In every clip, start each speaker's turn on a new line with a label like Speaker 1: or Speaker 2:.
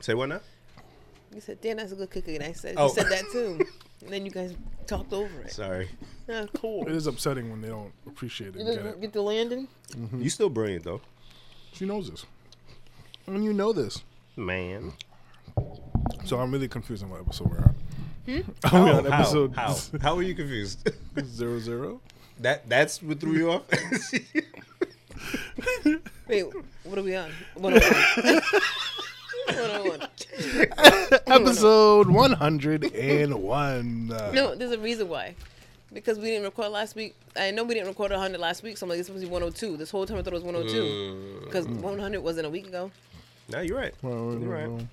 Speaker 1: Say what now?
Speaker 2: You said Dan has a good cooking, and I said
Speaker 1: Oh.
Speaker 2: you said that too. and then you guys talked over it.
Speaker 1: Sorry.
Speaker 2: Ah, cool.
Speaker 3: It is upsetting when they don't appreciate it
Speaker 2: You
Speaker 3: and get
Speaker 2: didn't
Speaker 3: it.
Speaker 2: get the landing.
Speaker 1: You still brilliant though,
Speaker 3: She knows this. And you know this.
Speaker 1: man.
Speaker 3: So I'm really confused on what episode we're on.
Speaker 1: How?
Speaker 3: Are we on
Speaker 1: how?
Speaker 3: Oh, episode
Speaker 1: how? How are you confused?
Speaker 3: zero zero?
Speaker 1: that that's what threw you off.
Speaker 2: Wait, what are we on? oh What are we on? what are we on?
Speaker 3: episode 101.
Speaker 2: No, there's a reason why. Because we didn't record last week. I know we didn't record 100 last week, so I'm like, it's supposed to be 102. This whole time I thought it was
Speaker 1: Mm.
Speaker 2: 102. Because 100 wasn't a week ago.
Speaker 1: no, Uh, you're right.
Speaker 3: Well,
Speaker 1: You're right.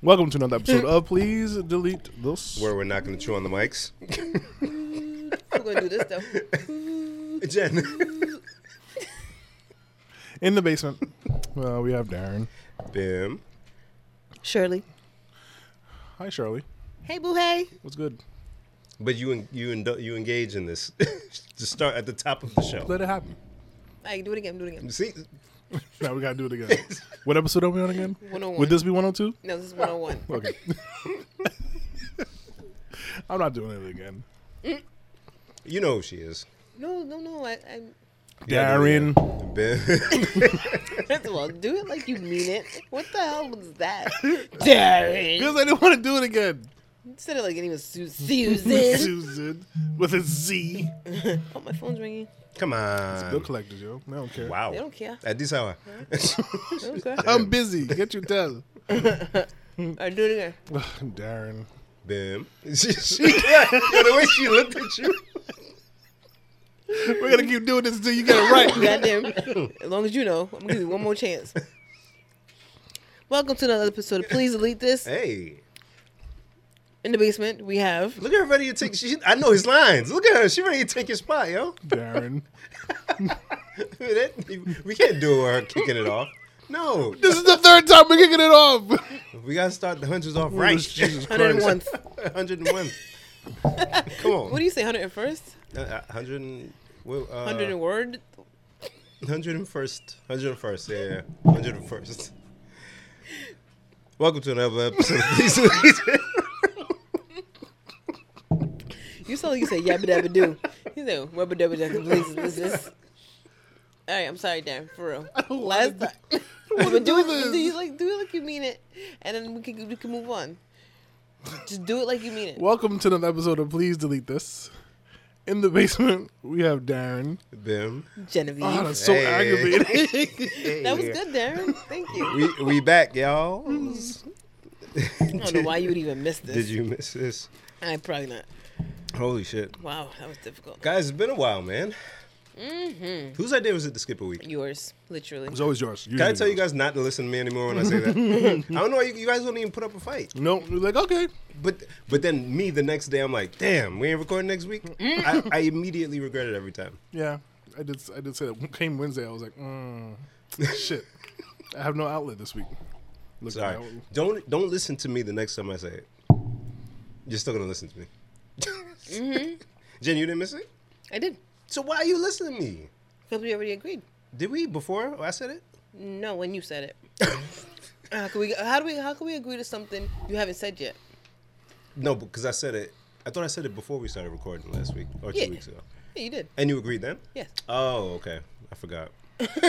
Speaker 3: Welcome to another episode of Please Delete This.
Speaker 1: Where we're not going to chew on the mics,
Speaker 2: We're going to do this, though.
Speaker 1: Jen.
Speaker 3: In the basement, uh, we have Darren.
Speaker 1: Bim.
Speaker 2: Shirley.
Speaker 3: Hi, Shirley.
Speaker 2: Hey, boo, hey.
Speaker 3: What's good?
Speaker 1: But you en- you en- you engage in this. Just start at the top of the show.
Speaker 3: Let it happen.
Speaker 2: I do it again, do it again.
Speaker 1: See,
Speaker 3: Now we got to do it again. what episode are we on again?
Speaker 2: 101.
Speaker 3: Would this be 102?
Speaker 2: No, this is 101.
Speaker 3: Okay. I'm not doing it again.
Speaker 1: you know who she is.
Speaker 2: No, no, no. I, I'm.
Speaker 3: Darren.
Speaker 1: Bim.
Speaker 2: First of all, do it like you mean it. What the hell was that? Darren.
Speaker 3: Because I didn't want to do it again.
Speaker 2: Said it like it was Su- Susan.
Speaker 3: Susan with a Z.
Speaker 2: oh, my phone's ringing.
Speaker 1: Come
Speaker 3: Bill
Speaker 1: on.
Speaker 3: collectors, yo. I don't care.
Speaker 1: Wow.
Speaker 2: They don't care.
Speaker 1: At this hour.
Speaker 2: Okay.
Speaker 3: I'm busy. Get your tell.
Speaker 2: I do it again.
Speaker 3: Darren.
Speaker 1: Bim. She, she, the way she looked at you.
Speaker 3: We're gonna keep doing this until you get it right.
Speaker 2: Goddamn. As long as you know, I'm gonna give you one more chance. Welcome to another episode of Please Delete This.
Speaker 1: Hey,
Speaker 2: In the basement, we have
Speaker 1: look at her ready to take. She, I know his lines. Look at her. She ready to take his spot, yo.
Speaker 3: Darren.
Speaker 1: That- we can't do it with her kicking it off. No,
Speaker 3: This is the third time we're kicking it off.
Speaker 1: we gotta start the hundreds off right.
Speaker 3: Jesus Christ.
Speaker 2: 101.
Speaker 1: Hundred and one. Come on.
Speaker 2: What do you say, 101st?
Speaker 1: Uh, uh, hundred and well, uh,
Speaker 2: 100 in word?
Speaker 1: Hundred and first, hundred and first, yeah, yeah. hundred and first. Welcome to another episode. of These Ladies.
Speaker 2: You sound like you say yabba dabba doo. You say wubba dabba dabba please. This is. All right, I'm sorry, Dan, for real.
Speaker 3: don't
Speaker 2: Last
Speaker 3: wanna
Speaker 2: time. but do,
Speaker 3: do
Speaker 2: it,
Speaker 3: this.
Speaker 2: do, you like, do it like you mean it, and then we can, we can move on. Just do it like you mean it.
Speaker 3: Welcome to another episode of Please Delete This. In the basement, we have Darren.
Speaker 1: Bim.
Speaker 2: Genevieve.
Speaker 3: Oh, that's so
Speaker 1: Hey.
Speaker 3: aggravating.
Speaker 2: that was good, Darren. Thank you.
Speaker 1: We we back, y'all.
Speaker 2: I don't know why you would even miss this.
Speaker 1: Did you miss this?
Speaker 2: I probably not.
Speaker 1: Holy shit.
Speaker 2: Wow, that was difficult.
Speaker 1: Guys, it's been a while, man. Whose idea was it to skip a week?
Speaker 2: Yours, literally.
Speaker 3: it's always yours.
Speaker 1: Can I tell you guys not to listen to me anymore when I say that? I don't know why you, you guys don't even put up a fight.
Speaker 3: No, you're like, okay.
Speaker 1: But but then me the next day I'm like, damn, we ain't recording next week. I, I immediately regret it every time.
Speaker 3: Yeah, I did. I did say that. Came Wednesday, I was like, mm, shit. I have no outlet this week. Look
Speaker 1: Sorry. Don't don't listen to me the next time I say it. You're still gonna listen to me. Jen, you didn't miss it?
Speaker 2: I did.
Speaker 1: So why are you listening to me?
Speaker 2: Because we already agreed.
Speaker 1: Did we before I said it?
Speaker 2: No, when you said it. how, can we, how do we? How can we agree to something you haven't said yet?
Speaker 1: No, because I said it. I thought I said it before we started recording last week or two
Speaker 2: Yeah.
Speaker 1: weeks ago.
Speaker 2: Yeah, you did.
Speaker 1: And you agreed then?
Speaker 2: Yes.
Speaker 1: Oh, okay. I forgot. don't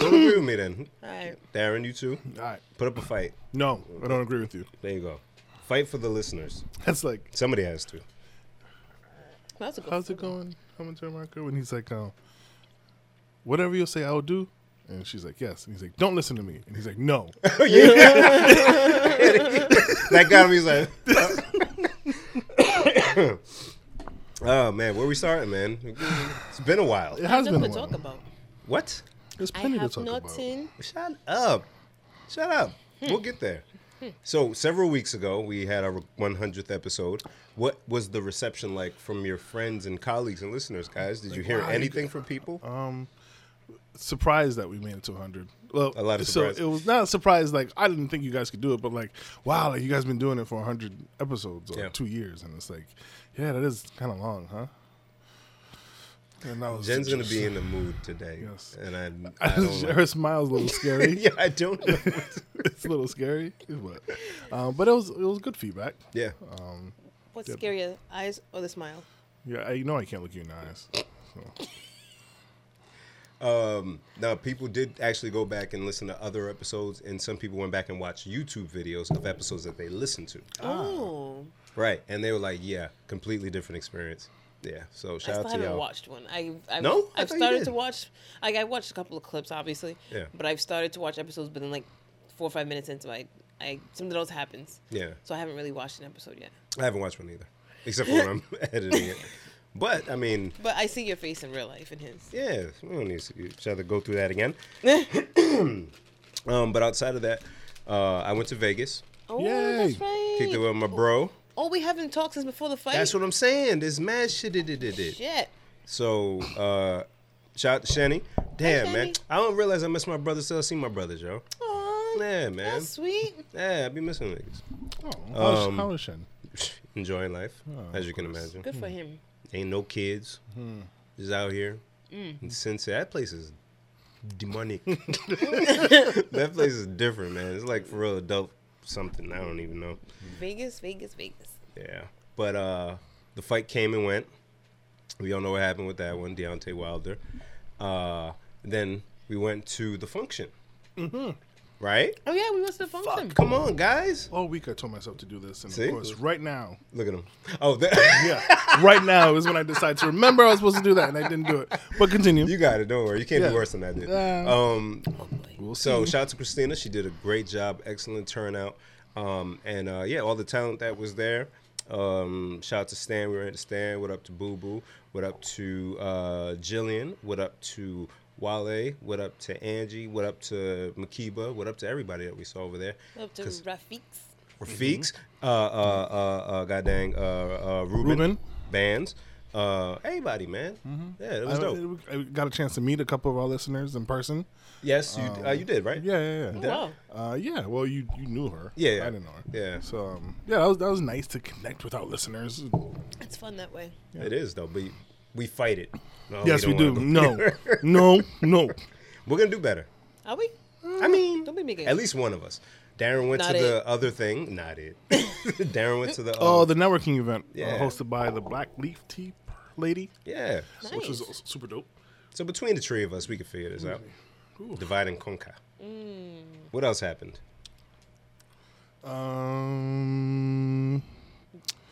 Speaker 1: agree with me then.
Speaker 2: All right.
Speaker 1: Darren, you too.
Speaker 3: All right.
Speaker 1: Put up a fight.
Speaker 3: No, I don't agree with you.
Speaker 1: There you go. Fight for the listeners.
Speaker 3: That's like,
Speaker 1: Somebody has to.
Speaker 2: Well, that's a good
Speaker 3: how's it going? Coming to America? And he's like, um, whatever you say, I'll do. And she's like, yes. And he's like, don't listen to me. And he's like, no.
Speaker 1: That got me like. oh man, where we starting, man? It's been a while.
Speaker 3: It has
Speaker 2: Nothing
Speaker 3: been a
Speaker 2: to
Speaker 3: while.
Speaker 2: talk about.
Speaker 1: What?
Speaker 3: There's
Speaker 2: I
Speaker 3: plenty to
Speaker 2: have
Speaker 3: talk about.
Speaker 2: nothing.
Speaker 1: Shut up. Shut up. We'll get there. So several weeks ago, we had our 100th episode. What was the reception like from your friends and colleagues and listeners, guys? Did you hear
Speaker 3: wow, you
Speaker 1: anything from people?
Speaker 3: Surprised that we made it to 100. Well,
Speaker 1: A lot of
Speaker 3: so
Speaker 1: surprise.
Speaker 3: it was not a surprise. Like I didn't think you guys could do it, but like wow, like you guys been doing it for 100 episodes or
Speaker 1: Yeah.
Speaker 3: two years, and it's like, yeah, that is kind of long, huh? And I was
Speaker 1: Jen's gonna be in the mood today,
Speaker 3: Yes.
Speaker 1: and I'm- I,
Speaker 3: I
Speaker 1: don't know.
Speaker 3: her smile's a little scary.
Speaker 1: yeah, I don't know.
Speaker 3: it's a little scary, but um, but it was it was good feedback.
Speaker 1: yeah,
Speaker 2: What's scarier, eyes or the smile?
Speaker 3: Yeah, I, you know I can't look you in the eyes. So.
Speaker 1: now people did actually go back and listen to other episodes, and some people went back and watched YouTube videos of episodes that they listened to.
Speaker 2: Oh,
Speaker 1: Right, and they were like, "Yeah, completely different experience." Yeah, so
Speaker 2: I
Speaker 1: shout
Speaker 2: still
Speaker 1: out to
Speaker 2: haven't
Speaker 1: y'all.
Speaker 2: watched one. I I've,
Speaker 1: No? I
Speaker 2: I've
Speaker 1: thought you
Speaker 2: started
Speaker 1: did.
Speaker 2: to watch. Like I watched a couple of clips, obviously.
Speaker 1: Yeah.
Speaker 2: But I've started to watch episodes, but then like four or five minutes into it, I, I something else happens.
Speaker 1: Yeah.
Speaker 2: So I haven't really watched an episode yet.
Speaker 1: I haven't watched one either, except for when I'm editing it. But I mean,
Speaker 2: But I see your face in real life and his.
Speaker 1: yeah, we don't need to each other go through that again. um, but outside of that, uh, I went to Vegas,
Speaker 2: Oh,
Speaker 3: Yay.
Speaker 2: that's right.
Speaker 1: kicked it with my bro.
Speaker 2: Oh, we haven't talked since before the fight.
Speaker 1: That's what I'm saying. There's mad shit. It, it, it, it.
Speaker 2: Shit.
Speaker 1: So, uh, shout out to Shanny. Damn, man.
Speaker 2: Shanny.
Speaker 1: I don't realize I miss my brothers till I see my brothers, yo.
Speaker 2: Aw,
Speaker 1: Yeah, man.
Speaker 2: Oh, That's sweet.
Speaker 1: Yeah, I be missing niggas.
Speaker 3: Oh,
Speaker 1: Um,
Speaker 3: how is Shen?
Speaker 1: Enjoying life, as you can imagine.
Speaker 2: Good for him.
Speaker 1: Ain't no kids. Just out here. And Since that place is demonic. that place is different, man. It's like for real adult something. I don't even know.
Speaker 2: Vegas, Vegas, Vegas.
Speaker 1: Yeah. But uh the fight came and went. We all know what happened with that one, Deontay Wilder. Uh then we went to the function. Right?
Speaker 2: Oh yeah, we must have funked him.
Speaker 1: Come on, guys.
Speaker 3: All week I told myself to do this, and
Speaker 1: See?
Speaker 3: of course, right now,
Speaker 1: Look at him. Oh, that,
Speaker 3: yeah, right now is when I decide to remember I was supposed to do that, and I didn't do it. But continue.
Speaker 1: you got it. Don't worry. You can't
Speaker 3: Yeah.
Speaker 1: do worse than I did.
Speaker 3: Uh,
Speaker 1: Um,
Speaker 3: we'll
Speaker 1: So
Speaker 3: see.
Speaker 1: shout out to Christina. She did a great job. Excellent turnout. Um, and uh, yeah, all the talent that was there. Um, shout out to Stan. We were at Stan. What up to Boo Boo? What up to uh, Jillian? What up to Wale? What up to Angie? What up to Makiba? What up to everybody that we saw over there?
Speaker 2: Up to
Speaker 1: 'Cause
Speaker 2: Rafiq's.
Speaker 1: Rafiq's, uh, uh, uh, uh, God dang, uh, uh, Ruben,
Speaker 3: Ruben. Mm-hmm.
Speaker 1: Bands, uh, everybody, man. Yeah, it
Speaker 3: I,
Speaker 1: was dope.
Speaker 3: I got a chance to meet a couple of our listeners in person.
Speaker 1: Yes, you,
Speaker 3: Um,
Speaker 1: uh, you did, right?
Speaker 3: Yeah, yeah, yeah.
Speaker 2: Wow.
Speaker 3: Uh, yeah. Well, you you knew her.
Speaker 1: Yeah, yeah.
Speaker 3: I didn't know her.
Speaker 1: Yeah.
Speaker 3: So um, yeah, that was that was nice to connect with our listeners.
Speaker 1: Oh,
Speaker 2: It's fun that way.
Speaker 1: It is though, but we fight it. No,
Speaker 3: yes, we,
Speaker 1: don't
Speaker 3: do.
Speaker 1: wanna go-
Speaker 3: No, no, no.
Speaker 1: We're gonna do better.
Speaker 2: Are we?
Speaker 1: I mean,
Speaker 2: Mm, Don't be making-
Speaker 1: at least one of us. Darren went
Speaker 2: Not
Speaker 1: to
Speaker 2: it.
Speaker 1: the other thing. Not it. Darren went to the.
Speaker 3: Oh,
Speaker 1: Oh,
Speaker 3: the networking event uh,
Speaker 1: Yeah.
Speaker 3: hosted by the Black Leaf Tea Lady,
Speaker 1: yeah.
Speaker 3: which was
Speaker 2: Nice.
Speaker 3: super dope.
Speaker 1: So between the three of us, we can figure this out. Divide and conquer.
Speaker 2: Mm.
Speaker 1: What else happened?
Speaker 3: Um,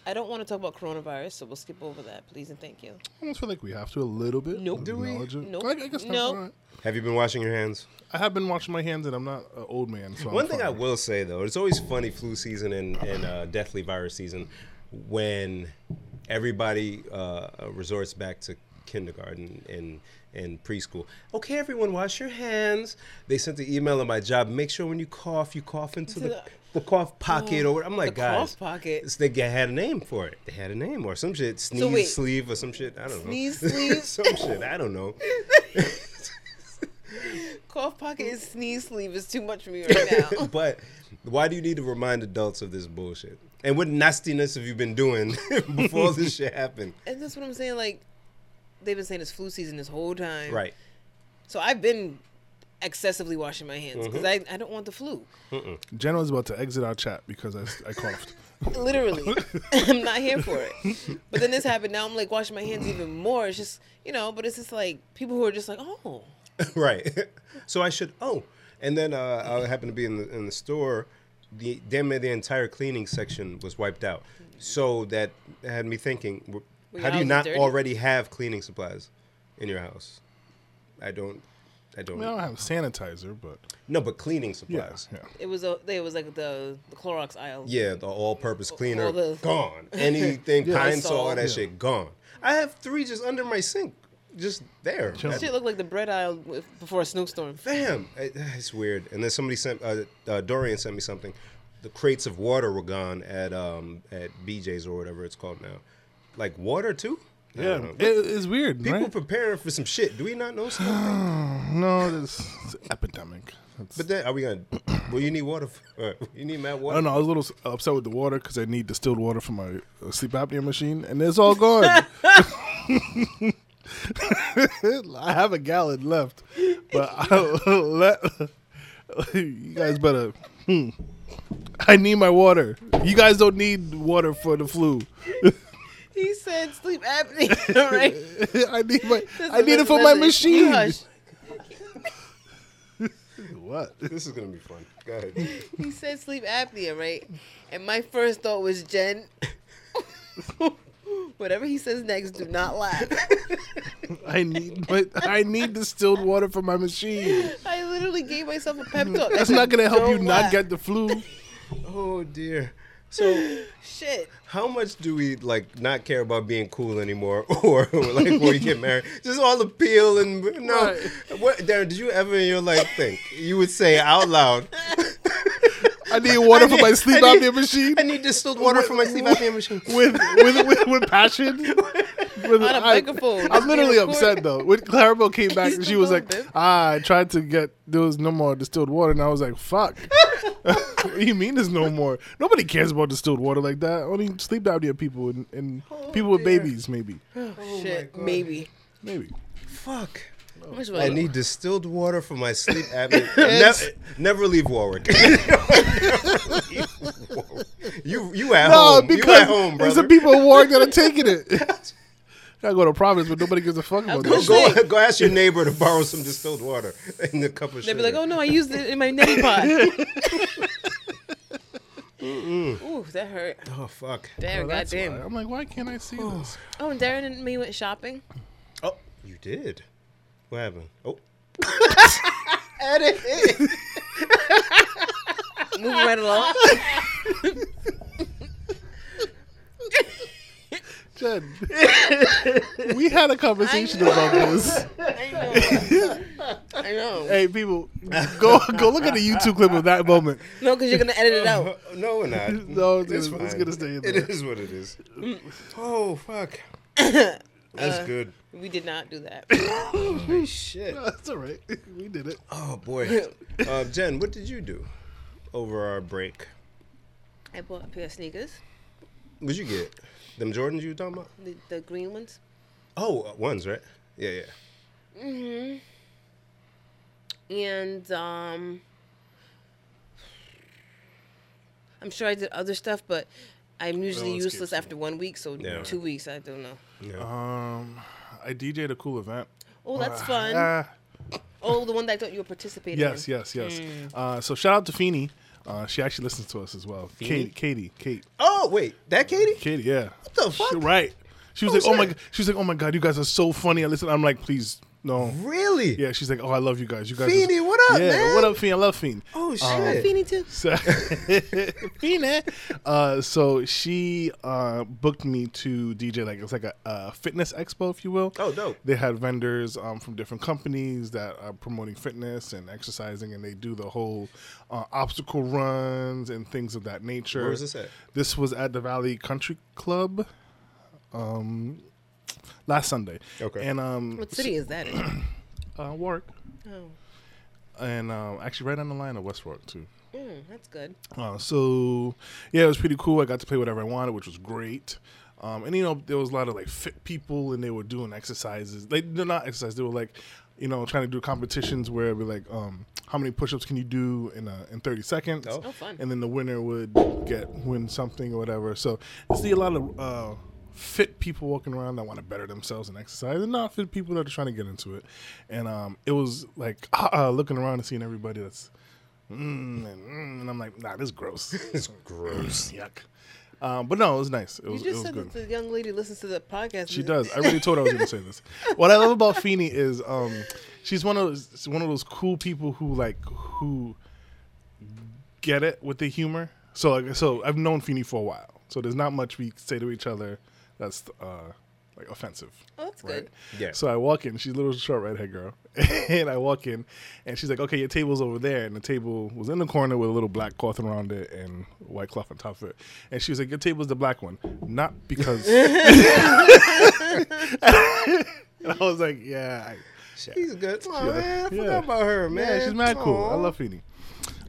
Speaker 2: I don't want to talk about coronavirus, so we'll skip over that, please and thank you.
Speaker 3: I almost feel like we have to a little bit.
Speaker 2: Nope. Do we?
Speaker 3: acknowledge it.
Speaker 2: Nope.
Speaker 3: I, I guess not.
Speaker 2: Nope.
Speaker 3: All right.
Speaker 1: Have you been washing your hands?
Speaker 3: I have been washing my hands, and I'm not an old man. So
Speaker 1: One
Speaker 3: I'm
Speaker 1: thing I
Speaker 3: fine.
Speaker 1: will say though, it's always funny flu season and, and uh, deathly virus season when everybody uh, resorts back to kindergarten and and preschool. Okay, everyone, wash your hands. They sent the email at my job. Make sure when you cough, you cough into the, the cough pocket or what. I'm like,
Speaker 2: The
Speaker 1: guys,
Speaker 2: cough pocket.
Speaker 1: This thing had a name for it. They had a name or some shit. Sneeze
Speaker 2: wait.
Speaker 1: sleeve or some shit. I don't
Speaker 2: Sneeze
Speaker 1: know.
Speaker 2: sleeve?
Speaker 1: some shit. I don't know.
Speaker 2: Cough pocket is sneeze sleeve is too much for me right now.
Speaker 1: but why do you need to remind adults of this bullshit? And what nastiness have you been doing before this shit happened?
Speaker 2: and that's what I'm saying. Like they've been saying it's flu season this whole time,
Speaker 1: Right.
Speaker 2: So I've been excessively washing my hands because
Speaker 1: Mm-hmm.
Speaker 2: I, I don't want the flu.
Speaker 3: Jenna was about to exit our chat because I, s- I coughed.
Speaker 2: Literally, I'm not here for it. But then this happened. Now I'm like washing my hands even more. It's just you know, but it's just like people who are just like, oh,
Speaker 1: right. So I should. Oh, and then uh, I happened to be in the in the store. The damn near the entire cleaning section was wiped out. So that had me thinking: w-
Speaker 2: Were
Speaker 1: How
Speaker 2: your
Speaker 1: do you
Speaker 2: houses
Speaker 1: not
Speaker 2: dirty?
Speaker 1: already have cleaning supplies in your house? I don't. I don't.
Speaker 3: I mean, I don't have sanitizer, but
Speaker 1: No, but cleaning
Speaker 3: yeah,
Speaker 1: supplies.
Speaker 3: yeah.
Speaker 2: it was a, it was like the, the Clorox aisle.
Speaker 1: Yeah, the all-purpose cleaner
Speaker 2: all the-
Speaker 1: gone. Anything pine saw, all that
Speaker 2: Yeah.
Speaker 1: shit gone. I have three just under my sink, just there.
Speaker 3: Chill.
Speaker 1: That-
Speaker 2: Shit looked like the bread aisle with- before a snowstorm.
Speaker 1: Fam, it- it's weird. And then somebody sent uh, uh, Dorian sent me something. The crates of water were gone at um at BJ's or whatever it's called now. Like water too. I
Speaker 3: Yeah,
Speaker 1: don't know.
Speaker 3: it, it's weird,
Speaker 1: People
Speaker 3: right?
Speaker 1: preparing for some shit. Do we not know something?
Speaker 3: no, it's, it's an epidemic. It's-
Speaker 1: but then are we gonna? Well, you need water. For, you need mad
Speaker 3: I
Speaker 1: water.
Speaker 3: don't know. I was a little s- upset with the water because I need distilled water for my uh, sleep apnea machine, and it's all gone. I have a gallon left, but I'll let you guys better. Hmm. I need my water. You guys don't need water for the flu.
Speaker 2: He said sleep apnea, right?
Speaker 3: I need my.
Speaker 2: This
Speaker 3: I
Speaker 2: is-
Speaker 3: need it for
Speaker 2: listen,
Speaker 3: my
Speaker 2: listen, you
Speaker 3: machine.
Speaker 2: hush.
Speaker 3: What?
Speaker 1: This is gonna be fun. Go ahead.
Speaker 2: He said sleep apnea, right? And my first thought was Jen. Whatever he says next, do not laugh.
Speaker 3: I need my. I need distilled water for my machine.
Speaker 2: I literally gave myself a pep talk.
Speaker 3: That's not gonna help you
Speaker 2: Don't
Speaker 3: not
Speaker 2: laugh.
Speaker 3: get the flu.
Speaker 1: Oh dear. So,
Speaker 2: shit.
Speaker 1: how much do we like not care about being cool anymore, or like when we get married, just all the peel and no? What, Darren? Did you ever in your life think you would say out loud,
Speaker 3: I need water for my
Speaker 1: need-
Speaker 3: sleep
Speaker 1: I need-
Speaker 3: apnea machine.
Speaker 1: "I need distilled water for my sleep apnea machine"?
Speaker 3: with with with, with passion. With,
Speaker 2: On a
Speaker 3: I-
Speaker 2: microphone.
Speaker 3: I'm literally
Speaker 2: Record.
Speaker 3: upset though. When Clarabelle came back, and she was like,
Speaker 2: Stupid.
Speaker 3: "Ah, I tried to get there was no more distilled water," and I was like, "Fuck." what do you mean there's no more? Nobody cares about distilled water like that. Only sleep apnea people and, and
Speaker 2: Oh,
Speaker 3: people with
Speaker 1: dear.
Speaker 3: babies, maybe,
Speaker 2: shit.
Speaker 1: Oh God. Oh.
Speaker 2: Maybe.
Speaker 3: maybe.
Speaker 1: Fuck.
Speaker 2: How much
Speaker 1: I
Speaker 2: money?
Speaker 1: need distilled water for my sleep apnea. never, never leave Warwick. Never leave Warwick. you you at
Speaker 3: No,
Speaker 1: home. you
Speaker 3: because
Speaker 1: at home,
Speaker 3: there's the
Speaker 1: brother.
Speaker 3: people at Warwick that are taking it. Gotta go to Providence, but nobody gives a fuck about
Speaker 2: Go-
Speaker 3: that.
Speaker 1: Go,
Speaker 3: shit.
Speaker 1: go, go ask your neighbor to borrow some distilled water in the cup of
Speaker 2: They'd
Speaker 1: sugar.
Speaker 2: be like, oh no, I used it in my neti pot. Ooh, that hurt.
Speaker 1: Oh, fuck.
Speaker 2: Darren,
Speaker 3: Oh, that's
Speaker 2: goddamn.
Speaker 3: why. I'm like, why can't I see this?
Speaker 2: Oh, and Darren and me went shopping.
Speaker 1: Oh, you did. What happened? Oh,
Speaker 2: Moving right along.
Speaker 3: Jen, we had a conversation about this.
Speaker 2: I know. I know.
Speaker 3: Hey, people, go go look at the YouTube clip of that moment.
Speaker 2: No, because you're gonna edit it out.
Speaker 1: no, we're not.
Speaker 3: No, it's gonna- it's gonna stay in
Speaker 1: It
Speaker 3: there.
Speaker 1: is what it is. Oh, fuck. That's
Speaker 3: Uh.
Speaker 1: good.
Speaker 2: We did not do that.
Speaker 1: Holy shit.
Speaker 3: That's all right. We did it.
Speaker 1: Oh, boy. Uh, Jen, what did you do over our break?
Speaker 2: I bought a pair of sneakers,
Speaker 1: What'd you get? Them Jordans you were talking about?
Speaker 2: the, the green ones.
Speaker 1: Oh, uh, ones, right? Yeah, yeah.
Speaker 2: and um I'm sure I did other stuff, but I'm usually
Speaker 3: one's
Speaker 2: useless
Speaker 3: cute.
Speaker 2: after one week, so
Speaker 1: Yeah.
Speaker 2: two weeks, I don't know.
Speaker 3: Um, I DJ'd a cool event.
Speaker 2: Oh, that's
Speaker 3: Uh,
Speaker 2: fun.
Speaker 3: ah,
Speaker 2: Oh, the one that I thought you were participating
Speaker 3: yes,
Speaker 2: in.
Speaker 3: yes, yes.
Speaker 1: Mm.
Speaker 3: Uh, so shout out to Feeny. Uh, she actually listens to us as well.
Speaker 1: Feeny?
Speaker 3: Kate, Katie, Kate,
Speaker 1: Oh, wait. That Katie?
Speaker 3: Katie. Yeah. What
Speaker 1: the fuck?
Speaker 3: right. She was like, "Oh my!"
Speaker 1: shit.
Speaker 3: g- She was like, "Oh my god, you guys are so funny." I listen. I'm like, "Please, no."
Speaker 1: Really?
Speaker 3: Yeah. She's like, "Oh, I love you guys. You guys."
Speaker 1: Feeny,
Speaker 3: is-
Speaker 1: Mm-hmm. what up,
Speaker 3: yeah,
Speaker 1: man?
Speaker 3: What up, Feeny? I love Feeny.
Speaker 1: Oh, shit.
Speaker 3: Uh-huh.
Speaker 2: I love Feeny too.
Speaker 3: So, Fina. Uh, so she uh, booked me to DJ like it's like a, a fitness expo, if you will.
Speaker 1: Oh, dope.
Speaker 3: They had vendors um, from different companies that are promoting fitness and exercising, and they do the whole uh, obstacle runs and things of that nature.
Speaker 1: Where was this at?
Speaker 3: This was at the Valley Country Club. Um, last Sunday.
Speaker 1: Okay.
Speaker 3: And um,
Speaker 2: What city is that in?
Speaker 3: uh, Warwick,
Speaker 2: oh,
Speaker 3: and um, actually right on the line of West Warwick too.
Speaker 2: mm, that's good.
Speaker 3: Uh, so yeah, it was pretty cool. I got to play whatever I wanted, which was great. Um, and you know, there was a lot of like fit people, and they were doing exercises. Like they're not exercise; they were like, you know, trying to do competitions where it'd be like, um, how many push-ups can you do in uh, in thirty seconds?
Speaker 1: Oh.
Speaker 2: Oh, fun.
Speaker 3: And then the winner would get win something or whatever. So I see a lot of uh, fit people walking around that want to better themselves and exercise, and not fit people that are trying to get into it. And um, it was like uh, looking around and seeing everybody that's mm, and, mm, and I'm like, nah, this is gross.
Speaker 1: It's gross.
Speaker 3: Yuck. Um, but no, it was nice. It was,
Speaker 2: You
Speaker 3: it
Speaker 2: just
Speaker 3: was
Speaker 2: said
Speaker 3: good.
Speaker 2: that the young lady listens to the podcast.
Speaker 3: She does. I really told her I was going to say this. What I love about Feeny is um, she's one of those, one of those cool people who like who get it with the humor. So like so I've known Feeny for a while. So there's not much we say to each other that's uh, like offensive.
Speaker 2: Oh, that's
Speaker 3: Right.
Speaker 2: good.
Speaker 1: Yeah.
Speaker 3: So I walk in. She's a little short redhead girl, and I walk in, and she's like, "Okay, your table's over there." And the table was in the corner with a little black cloth around it and white cloth on top of it. And she was like, "Your table's the black one, not because." and I was like, "Yeah, I,
Speaker 1: He's good. Aw, man, Oh, I forgot
Speaker 3: Yeah.
Speaker 1: about her, man.
Speaker 3: yeah, she's mad cool. I
Speaker 1: Aw.
Speaker 3: love Feeny."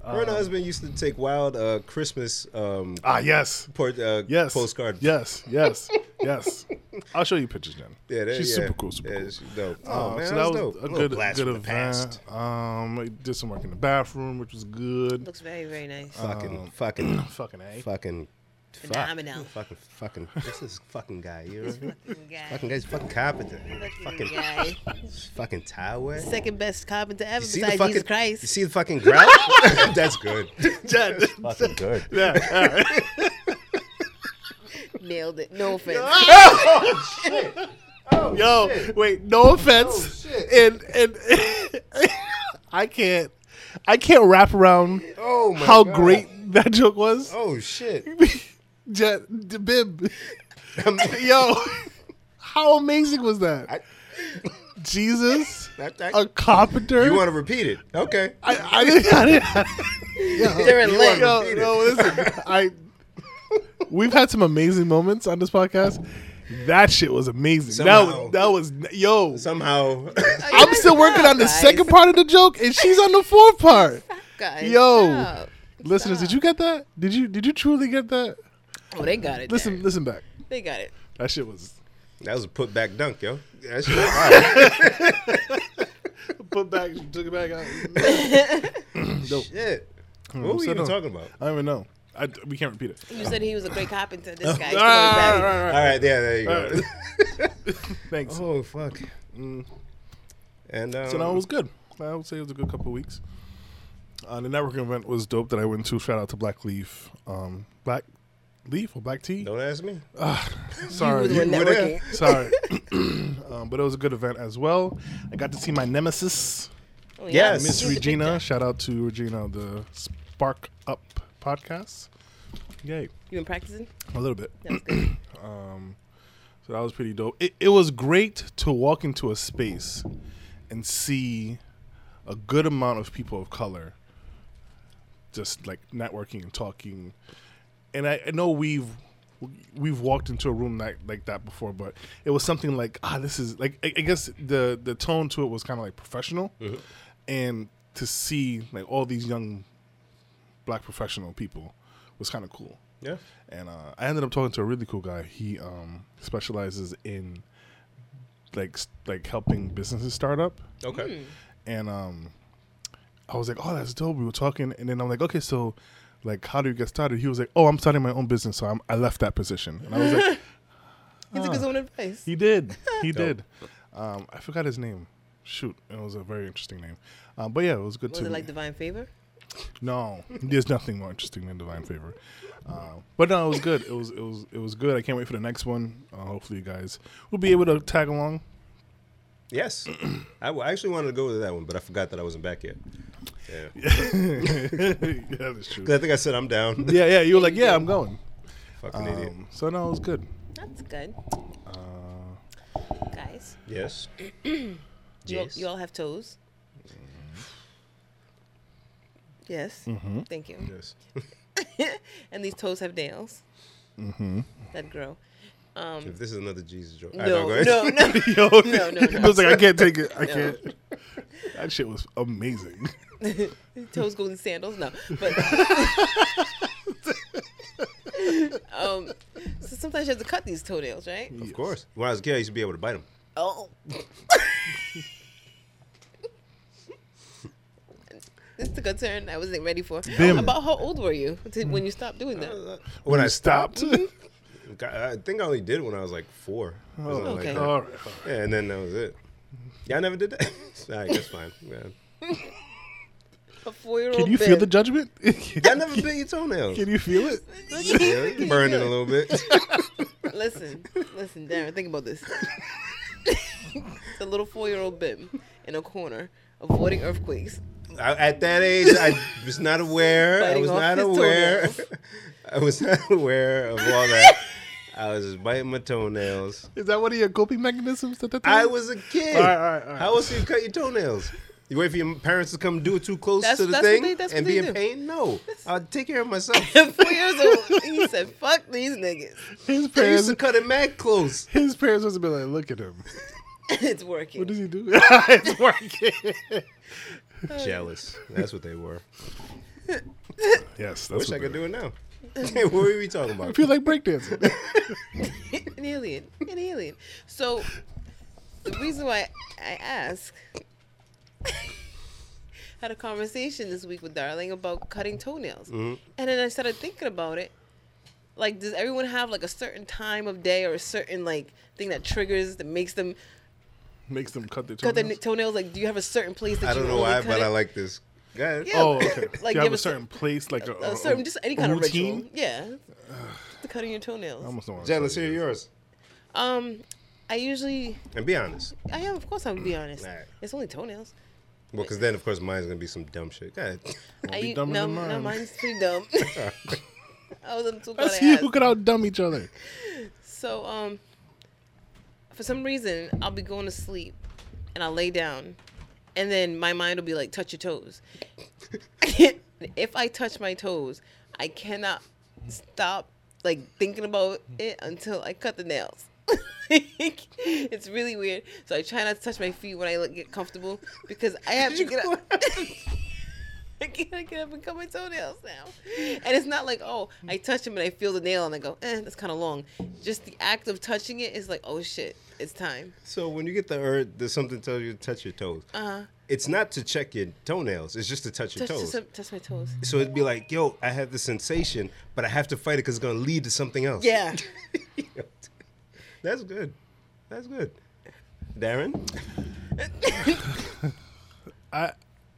Speaker 1: Her and her husband used to take wild uh, Christmas um,
Speaker 3: Ah, yes,
Speaker 1: port, uh,
Speaker 3: yes,
Speaker 1: postcard
Speaker 3: Yes, yes, yes. I'll show you pictures, Jen.
Speaker 1: Yeah, that,
Speaker 3: she's
Speaker 1: yeah.
Speaker 3: super cool, super
Speaker 1: yeah,
Speaker 3: cool.
Speaker 1: She's dope.
Speaker 3: Uh,
Speaker 1: Oh, man, that's
Speaker 3: so that was
Speaker 1: dope.
Speaker 3: a
Speaker 1: little
Speaker 3: good,
Speaker 1: blast
Speaker 3: good
Speaker 1: from the
Speaker 3: event.
Speaker 1: past.
Speaker 3: Um, I did some work in the bathroom, which was good.
Speaker 2: Looks very, very nice.
Speaker 3: Uh,
Speaker 1: Fucking,
Speaker 3: Oh.
Speaker 1: fucking,
Speaker 3: Fucking a.
Speaker 1: fucking, fuck.
Speaker 2: Phenomenal.
Speaker 1: Fucking, fucking. This is fucking guy. You know.
Speaker 2: Fucking guy.
Speaker 1: Fucking guy's fucking competent.
Speaker 2: Fucking
Speaker 1: Fucking,
Speaker 2: guy.
Speaker 1: fucking Taiwan.
Speaker 2: Second best carpenter ever
Speaker 1: You see the
Speaker 2: besides
Speaker 1: fucking
Speaker 2: Jesus
Speaker 1: You
Speaker 2: Christ.
Speaker 1: see the fucking grout? That's good.
Speaker 3: Jen.
Speaker 1: Fucking good.
Speaker 3: yeah, all right.
Speaker 2: Nailed it. No offense.
Speaker 1: Oh,
Speaker 3: Yo, wait, no offense. and and I can't I can't wrap around
Speaker 1: Oh my
Speaker 3: how
Speaker 1: God.
Speaker 3: great that joke was.
Speaker 1: Oh shit.
Speaker 3: Jet the bib.
Speaker 1: I'm-
Speaker 3: Yo, how amazing was that?
Speaker 1: I-
Speaker 3: Jesus,
Speaker 1: I- I-
Speaker 3: a carpenter.
Speaker 1: you want to repeat it? Okay.
Speaker 3: I, I didn't. I didn't
Speaker 2: They're in
Speaker 1: You
Speaker 2: late.
Speaker 1: are-
Speaker 3: yo,
Speaker 1: Repeat it.
Speaker 3: no, listen. I we've had some amazing moments on this podcast. That shit was amazing.
Speaker 1: Somehow.
Speaker 3: That was that was yo.
Speaker 1: Somehow.
Speaker 3: I'm still working on the
Speaker 2: Guys.
Speaker 3: second part of the joke, and she's on the fourth part.
Speaker 2: Guys,
Speaker 3: Yo.
Speaker 2: stop.
Speaker 3: Listeners, did you get that? Did you did you truly get that?
Speaker 2: Oh, they got it.
Speaker 3: Listen,
Speaker 2: Listen,
Speaker 3: listen back.
Speaker 2: they got it.
Speaker 3: That shit was
Speaker 1: that was a put back dunk, yo. That shit was fire.
Speaker 3: put back. She took it back out.
Speaker 1: shit. What were you
Speaker 3: so
Speaker 1: even
Speaker 3: dumb.
Speaker 1: talking about?
Speaker 3: I don't even know. I, we can't repeat it.
Speaker 2: You said he was a great carpenter.
Speaker 1: Oh.
Speaker 2: This guy.
Speaker 3: All
Speaker 1: Ah.
Speaker 3: right,
Speaker 2: Right,
Speaker 3: all right,
Speaker 1: All
Speaker 3: all right, all right.
Speaker 1: right, yeah, there you
Speaker 3: All
Speaker 1: go.
Speaker 3: right. Thanks.
Speaker 1: oh fuck. And um,
Speaker 3: So that was good. I would say it was a good couple of weeks. Uh, the networking event was dope that I went to. Shout out to Black Leaf, um, Black Leaf or Black Tea.
Speaker 1: don't ask me.
Speaker 3: Uh, Sorry,
Speaker 2: You were the
Speaker 1: were
Speaker 2: one
Speaker 1: there.
Speaker 2: networking.
Speaker 3: sorry. um, but it was a good event as well. I got to see my nemesis,
Speaker 2: Oh,
Speaker 1: Yes.
Speaker 3: Miss
Speaker 1: She's
Speaker 3: Regina. Shout out to Regina, of the Spark Up podcast. Yay,
Speaker 2: You been practicing?
Speaker 3: a little bit. Um,
Speaker 2: That's good.
Speaker 3: So that was pretty dope. It, it was great to walk into a space and see a good amount of people of color just like networking and talking. And I, I know we've we've walked into a room like like that before, but it was something like ah, this is like I, I guess the the tone to it was kind of like professional,
Speaker 1: Mm-hmm.
Speaker 3: and to see like all these young black professional people was kind of cool
Speaker 1: Yeah.
Speaker 3: and uh, I ended up talking to a really cool guy. He um, specializes in like s- like helping businesses start up,
Speaker 1: Okay.
Speaker 2: Hmm.
Speaker 3: and um, I was like, "Oh, that's dope." We were talking, and then I'm like, "Okay, so like, how do you get started?" He was like, "Oh, I'm starting my own business, so I'm, I left that position." And I was like,
Speaker 2: He took his own advice.
Speaker 3: Ah. "He did, he
Speaker 1: Dope.
Speaker 3: did." Um, I forgot his name. Shoot, it was a very interesting name. Um, but yeah, it was good
Speaker 2: Was
Speaker 3: to
Speaker 2: it like divine favor?
Speaker 3: No, there's nothing more interesting than divine favor. Uh, but no, it was good. It was it was it was good. I can't wait for the next one. Uh, hopefully, you guys will be able to tag along.
Speaker 1: Yes. I w- I actually wanted to go to that one, but I forgot that I wasn't back yet. Yeah.
Speaker 3: yeah, that's true.
Speaker 1: 'Cause I think I said I'm down.
Speaker 3: Yeah, yeah. You were like, yeah, I'm going.
Speaker 1: Fucking idiot.
Speaker 3: Um, so no, it was good.
Speaker 2: That's good.
Speaker 1: Uh,
Speaker 2: Guys,
Speaker 1: Yes.
Speaker 2: you, all,
Speaker 1: Yes. Mm-hmm.
Speaker 2: you all have toes. Yes. Thank you.
Speaker 1: Yes.
Speaker 2: and these toes have nails that grow.
Speaker 1: If this is another Jesus joke. I know,
Speaker 2: Um, No,
Speaker 1: go
Speaker 2: no,
Speaker 1: ahead.
Speaker 2: no,
Speaker 3: Yo,
Speaker 2: no, no.
Speaker 3: I was like, I can't take it. I can't. That shit was amazing.
Speaker 2: Toes go in sandals. No, but um, so sometimes you have to cut these toenails, right?
Speaker 1: Of course. When I was a kid, I used to be able to bite him.
Speaker 2: Oh. This took a turn I wasn't ready for.
Speaker 3: Bim.
Speaker 2: About how old were you to- when you stopped doing that?
Speaker 3: Uh,
Speaker 1: When I Mm-hmm.
Speaker 3: You stopped.
Speaker 1: stopped, I think I only did it when I was like four. or something like
Speaker 2: Okay.
Speaker 1: that.
Speaker 3: Oh, All right.
Speaker 1: Yeah, and then that was it. Yeah, I never did that. All right, that's fine. Yeah.
Speaker 2: A four-year-old.
Speaker 3: Can you
Speaker 2: Bim.
Speaker 3: feel the judgment?
Speaker 1: I never bit your toenails.
Speaker 3: Can you feel it?
Speaker 1: Yeah, it's burning a little bit.
Speaker 2: Listen, listen, Darren, think about this. the little four year old Bim in a corner avoiding earthquakes.
Speaker 1: I, at that age, I was not aware. I
Speaker 2: Biting
Speaker 1: was
Speaker 2: off
Speaker 1: not
Speaker 2: his
Speaker 1: aware.
Speaker 2: toenails.
Speaker 1: I was not aware of all that. I was just biting my toenails.
Speaker 3: Is that one of your coping mechanisms? That that
Speaker 1: I
Speaker 3: thing-
Speaker 1: was a kid.
Speaker 3: All right, all right, all right.
Speaker 1: How else do you cut your toenails? You wait for your parents to come do it too close
Speaker 2: That's-
Speaker 1: to the
Speaker 2: that's what
Speaker 1: thing
Speaker 2: they- that's what
Speaker 1: and
Speaker 2: they
Speaker 1: be in
Speaker 2: do.
Speaker 1: pain? No, I'll take care of myself.
Speaker 2: four years old. He said, fuck these niggas.
Speaker 3: His
Speaker 1: I used
Speaker 3: parents.
Speaker 1: to cut it mad close.
Speaker 3: His parents must have been like, look at him.
Speaker 2: it's
Speaker 3: What
Speaker 2: working.
Speaker 3: does he do? it's working.
Speaker 1: Jealous. That's what they were.
Speaker 3: Yes,
Speaker 1: Wish
Speaker 3: that's
Speaker 1: I could do it now. what were we talking
Speaker 3: I
Speaker 1: about?
Speaker 3: feel like breakdancing.
Speaker 2: an alien, an alien. So the reason why I ask had a conversation this week with Darling about cutting toenails, and then I started thinking about it. Like, does everyone have like a certain time of day or a certain like thing that triggers that makes them
Speaker 3: Makes them cut their
Speaker 2: cut their
Speaker 3: toenails.
Speaker 2: toenails? Like, do you have a certain place that
Speaker 1: I
Speaker 2: you
Speaker 1: don't know
Speaker 2: only
Speaker 1: why,
Speaker 2: cut
Speaker 1: but
Speaker 2: it?
Speaker 1: I like this. Go ahead.
Speaker 2: Yeah.
Speaker 3: Oh, okay.
Speaker 2: Like,
Speaker 3: Like you
Speaker 2: give
Speaker 3: have a
Speaker 2: us a-
Speaker 3: certain place, like a,
Speaker 2: a certain just any kind of
Speaker 3: routine.
Speaker 2: ritual. Yeah, the cutting your toenails.
Speaker 3: I almost don't want
Speaker 1: Jen, let's hear yours.
Speaker 2: Um, I usually
Speaker 1: And be honest.
Speaker 2: I am, of course, I'm gonna be honest.
Speaker 1: Alright.
Speaker 2: It's only toenails.
Speaker 1: Well, because then, of course, mine's going to be some dumb shit. Go ahead.
Speaker 2: I,
Speaker 3: be
Speaker 2: u-
Speaker 3: dumber
Speaker 2: no,
Speaker 3: than
Speaker 2: no,
Speaker 3: mine.
Speaker 2: mine's pretty dumb. I was I'm too glad
Speaker 3: Let's
Speaker 2: I
Speaker 3: see
Speaker 2: asked.
Speaker 3: who could out dumb each other.
Speaker 2: So, um, for some reason, I'll be going to sleep, and I'll lay down, and then my mind will be like, "Touch your toes." I can't. If I touch my toes, I cannot stop like thinking about it until I cut the nails. Like, it's really weird. So I try not to touch my feet when I like, get comfortable because I have to get up. I can't get up and cut my toenails now. And it's not like, oh, I touch them and I feel the nail and I go, eh, that's kind of long. Just the act of touching it is like, oh shit, it's time.
Speaker 1: so when you get the urge that something tells you to touch your toes,
Speaker 2: Uh-huh.
Speaker 1: it's not to check your toenails. It's just to touch your
Speaker 2: Touch,
Speaker 1: toes.
Speaker 2: touch, touch my toes.
Speaker 1: so it'd be like, yo, I have the sensation, but I have to fight it because it's going to lead to something else.
Speaker 2: Yeah.
Speaker 1: That's good. That's good. Darren?
Speaker 3: I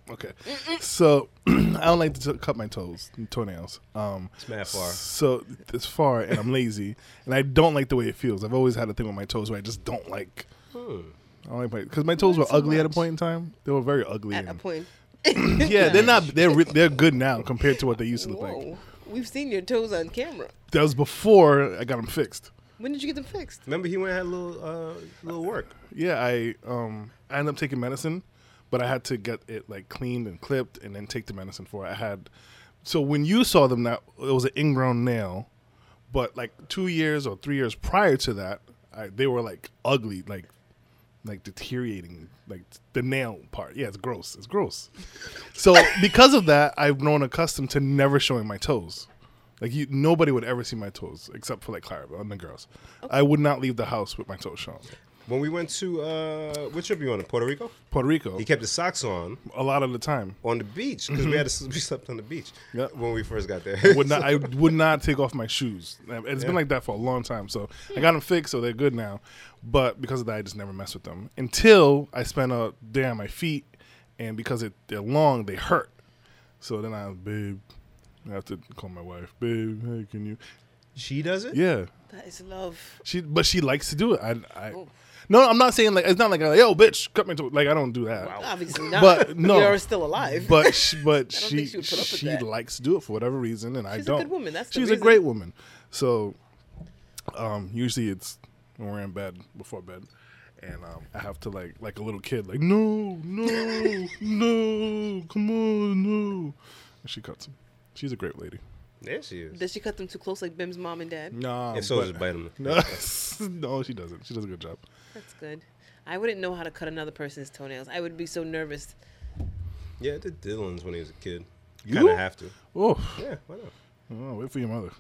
Speaker 3: okay. So I don't like to t- cut my toes, toenails. Um,
Speaker 1: It's mad far.
Speaker 3: So it's far, and I'm lazy, and I don't like the way it feels. I've always had a thing with my toes where I just don't like. I don't like my because my toes were
Speaker 2: so
Speaker 3: ugly at a
Speaker 2: much.
Speaker 3: point in time. They were very ugly.
Speaker 2: At a
Speaker 3: and-
Speaker 2: point.
Speaker 3: yeah, they're not. They're re- they're good now compared to what they used to look like.
Speaker 2: Whoa. We've seen your toes on camera.
Speaker 3: That was before I got them fixed.
Speaker 2: When did you get them fixed?
Speaker 1: Remember, he went and had a little, uh, little work.
Speaker 3: Yeah, I um I ended up taking medicine, but I had to get it like cleaned and clipped and then take the medicine for it. I had so when you saw them that it was an ingrown nail, but like two years or three years prior to that, I, they were like ugly, like like deteriorating, like the nail part. Yeah, it's gross. It's gross. so because of that, I've grown accustomed to never showing my toes. Like you, nobody would ever see my toes except for like Clara and the girls. I would not leave the house with my toes shown.
Speaker 1: When we went to, uh, what trip you on? to Puerto Rico?
Speaker 3: Puerto Rico.
Speaker 1: He kept his socks on
Speaker 3: a lot of the time.
Speaker 1: on the beach because we had to, we slept on the beach
Speaker 3: Mm-hmm. Yeah.
Speaker 1: when we first got there.
Speaker 3: Would not I would not take off my shoes. And It's been like that for a long time. So I got them fixed, so they're good now. But because of that, I just never mess with them until I spent a day on my feet, and because it, they're long, they hurt. So then I, babe, I have to call my wife, babe. Hey, can you?
Speaker 1: she does it.
Speaker 3: Yeah,
Speaker 2: That is love.
Speaker 3: she but she likes to do it. I, I no, I'm not saying like it's not like yo, bitch, cut my toe. Like I don't do that.
Speaker 2: Obviously not.
Speaker 3: But, no.
Speaker 2: You're still alive.
Speaker 3: But she, but
Speaker 2: don't think
Speaker 3: she
Speaker 2: she would put up with
Speaker 3: she
Speaker 2: that.
Speaker 3: likes to do it for whatever reason, and I
Speaker 2: She's a
Speaker 3: don't.
Speaker 2: good woman, that's the
Speaker 3: she's a
Speaker 2: reason.
Speaker 3: great woman. So, um, usually it's when we're in bed before bed, and um, I have to like like a little kid like no no no come on no, and she cuts him. She's a great lady.
Speaker 1: There she is.
Speaker 2: Did she cut them too close like Bim's mom and dad?
Speaker 3: Nah,
Speaker 1: If so,
Speaker 3: Oh, but-
Speaker 1: just bite him.
Speaker 3: No, no, she doesn't. She does a good job.
Speaker 2: That's good. I wouldn't know how to cut another person's toenails. I would be so nervous.
Speaker 1: Yeah, I did Dylan's when he was a kid. You
Speaker 3: You?
Speaker 1: kind of have to.
Speaker 3: Oh,
Speaker 1: Yeah, why not?
Speaker 3: oh, wait for your mother.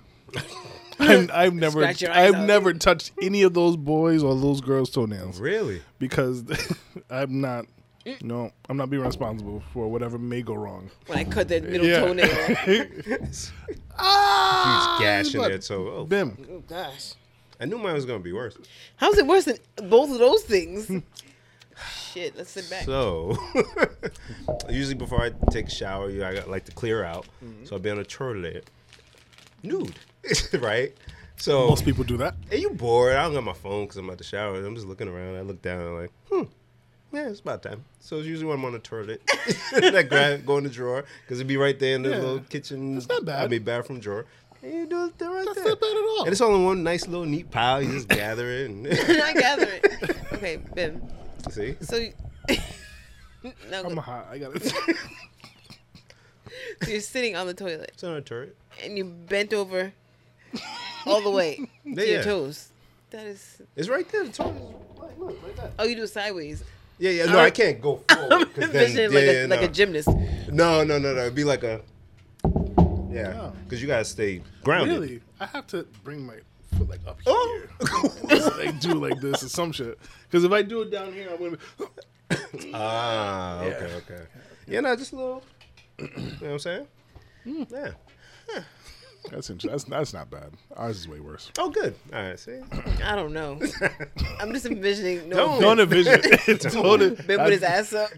Speaker 3: I've, I've never,
Speaker 2: Scratch your eyes
Speaker 3: I've
Speaker 2: out.
Speaker 3: never touched any of those boys or those girls' toenails.
Speaker 1: Really?
Speaker 3: because I'm not.
Speaker 2: Mm.
Speaker 3: No, I'm not being responsible for whatever may go wrong.
Speaker 2: When I cut that middle
Speaker 3: Yeah.
Speaker 2: toenail.
Speaker 3: Ah,
Speaker 1: Huge gash in
Speaker 2: Ah,
Speaker 3: but-
Speaker 1: there. So, oh,
Speaker 3: Bim,
Speaker 2: Oh gosh.
Speaker 1: I knew mine was gonna be worse.
Speaker 2: How's it worse than both of those things? Shit, let's sit back.
Speaker 1: So, usually before I take a shower, you I got, like to clear out. So I'll be on a toilet, nude, right? So
Speaker 3: most people do that.
Speaker 1: Are you bored? I don't got my phone because I'm at the shower. I'm just looking around. I look down. I'm like, hmm, yeah, it's about time. So it's usually when I'm on the toilet, I grab, go in the drawer because it'd be right there in the
Speaker 3: Yeah.
Speaker 1: little kitchen. That's
Speaker 3: not bad.
Speaker 1: I mean, bathroom drawer. And you do it there right
Speaker 3: That's
Speaker 1: there.
Speaker 3: not bad at all.
Speaker 1: And it's all in one nice little neat pile. You just gather it and
Speaker 2: I gather it. Okay, Bim.
Speaker 1: see.
Speaker 2: So you- now
Speaker 3: I'm
Speaker 2: go-
Speaker 3: hot. I got it.
Speaker 2: so you're sitting on the toilet
Speaker 1: It's on a turret.
Speaker 2: and you bent over all the way to
Speaker 1: yeah.
Speaker 2: your toes. That is.
Speaker 1: It's right there. The toilet is right, look, right there.
Speaker 2: Oh, you do it sideways.
Speaker 1: Yeah, yeah. No, I can't go forward. 'cause then-
Speaker 2: Envisioning like,
Speaker 1: yeah,
Speaker 2: a, like
Speaker 1: no.
Speaker 2: a gymnast.
Speaker 1: No, no, no, no. It'd be like a. Yeah,
Speaker 3: Wow.
Speaker 1: because you gotta stay grounded.
Speaker 3: Oh. Really, I have to bring my foot like up here.
Speaker 2: Oh.
Speaker 1: Oh.
Speaker 3: like do like this or some shit. Because if I do it down here, I'm gonna. Be,
Speaker 1: Ah, okay, okay. Yeah, no, just a little. you know what I'm saying? Yeah.
Speaker 3: that's interesting. That's, that's not bad. Ours is way worse.
Speaker 1: Oh, good. All right. See.
Speaker 2: I don't know. I'm just envisioning no
Speaker 1: Don't.
Speaker 2: offense,
Speaker 3: Don't envision.
Speaker 2: Ben with his ass up,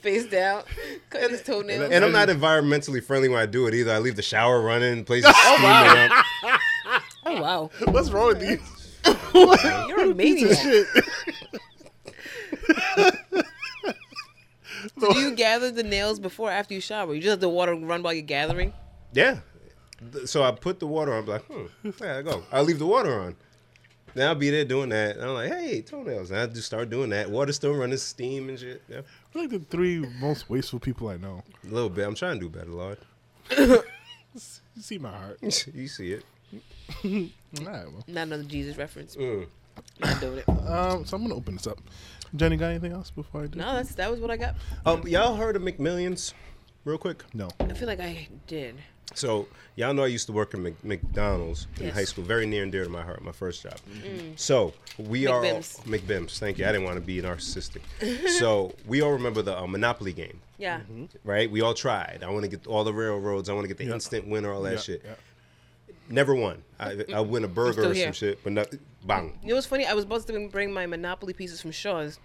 Speaker 2: face down, cutting his toenails.
Speaker 1: And I'm not environmentally friendly when I do it either. I leave the shower running, places steaming up.
Speaker 2: oh wow,
Speaker 3: What's wrong with these?
Speaker 2: you're a maniac. Do you gather the nails before or after you shower? You just let the water run while you're gathering.
Speaker 1: Yeah. Th- So I put the water on. I'm like, hmm, there I go. I leave the water on. Then I'll be there doing that. And I'm like, hey, toenails. And I just start doing that. Water still running, steam and shit. Yeah.
Speaker 3: We're like the three most wasteful people I know.
Speaker 1: A little bit. I'm trying to do better, Lord.
Speaker 3: You see my heart.
Speaker 1: you see it.
Speaker 3: All right, well.
Speaker 2: Not another Jesus reference.
Speaker 1: Mm.
Speaker 2: Not doing it.
Speaker 3: Um, so I'm gonna open this up. Jenny, got anything else before I do?
Speaker 2: No, that's that was what I got.
Speaker 1: Um, y'all heard of McMillions? Real quick.
Speaker 3: No.
Speaker 2: I feel like I did.
Speaker 1: So y'all know I used to work at Mc- McDonald's in
Speaker 2: Yes. Mm.
Speaker 1: high school, very near and dear to my heart, my first job. So we
Speaker 2: McBims.
Speaker 1: are McBims. Thank you. I didn't want to be narcissistic. so we all remember the uh, Monopoly game,
Speaker 2: Yeah.
Speaker 1: Mm-hmm. right? We all tried. I want to get all the railroads. I want to get the instant winner, all that
Speaker 3: Yeah,
Speaker 1: shit.
Speaker 3: yeah.
Speaker 1: Never won. I, I win a burger
Speaker 2: still
Speaker 1: or
Speaker 2: here.
Speaker 1: some shit, but not, bang.
Speaker 2: You know what's funny? I was supposed to bring my Monopoly pieces from Shaw's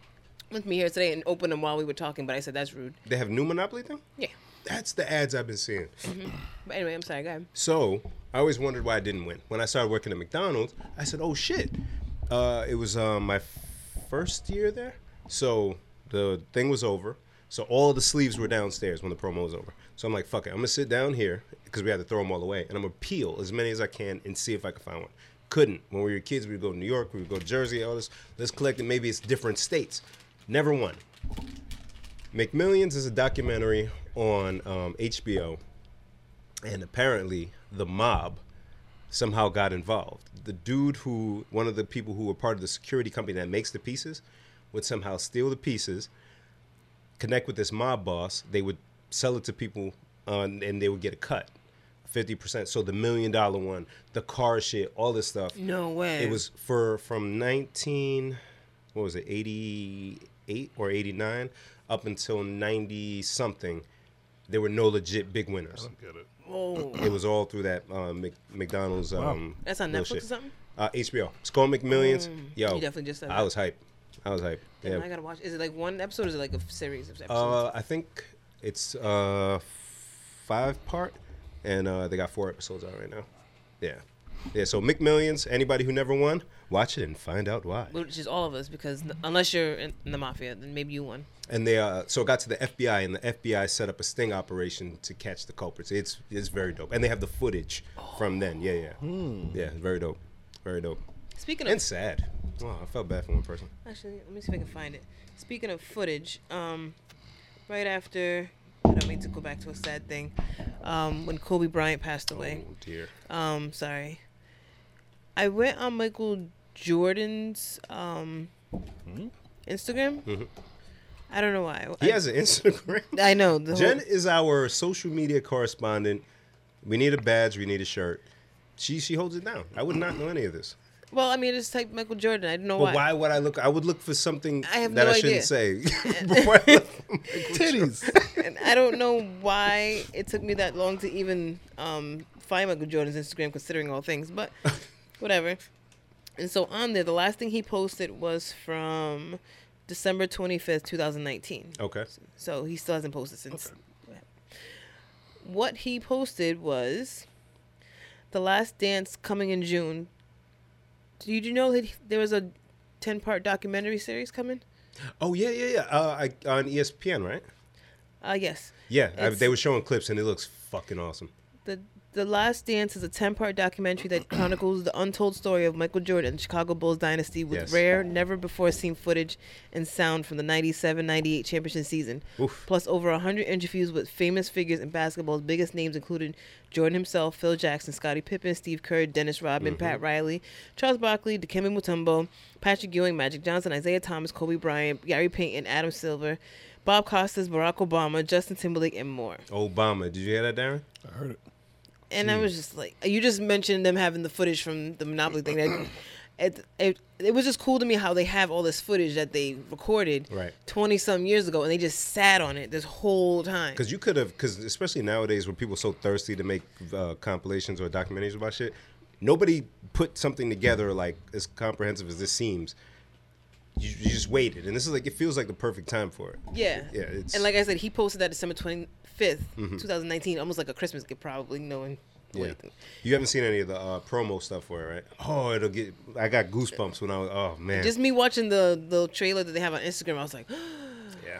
Speaker 2: with me here today and open them while we were talking, but I said that's rude.
Speaker 1: They have new Monopoly thing.
Speaker 2: Yeah.
Speaker 1: That's the ads I've been seeing.
Speaker 2: But anyway, I'm sorry, go ahead.
Speaker 1: So I always wondered why I didn't win. When I started working at McDonald's, I said, "Oh shit!" Uh, it was um, my f- first year there, so the thing was over. So all the sleeves were downstairs when the promo was over. So I'm like, "Fuck it, I'm gonna sit down here because we had to throw them all away, and I'm gonna peel as many as I can and see if I can find one." Couldn't. When we were kids, we would go to New York, we would go to Jersey, all this. Let's collect it. Maybe it's different states. Never won. McMillions is a documentary on um, HBO and apparently the mob somehow got involved. The dude who, one of the people who were part of the security company that makes the pieces, would somehow steal the pieces, connect with this mob boss. They would sell it to people, uh, and they would get a cut, fifty percent. So the million dollar one, the car shit, all this stuff.
Speaker 2: No way.
Speaker 1: It was for from nineteen, what was it, eighty eight or eighty nine, up until ninety something. There were no legit big winners.
Speaker 3: Get it.
Speaker 2: Oh.
Speaker 1: It was all through that um, Mc, McDonald's. Um,
Speaker 2: That's on
Speaker 1: little
Speaker 2: Netflix
Speaker 1: shit.
Speaker 2: or something? Mm.
Speaker 1: Uh, HBO. It's called McMillions. Yo,
Speaker 2: you definitely just said
Speaker 1: I
Speaker 2: that.
Speaker 1: was hype. I was hype.
Speaker 2: Damn, I
Speaker 1: yeah.
Speaker 2: gotta watch. Is it like one episode or is it like a series of episodes?
Speaker 1: Uh, I think it's uh, five part, and uh, they got four episodes out right now. Yeah, yeah. So McMillions. Anybody who never won, watch it and find out why.
Speaker 2: Which is all of us because n- unless you're in in the mafia, then maybe you won.
Speaker 1: And they uh, so it got to the FBI, and the FBI set up a sting operation to catch the culprits. It's it's very dope, and they have the footage from then. Yeah, yeah,
Speaker 2: Hmm.
Speaker 1: yeah. Very dope, very dope.
Speaker 2: Speaking of
Speaker 1: And sad. Wow, I felt bad for one person.
Speaker 2: Actually, let me see if I can find it. Speaking of footage, um, right after, I don't mean to go back to a sad thing, um, when Kobe Bryant passed away.
Speaker 1: Oh dear.
Speaker 2: Um, sorry. I went on Michael Jordan's um, Instagram. I don't know why.
Speaker 1: Hmm? Mm-hmm. He has an Instagram.
Speaker 2: I, I know the
Speaker 1: Jen
Speaker 2: whole,
Speaker 1: is our social media correspondent. We need a badge. We need a shirt. She she holds it down. I would not know any of this.
Speaker 2: well. I mean, I just typed Michael Jordan. I don't know
Speaker 1: But why
Speaker 2: why.
Speaker 1: would I look? I would look for something
Speaker 2: I have
Speaker 1: that
Speaker 2: no
Speaker 1: I shouldn't
Speaker 2: idea.
Speaker 1: say. Before I look for Michael Jordan.
Speaker 2: and I don't know why it took me that long to even um, find Michael Jordan's Instagram, considering all things. But whatever. And so on there, the last thing he posted was from December twenty fifth, two thousand nineteen.
Speaker 1: Okay.
Speaker 2: So he still hasn't posted since. What he posted was the last dance coming in June. Did you know that he- there was a ten part documentary series coming?
Speaker 1: Oh yeah yeah yeah. Uh, I, on ESPN right?
Speaker 2: Uh yes.
Speaker 1: Yeah, I,
Speaker 2: It's-
Speaker 1: they were showing clips and it looks fucking awesome.
Speaker 2: The The Last Dance is a 10 part documentary that chronicles the untold story of Michael Jordan, Chicago Bulls dynasty, with
Speaker 1: Yes.
Speaker 2: rare, never before seen footage and sound from the 97 98 championship season.
Speaker 1: Oof.
Speaker 2: Plus, over 100 interviews with famous figures in basketball's biggest names, including Jordan himself, Phil Jackson, Scottie Pippen, Steve Kerr, Dennis Rodman,
Speaker 1: Mm-hmm.
Speaker 2: Pat Riley, Charles Barkley, Dikembe Mutombo, Patrick Ewing, Magic Johnson, Isaiah Thomas, Kobe Bryant, Gary Payton, Adam Silver. Bob Costas, Barack Obama, Justin Timberlake, and more.
Speaker 1: Obama. Did you hear that, Darren?
Speaker 3: I heard it.
Speaker 2: And I was just like, you just mentioned them having the footage from the Monopoly thing. That it, it it was just cool to me how they have all this footage that they recorded
Speaker 1: Right.
Speaker 2: twenty some years ago, and they just sat on it this whole time.
Speaker 1: Because you could have, because especially nowadays where people are so thirsty to make uh, compilations or documentaries about shit, nobody put something together like as comprehensive as this seems. You, you just waited, and this is like it feels like the perfect time for it.
Speaker 2: Yeah.
Speaker 1: yeah. It's
Speaker 2: and like I said, he posted that December 25th, 2019, almost like a Christmas gift, probably knowing.
Speaker 1: yeah.
Speaker 2: Yeah.
Speaker 1: You haven't seen any of the uh, promo stuff for it, right? Oh, it'll get. I got goosebumps when I was. Oh man.
Speaker 2: Just me watching the the trailer that they have on Instagram, I was like,
Speaker 1: yeah.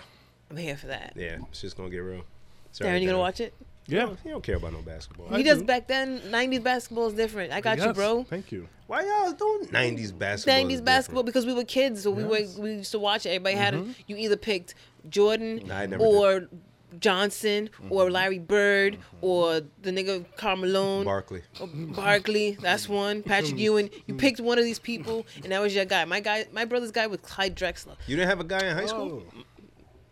Speaker 2: I'm here for that.
Speaker 1: Yeah. It's just gonna get real. Sorry,
Speaker 2: Darren, you gonna watch it?
Speaker 3: Yeah.
Speaker 1: He don't care about no basketball.
Speaker 3: I
Speaker 2: He does
Speaker 3: do.
Speaker 2: back then. 90s basketball is different. I got you,
Speaker 3: Yes,
Speaker 2: bro.
Speaker 3: Thank you.
Speaker 1: Why y'all doing '90s basketball? is
Speaker 2: 90s
Speaker 1: different.
Speaker 2: basketball because we were kids, so we
Speaker 3: Yes.
Speaker 2: were we used to watch it. Everybody had it. You either picked Jordan
Speaker 1: Nah, I never
Speaker 2: or Johnson or Larry Bird or the nigga Carmelo.
Speaker 1: Barkley.
Speaker 2: Oh, Barkley, that's one. Patrick Ewing. You picked one of these people, and that was your guy. My guy, my brother's guy was Clyde Drexler.
Speaker 1: You didn't have a guy in high school.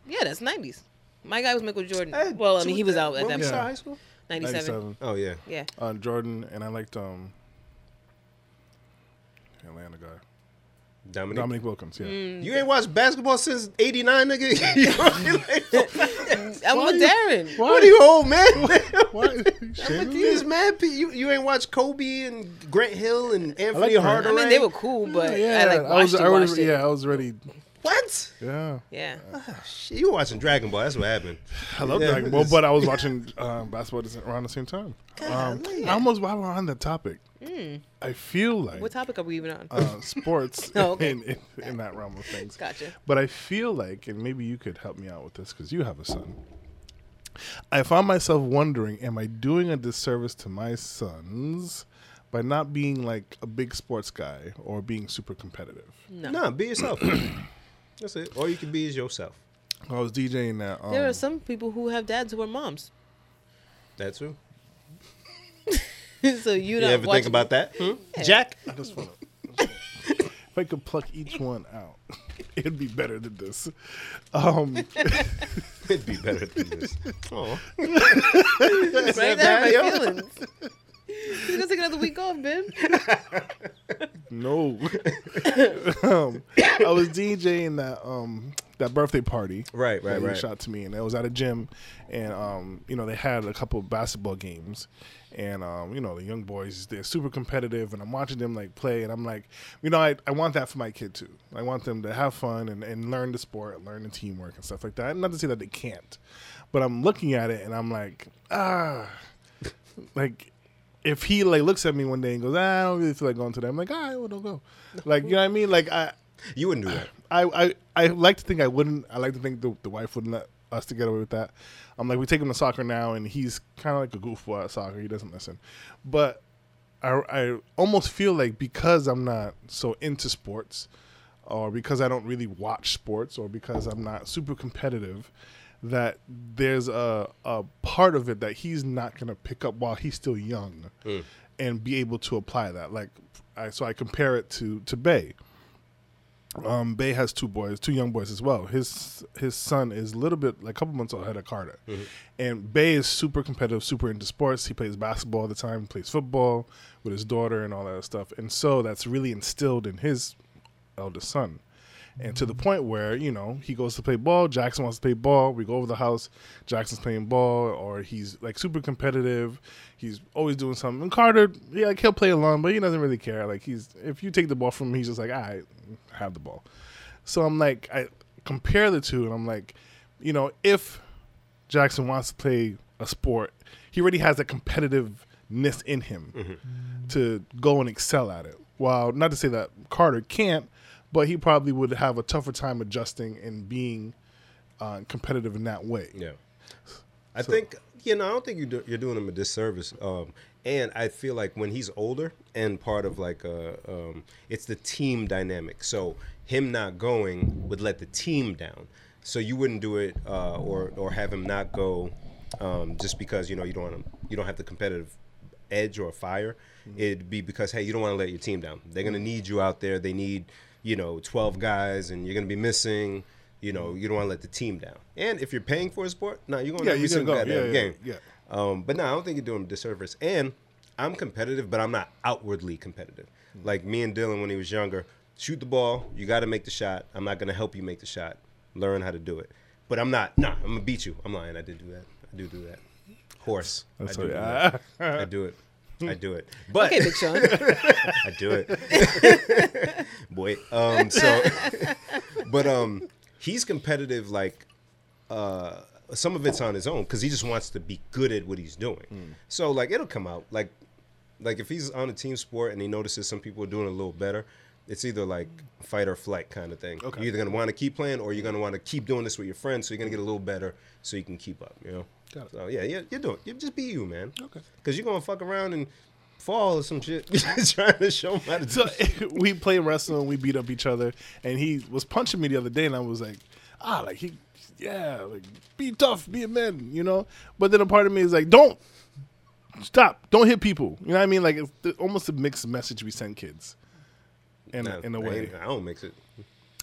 Speaker 2: Yeah, that's nineties. My guy was Michael Jordan.
Speaker 1: Hey,
Speaker 2: well, I
Speaker 1: so
Speaker 2: mean, he
Speaker 1: what
Speaker 2: was
Speaker 1: the-
Speaker 2: out
Speaker 1: when
Speaker 2: at that
Speaker 1: we
Speaker 2: point.
Speaker 1: started high school.
Speaker 2: Ninety-seven.
Speaker 3: 97.
Speaker 1: Oh yeah.
Speaker 2: Yeah,
Speaker 3: Uh, Jordan, and I liked um, Atlanta guy.
Speaker 1: Dominic.
Speaker 3: Dominic Wilkins, yeah.
Speaker 2: Mm.
Speaker 1: Mm. You ain't watched basketball since '89, nigga. You know, like,
Speaker 2: I'm
Speaker 3: Why
Speaker 2: with
Speaker 3: you-
Speaker 2: Darren.
Speaker 1: what are you old man?
Speaker 3: Why? Shannon?
Speaker 1: These mad people. You, you ain't watched Kobe and Grant Hill and Anthony
Speaker 3: Grant.
Speaker 2: I
Speaker 1: Hardaway.
Speaker 2: mean, they were cool, but I like watched
Speaker 3: was,
Speaker 2: it,
Speaker 3: I was,
Speaker 2: watched it.
Speaker 3: yeah, I was ready.
Speaker 1: what?
Speaker 3: Yeah,
Speaker 2: Yeah.
Speaker 1: Shit, you were watching Dragon Ball. That's what happened.
Speaker 3: I love
Speaker 1: Yeah,
Speaker 3: Dragon Ball,
Speaker 1: it's-
Speaker 3: but I was watching um, basketball at the- around the same time. Um, I almost while we're on the topic, I feel like
Speaker 2: Mm. What topic are we even on?
Speaker 3: uh, sports
Speaker 2: Oh, okay.
Speaker 3: in, in, in that realm of things.
Speaker 2: Gotcha.
Speaker 3: But I feel like, and maybe you could help me out with this because you have a son. I found myself wondering, am I doing a disservice to my sons by not being like a big sports guy or being super competitive?
Speaker 2: Mm.
Speaker 1: No, be yourself. That's it. All you can be is yourself.
Speaker 3: I was DJing that. Um,
Speaker 2: there are some people who have dads who are moms.
Speaker 1: That's true.
Speaker 2: so you
Speaker 1: You
Speaker 2: not
Speaker 1: ever
Speaker 2: watching-
Speaker 1: think about that, Hmm? Jack?
Speaker 3: I just want to. if I could pluck each one out, it'd be better than this. Um,
Speaker 1: It'd be better than this. Oh,
Speaker 2: right
Speaker 1: bad,
Speaker 2: there, my
Speaker 1: yo?
Speaker 2: feelings. You gonna take another week off, man.
Speaker 3: no. um, I was DJing that um, that birthday party.
Speaker 1: Right, right,
Speaker 3: that you
Speaker 1: right.
Speaker 3: Shot to me, and it was at a gym, and um, you know they had a couple of basketball games, and um, you know the young boys they're super competitive, and I'm watching them like play, and I'm like, you know, I, I want that for my kid too. I want them to have fun and, and learn the sport, learn the teamwork and stuff like that. Not to say that they can't, but I'm looking at it and I'm like, ah, like if he like looks at me one day and goes, ah, I don't really feel like going today. I'm like, all right, well, don't go. Like you know what I mean? Like I.
Speaker 1: you wouldn't
Speaker 2: Uh,
Speaker 1: do that.
Speaker 3: I, I, I like to think I wouldn't. I like to think the, the wife wouldn't let us to get away with that. I'm like, we take him to soccer now, and he's kind of like a goofball at soccer. He doesn't listen. But I, I almost feel like because I'm not so into sports, or because I don't really watch sports, or because I'm not super competitive, that there's a, a part of it that he's not going to pick up while he's still young and be able to apply that. Like, I, so I compare it to, to Bay um, Bay has two boys, two young boys as well. His his son is a little bit like a couple months ahead of Carter, and Bay is super competitive, super into sports. He plays basketball all the time, plays football with his daughter and all that stuff, and so that's really instilled in his eldest son. And to the point where, you know, he goes to play ball, Jackson wants to play ball, we go over the house, Jackson's playing ball, or he's like super competitive, he's always doing something. And Carter, yeah, like he'll play along, but he doesn't really care. Like he's if you take the ball from him, he's just like, I have the ball. So I'm like I compare the two and I'm like, you know, if Jackson wants to play a sport, he already has that competitiveness in him to go and excel at it. While not to say that Carter can't, but he probably would have a tougher time adjusting and being uh, competitive in that way.
Speaker 1: Yeah. I think you know. I don't think you do, you're doing him a disservice. Um, and I feel like when he's older and part of like a, um, it's the team dynamic. So him not going would let the team down. So you wouldn't do it uh, or or have him not go um, just because you know you don't want him, you don't have the competitive edge or fire. It'd be because hey, you don't want to let your team down. They're gonna need you out there. They need you know twelve guys, and you're gonna be missing. You know, you don't want to let the team down. And if you're paying for a sport, no, you're going to
Speaker 3: Yeah,
Speaker 1: every
Speaker 3: you can
Speaker 1: single
Speaker 3: go.
Speaker 1: goddamn
Speaker 3: Yeah, yeah,
Speaker 1: game.
Speaker 3: yeah.
Speaker 1: Um, but no, I don't think you're doing a disservice. And I'm competitive, but I'm not outwardly competitive. Like me and Dylan when he was younger, shoot the ball. You got to make the shot. I'm not going to help you make the shot. Learn how to do it. But I'm not. Nah, I'm gonna beat you. I'm lying. I did do that. I do do that. Horse.
Speaker 3: That's
Speaker 1: I do,
Speaker 3: what-
Speaker 1: do that. I do it. I do it. But
Speaker 2: Okay, Big Sean.
Speaker 1: I do it. Boy. Um so but um he's competitive like uh some of it's on his own cuz he just wants to be good at what he's doing.
Speaker 3: Hmm.
Speaker 1: So like it'll come out like like if he's on a team sport and he notices some people are doing a little better, it's either like fight or flight kind of thing.
Speaker 3: Okay.
Speaker 1: You're either going to want to keep playing or you're going to want to keep doing this with your friends so you're going to get a little better so you can keep up, you know.
Speaker 3: Got it.
Speaker 1: So yeah, yeah, you do it. You just be you, man.
Speaker 3: Okay.
Speaker 1: Cuz you're going to fuck around and fall or some shit trying to show him how to do
Speaker 3: So we play wrestling, we beat up each other, and he was punching me the other day, and I was like, ah, like he, yeah, like be tough, be a man, you know. But then a part of me is like, don't stop, don't hit people. You know what I mean? Like it's th- almost a mixed message we send kids, in a,
Speaker 1: Nah,
Speaker 3: in a
Speaker 1: I
Speaker 3: way.
Speaker 1: ain't- I don't mix it.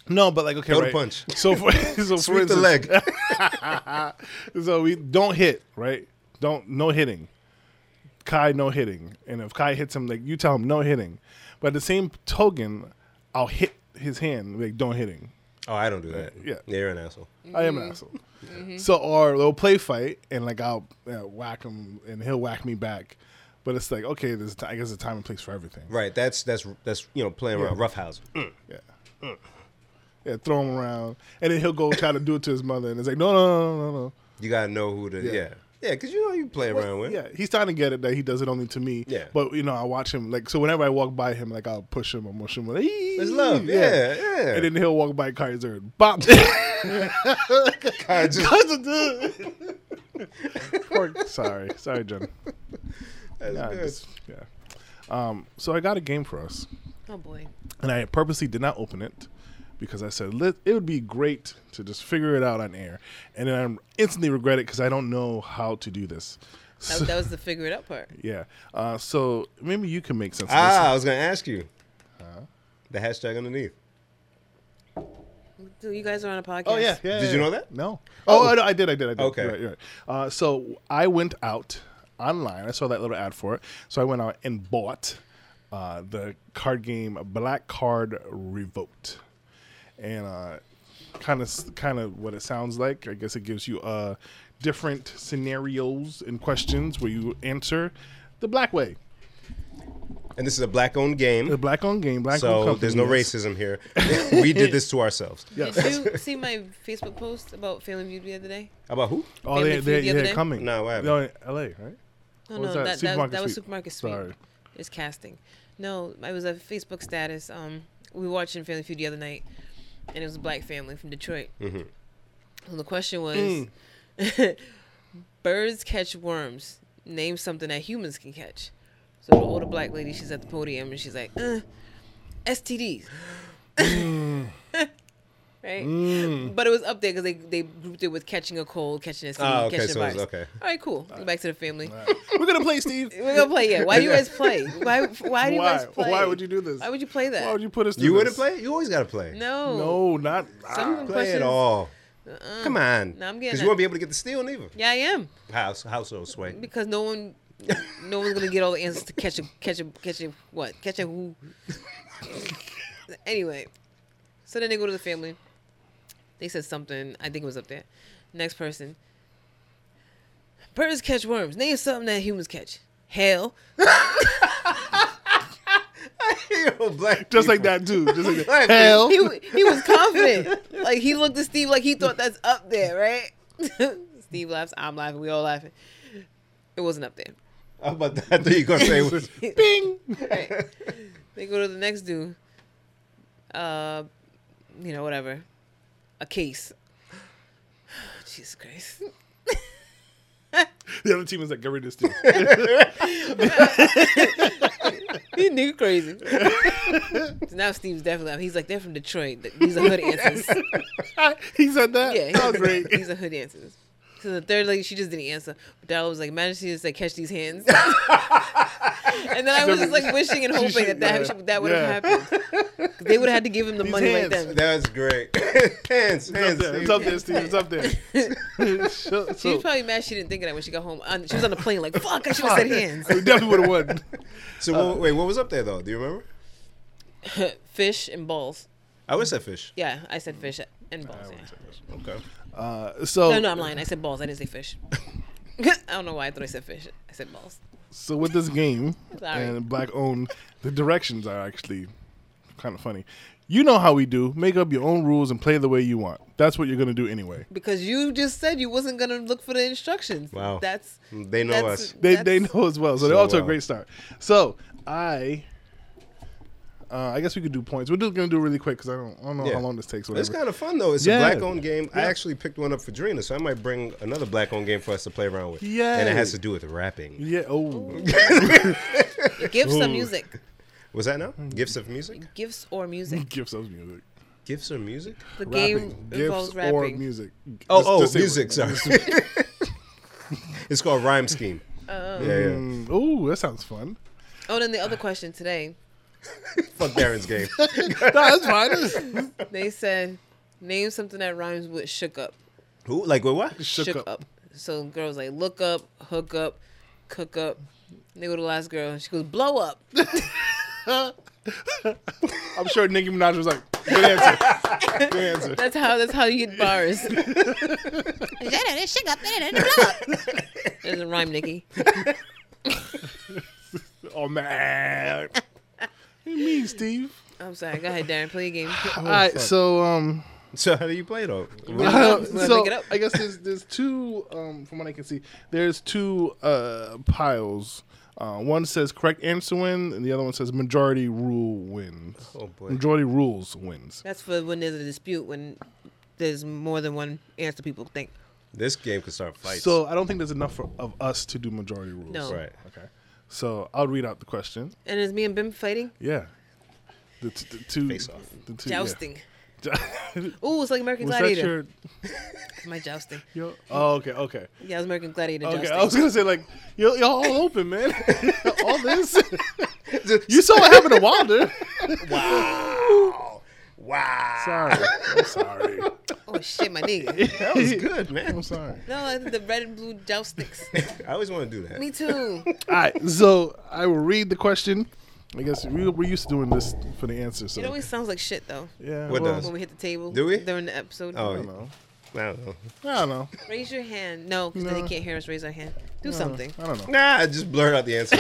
Speaker 3: No, but like okay,
Speaker 1: Throw the
Speaker 3: right.
Speaker 1: punch.
Speaker 3: So for so for
Speaker 1: Sweep the
Speaker 3: instance-
Speaker 1: leg.
Speaker 3: so we don't hit, right? Don't no hitting. Kai no hitting, and if Kai hits him, like you tell him no hitting. But at the same token, I'll hit his hand, like don't hitting.
Speaker 1: Oh, I don't do that.
Speaker 3: Yeah.
Speaker 1: yeah, you're an asshole.
Speaker 3: I am an asshole. So or they'll play fight, and like I'll uh, whack him, and he'll whack me back. But it's like okay, there's a ti- I guess a time and place for everything.
Speaker 1: Right. That's that's that's you know playing around roughhouse. Mm.
Speaker 3: Yeah. Yeah, throw him around, and then he'll go try to do it to his mother, and it's like, no, no, no, no, no.
Speaker 1: You gotta know who to.
Speaker 3: Yeah.
Speaker 1: Yeah. Yeah, because you know who you play around with.
Speaker 3: Yeah, he's starting to get it that he does it only to me.
Speaker 1: Yeah.
Speaker 3: But you know, I watch him like so. Whenever I walk by him, like I'll push him or mush him. Like,
Speaker 1: It's love. Yeah, yeah.
Speaker 3: And then he'll walk by Kaiser and bop.
Speaker 1: I just-
Speaker 3: Poor- sorry, sorry, Jen.
Speaker 1: that's
Speaker 3: Yeah, I
Speaker 1: good.
Speaker 3: just- yeah. Um, so I got a game for us,
Speaker 2: Oh boy.
Speaker 3: and I purposely did not open it because I said Let, it would be great to just figure it out on air, and then I instantly regret it because I don't know how to do this. So-
Speaker 2: That, that was the figure it out part.
Speaker 3: yeah. Uh, so maybe you can make sense. of this.
Speaker 1: ah, I was gonna ask you. The hashtag underneath.
Speaker 2: So you guys are on a podcast.
Speaker 3: Oh yeah, yeah.
Speaker 1: Did
Speaker 3: yeah,
Speaker 1: you
Speaker 3: yeah.
Speaker 1: know that?
Speaker 3: No. Oh, I know- I did. I did. I did.
Speaker 1: Okay.
Speaker 3: You're right, you're right. Uh, so I went out online. I saw that little ad for it. So I went out and bought uh, the card game Black Card Revote, and uh, kind of kind of what it sounds like. I guess it gives you uh, different scenarios and questions where you answer the black way.
Speaker 1: And this is a black-owned
Speaker 3: The
Speaker 1: game,
Speaker 3: black-owned game. Black.
Speaker 1: so there's no racism here. we did this to ourselves.
Speaker 2: Did you see my Facebook post about Family Feud the other day?
Speaker 1: About who?
Speaker 3: Oh,
Speaker 2: Family
Speaker 3: they,
Speaker 2: Feud
Speaker 3: they,
Speaker 2: the other
Speaker 3: they're
Speaker 2: day?
Speaker 3: coming.
Speaker 1: No, what
Speaker 3: They're in L.A. Right?
Speaker 2: No,
Speaker 3: What was
Speaker 2: no, that,
Speaker 3: that?
Speaker 2: that, was,
Speaker 3: Supermarket
Speaker 2: that was
Speaker 3: Sweep.
Speaker 2: supermarket sweep.
Speaker 3: Sorry.
Speaker 2: It's casting. No, it was a Facebook status. Um, we were watching Family Feud the other night, and it was a black family from Detroit. Mm-hmm. And the question was, birds catch worms. Name something that humans can catch. So the older black lady, she's at the podium, and she's like, uh, STDs. right? But it was up there because they, they grouped it with catching a cold, catching a STD,
Speaker 1: Ah, okay,
Speaker 2: catching
Speaker 1: so
Speaker 2: a
Speaker 1: it was-
Speaker 2: virus.
Speaker 1: okay.
Speaker 2: All right, cool. Go back to the family.
Speaker 3: We're gonna play, Steve.
Speaker 2: We're gonna play. Yeah. Why do you guys play? Why? Why do you
Speaker 3: Why?
Speaker 2: guys play?
Speaker 3: Why would you do this?
Speaker 2: Why would you play that?
Speaker 3: Why would you put us? through
Speaker 1: You wouldn't
Speaker 3: this?
Speaker 1: play? You always gotta play.
Speaker 2: No.
Speaker 3: No, not.
Speaker 2: Some-
Speaker 3: ah.
Speaker 1: Play it
Speaker 2: Questions? Uh-uh.
Speaker 1: all. Come on.
Speaker 2: No, I'm getting
Speaker 1: Because
Speaker 2: it.
Speaker 1: you won't be able to get the steal neither.
Speaker 2: Yeah, I am
Speaker 1: House, household sway.
Speaker 2: because no one, no one's gonna get all the answers to catch a catch a catch a what catch a who. anyway, so then they go to the family. They said something. I think it was up there. Next person. Birds catch worms. Name something that humans catch. Hell.
Speaker 1: Yo, black
Speaker 3: Just like
Speaker 1: people.
Speaker 3: that, dude. Just like
Speaker 1: Black
Speaker 3: that. Hell.
Speaker 2: he, wa- he was confident. Like he looked at Steve like he thought that's up there, right? Steve laughs. I'm laughing. We all laughing. It wasn't up there.
Speaker 1: I'm about to, I thought you were gonna say it was
Speaker 3: Bing.
Speaker 2: Right. they go to the next dude. Uh, you know, whatever. A case. Jesus Christ.
Speaker 3: The other team is like, get rid of Steve.
Speaker 2: This nigga crazy. So now Steve's definitely up. He's like, they're from Detroit. These are hood answers.
Speaker 3: he said that.
Speaker 2: Yeah,
Speaker 3: That was great.
Speaker 2: These are hood answers. Because the third lady, she just didn't answer. But Darla was like, imagine she just like catch these hands. and then I was just like wishing and hoping
Speaker 3: should-
Speaker 2: that that,
Speaker 3: yeah.
Speaker 2: that would have
Speaker 3: Yeah.
Speaker 2: happened. 'Cause They would have had to give him the
Speaker 3: These
Speaker 2: money
Speaker 3: hands.
Speaker 2: like then.
Speaker 1: That's great. hands,
Speaker 3: It's
Speaker 1: hands.
Speaker 3: up there. It's up there, Steve. It's up there. so,
Speaker 2: She was
Speaker 3: so,
Speaker 2: probably mad she didn't think of that when she got home. Um, She was on the plane like, fuck, I should have said hands.
Speaker 3: I definitely would have won.
Speaker 1: So what- wait, what was up there though? Do you remember?
Speaker 2: Fish and balls.
Speaker 1: I would say fish.
Speaker 2: Yeah, I said fish and balls. Yeah.
Speaker 1: Okay.
Speaker 3: Uh, so,
Speaker 2: No, no, I'm lying. I said balls. I didn't say fish. I don't know why I thought I said fish. I said balls.
Speaker 3: so with this game
Speaker 2: Sorry.
Speaker 3: and black owned, the directions are actually kind of funny. You know how we do. Make up your own rules and play the way you want. That's what you're gonna do anyway.
Speaker 2: Because you just said you wasn't gonna look for the instructions.
Speaker 1: Wow.
Speaker 2: That's
Speaker 3: Mm,
Speaker 1: They know
Speaker 2: that's,
Speaker 1: us.
Speaker 3: they they
Speaker 2: that's-
Speaker 3: know as well. So they're
Speaker 1: So
Speaker 3: off to a
Speaker 1: well.
Speaker 3: great start. So I, uh, I guess we could do points. We're just gonna do really quick because I don't I don't know
Speaker 1: Yeah.
Speaker 3: how long this
Speaker 1: It's
Speaker 3: takes. Whatever.
Speaker 1: kind of fun though. It's a
Speaker 3: Yeah.
Speaker 1: black owned game. I
Speaker 3: Yeah.
Speaker 1: actually picked one up for Drina, so I might bring another black owned game for us to play around with. And
Speaker 3: Yay.
Speaker 1: it has to do with rapping.
Speaker 3: yeah. Oh,
Speaker 2: Gifts or
Speaker 3: Ooh.
Speaker 2: music.
Speaker 1: Was that now? Gifts of music?
Speaker 2: Gifts or music.
Speaker 3: gifts of music.
Speaker 1: Gifts or music?
Speaker 2: The
Speaker 3: Rapping.
Speaker 2: game
Speaker 3: Gifts
Speaker 2: involves
Speaker 3: or
Speaker 2: rapping.
Speaker 3: music.
Speaker 1: Oh,
Speaker 3: Just-
Speaker 1: oh,
Speaker 3: just say
Speaker 1: music.
Speaker 3: what-
Speaker 1: Sorry. it's called rhyme scheme. yeah, yeah.
Speaker 3: Mm, ooh, that sounds fun.
Speaker 2: Oh, then the other question today.
Speaker 1: Fuck Darren's game.
Speaker 3: no, that's fine.
Speaker 2: They said name something that rhymes with shook up.
Speaker 1: Who? Like with what?
Speaker 3: Shook, up.
Speaker 2: So girls like look up, hook up, cook up. And They go to the last girl and she goes blow up.
Speaker 3: I'm sure Nicki Minaj was like, good answer. good answer.
Speaker 2: That's how that's how you get bars. It doesn't rhyme, Nikki.
Speaker 3: Oh man. What do you mean, Steve?
Speaker 2: I'm sorry. Go ahead, Darren. Play your game.
Speaker 3: All right, so um,
Speaker 1: So how do you play though?
Speaker 3: Uh,
Speaker 2: Wanna
Speaker 3: so
Speaker 2: look it up?
Speaker 3: I guess there's there's two um, from what I can see. There's two uh, piles. Uh, one says correct answer win, and the other one says majority rule wins.
Speaker 1: Oh, boy.
Speaker 3: Majority rules wins.
Speaker 2: That's for when there's a dispute when there's more than one answer people think.
Speaker 1: This game could start fights.
Speaker 3: So I don't think there's enough for, of us to do majority rules.
Speaker 2: No.
Speaker 1: right.
Speaker 3: Okay. So I'll read out the question.
Speaker 2: And it's me and Bim fighting,
Speaker 3: Yeah. The, t- the two.
Speaker 1: Face off.
Speaker 3: The two. yeah.
Speaker 2: jousting.
Speaker 3: was
Speaker 2: Ooh, it's like American
Speaker 3: that
Speaker 2: Gladiator.
Speaker 3: your,
Speaker 2: My jousting.
Speaker 3: your? Oh, okay. Okay.
Speaker 2: Yeah, it was American Gladiator
Speaker 3: Okay,
Speaker 2: jousting.
Speaker 3: I was gonna say like y'all, y'all all open, man. all this. you saw what happened to Wilder.
Speaker 1: Wow. Wow.
Speaker 3: Sorry, I'm sorry.
Speaker 2: oh shit, my nigga.
Speaker 1: That was good, man.
Speaker 3: I'm sorry.
Speaker 2: No, I did the red and blue joustings.
Speaker 1: I always want to do that.
Speaker 2: Me too.
Speaker 3: All right, so I will read the question. I guess we, we're used to doing this for the answer. So
Speaker 2: It always sounds like shit though.
Speaker 3: yeah,
Speaker 1: What
Speaker 3: well,
Speaker 1: does?
Speaker 2: When we hit the table.
Speaker 1: Do we?
Speaker 2: During the episode.
Speaker 1: Oh,
Speaker 3: I don't know.
Speaker 1: I don't know.
Speaker 3: I don't know.
Speaker 2: Raise your hand. No, because
Speaker 3: No.
Speaker 2: they can't hear us raise our hand. Do something.
Speaker 3: I don't know.
Speaker 1: Nah, I just blurred out the answer.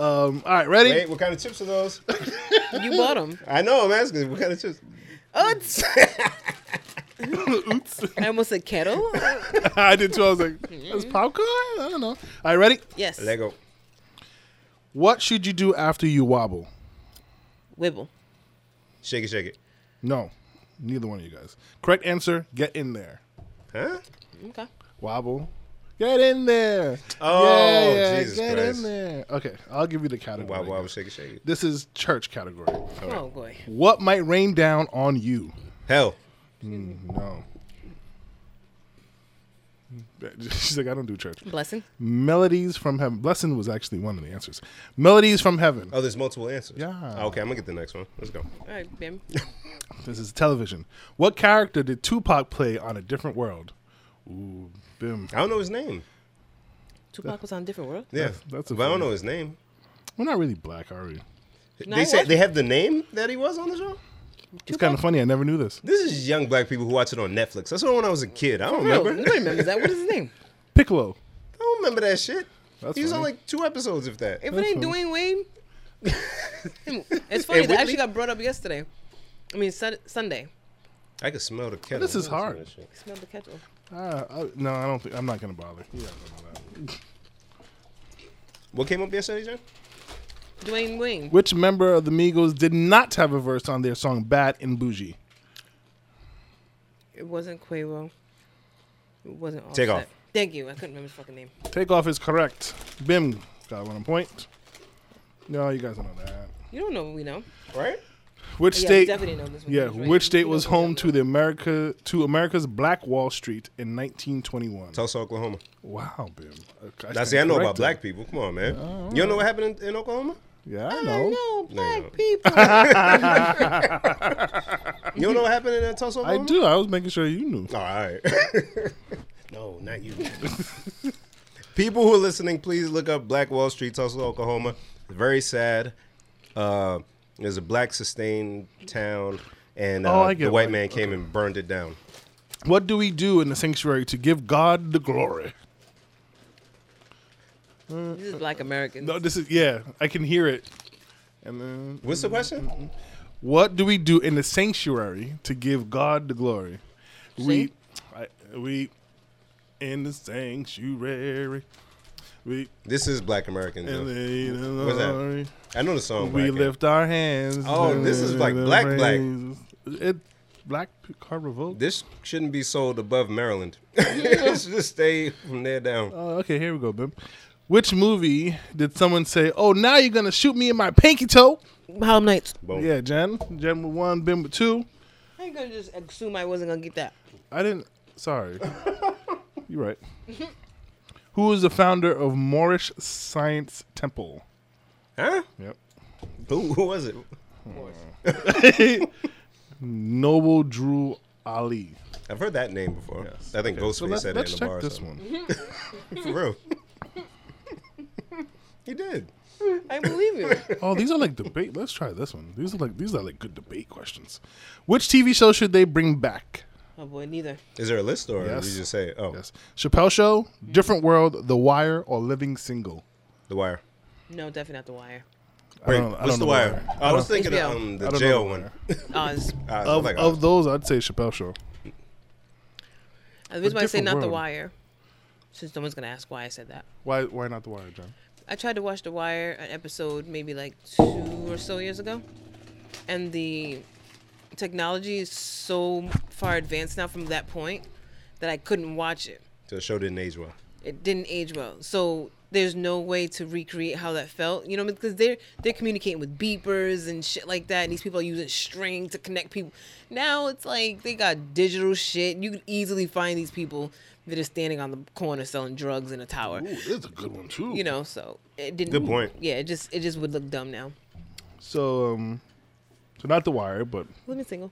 Speaker 3: Um, all right, ready?
Speaker 1: Wait, what kind of chips are those?
Speaker 2: You bought them.
Speaker 1: I know. I'm asking. What kind of chips?
Speaker 2: Oops. I almost said kettle.
Speaker 3: I did too. I was like, "That's popcorn." I don't know. All right, ready?
Speaker 2: Yes.
Speaker 1: Lego.
Speaker 3: What should you do after you wobble?
Speaker 2: Wibble.
Speaker 1: Shake it, shake it.
Speaker 3: No, neither one of you guys. Correct answer. Get in there.
Speaker 1: Huh?
Speaker 2: Okay.
Speaker 3: Wobble. Get in there.
Speaker 1: Oh,
Speaker 3: Yeah, yeah,
Speaker 1: Jesus
Speaker 3: get in
Speaker 1: Christ.
Speaker 3: there. Okay, I'll give you the category.
Speaker 1: Wow, wow, shake it, shake it.
Speaker 3: This is church category.
Speaker 2: Oh boy.
Speaker 3: What might rain down on you?
Speaker 1: Hell.
Speaker 3: No. She's like, I don't do church.
Speaker 2: Blessing.
Speaker 3: Melodies from heaven. Blessing was actually one of the answers. Melodies from heaven.
Speaker 1: Oh, there's multiple answers.
Speaker 3: Yeah.
Speaker 1: Okay, I'm gonna get the next one. Let's go.
Speaker 2: All right, Bim.
Speaker 3: This is television. What character did Tupac play on A Different World? Ooh, bim.
Speaker 1: I don't know his name.
Speaker 2: Tupac was on different world.
Speaker 1: Yeah,
Speaker 3: That's- that's a
Speaker 1: but I don't
Speaker 3: funny-
Speaker 1: know his name.
Speaker 3: We're not really black, are we?
Speaker 2: No,
Speaker 1: they
Speaker 2: I
Speaker 1: said
Speaker 2: watch-
Speaker 1: they have the name that he was on the show.
Speaker 3: It's kind of funny. I never knew this.
Speaker 1: This is young black people who watch it on Netflix. That's what when I was a kid. I don't
Speaker 2: Real.
Speaker 1: remember.
Speaker 2: Nobody remembers that. What is his name?
Speaker 3: Piccolo.
Speaker 1: I don't remember that shit.
Speaker 3: That's
Speaker 1: he was on
Speaker 3: funny.
Speaker 1: like two episodes, if that.
Speaker 2: If it
Speaker 3: That's
Speaker 2: ain't
Speaker 3: funny.
Speaker 2: Dwayne Wade, it's funny.
Speaker 1: Whitley?
Speaker 2: that actually got brought up yesterday. I mean sun- Sunday.
Speaker 1: I could smell the kettle.
Speaker 3: This is
Speaker 1: I don't
Speaker 3: hard.
Speaker 1: smell that shit.
Speaker 2: Smell the kettle.
Speaker 3: Ah, I, no, I don't think. I'm not gonna bother. You guys don't know that.
Speaker 1: What came up yesterday, John?
Speaker 2: Dwayne Wayne.
Speaker 3: Which member of the Migos did not have a verse on their song "Bad and Bougie"?
Speaker 2: It wasn't Quavo. It wasn't Offset.
Speaker 1: Take off.
Speaker 2: Thank you. I couldn't remember his fucking name.
Speaker 3: Takeoff is correct. Bim got one point. No, you guys don't know that.
Speaker 2: You don't know what we know.
Speaker 1: Right?
Speaker 3: Which
Speaker 2: Yeah, you
Speaker 3: state?
Speaker 2: definitely know this one.
Speaker 3: Yeah,
Speaker 2: That's right.
Speaker 3: which state
Speaker 2: You
Speaker 3: was
Speaker 2: know what
Speaker 3: home
Speaker 2: I'm
Speaker 3: to the America to America's Black Wall Street in 1921?
Speaker 1: Tulsa, Oklahoma.
Speaker 3: Wow, Bim. I
Speaker 1: Now,
Speaker 3: stand
Speaker 1: see, I know about
Speaker 3: corrected. Oh,
Speaker 1: black people. Come on, man. You don't know what happened in, in Oklahoma?
Speaker 3: Yeah, I
Speaker 2: I
Speaker 3: know.
Speaker 2: know
Speaker 1: No.
Speaker 2: black people.
Speaker 1: You don't know what happened in uh, Tulsa,
Speaker 3: I
Speaker 1: Oklahoma?
Speaker 3: do. I was making sure you knew.
Speaker 1: Oh, all right. no, not you. People who are listening, please look up Black Wall Street, Tulsa, Oklahoma. Very sad. Uh, there's a black sustained town, and uh,
Speaker 3: Oh, I
Speaker 1: the
Speaker 3: get
Speaker 1: white
Speaker 3: why-
Speaker 1: man came and burned it down.
Speaker 3: What do we do in the sanctuary to give God the glory?
Speaker 2: this is black Americans.
Speaker 3: No, this is yeah. I can hear it. And then,
Speaker 1: What's the question?
Speaker 3: what do we do in the sanctuary to give God the glory? We,
Speaker 2: See?
Speaker 3: I, we, in the sanctuary, we
Speaker 1: This is Black American.
Speaker 3: in
Speaker 1: though.
Speaker 3: the
Speaker 1: What's that?
Speaker 3: glory.
Speaker 1: I know the song.
Speaker 3: We
Speaker 1: Black.
Speaker 3: lift our hands.
Speaker 1: Oh, this is like black, black.
Speaker 3: black. It black car revolt.
Speaker 1: This shouldn't be sold above Maryland. Let's just stay from there down.
Speaker 3: Oh, okay, here we go, Bim. Which movie did someone say, "Oh, now you're gonna shoot me in my pinky toe"?
Speaker 2: Harlem Nights.
Speaker 1: Boom.
Speaker 3: Yeah, Jen. Jen with one, Bim with two.
Speaker 2: I ain't gonna just assume I wasn't gonna get that.
Speaker 3: I didn't. Sorry. You're right. Who is the founder of Moorish Science Temple?
Speaker 1: Huh?
Speaker 3: Yep.
Speaker 1: Who, who was it?
Speaker 3: Noble Drew Ali.
Speaker 1: I've heard that name before. I think Ghostface
Speaker 3: so let,
Speaker 1: said it
Speaker 3: let's
Speaker 1: in a
Speaker 3: check
Speaker 1: bar. or
Speaker 3: this
Speaker 1: something.
Speaker 3: one.
Speaker 1: For real. he did.
Speaker 2: I believe you.
Speaker 3: Oh, these are like debate. Let's try this one. These are like these are like good debate questions. Which TV show should they bring back?
Speaker 2: Oh boy, neither.
Speaker 1: Is there a list or
Speaker 3: Yes.
Speaker 1: did you just say, it? oh,
Speaker 3: Yes, Chappelle Show, Different World, The Wire, or Living Single.
Speaker 1: The Wire?
Speaker 2: No, definitely not the wire.
Speaker 1: Wait,
Speaker 3: don't- I
Speaker 1: what's The
Speaker 3: don't know
Speaker 1: Wire?
Speaker 3: The Wire. Uh,
Speaker 1: I, was thinking
Speaker 2: HBO.
Speaker 1: of um,
Speaker 3: I
Speaker 1: the
Speaker 3: don't
Speaker 1: jail
Speaker 3: know The
Speaker 1: one.
Speaker 2: Oz.
Speaker 1: I was
Speaker 3: Of
Speaker 1: like, oh,
Speaker 3: of those, I'd say Chappelle Show.
Speaker 2: And the reason why I say
Speaker 3: different
Speaker 2: not the
Speaker 3: world.
Speaker 2: wire, since no one's gonna ask why I said that.
Speaker 3: Why why not The Wire, John?
Speaker 2: I tried to watch The Wire, an episode maybe like two or so years ago, and the technology is so far advanced now from that point that I couldn't watch it.
Speaker 1: the show didn't age well.
Speaker 2: It didn't age well, so there's no way to recreate how that felt. You know, because they're they're communicating with beepers and shit like that, and these people are using string to connect people. Now it's like they got digital shit. You can easily find these people that are standing on the corner selling drugs in a tower
Speaker 3: Ooh, this is a good one too.
Speaker 2: you know so it didn't
Speaker 1: Good point.
Speaker 2: yeah it just it just would look dumb now
Speaker 3: So um, so not The Wire, but
Speaker 2: living single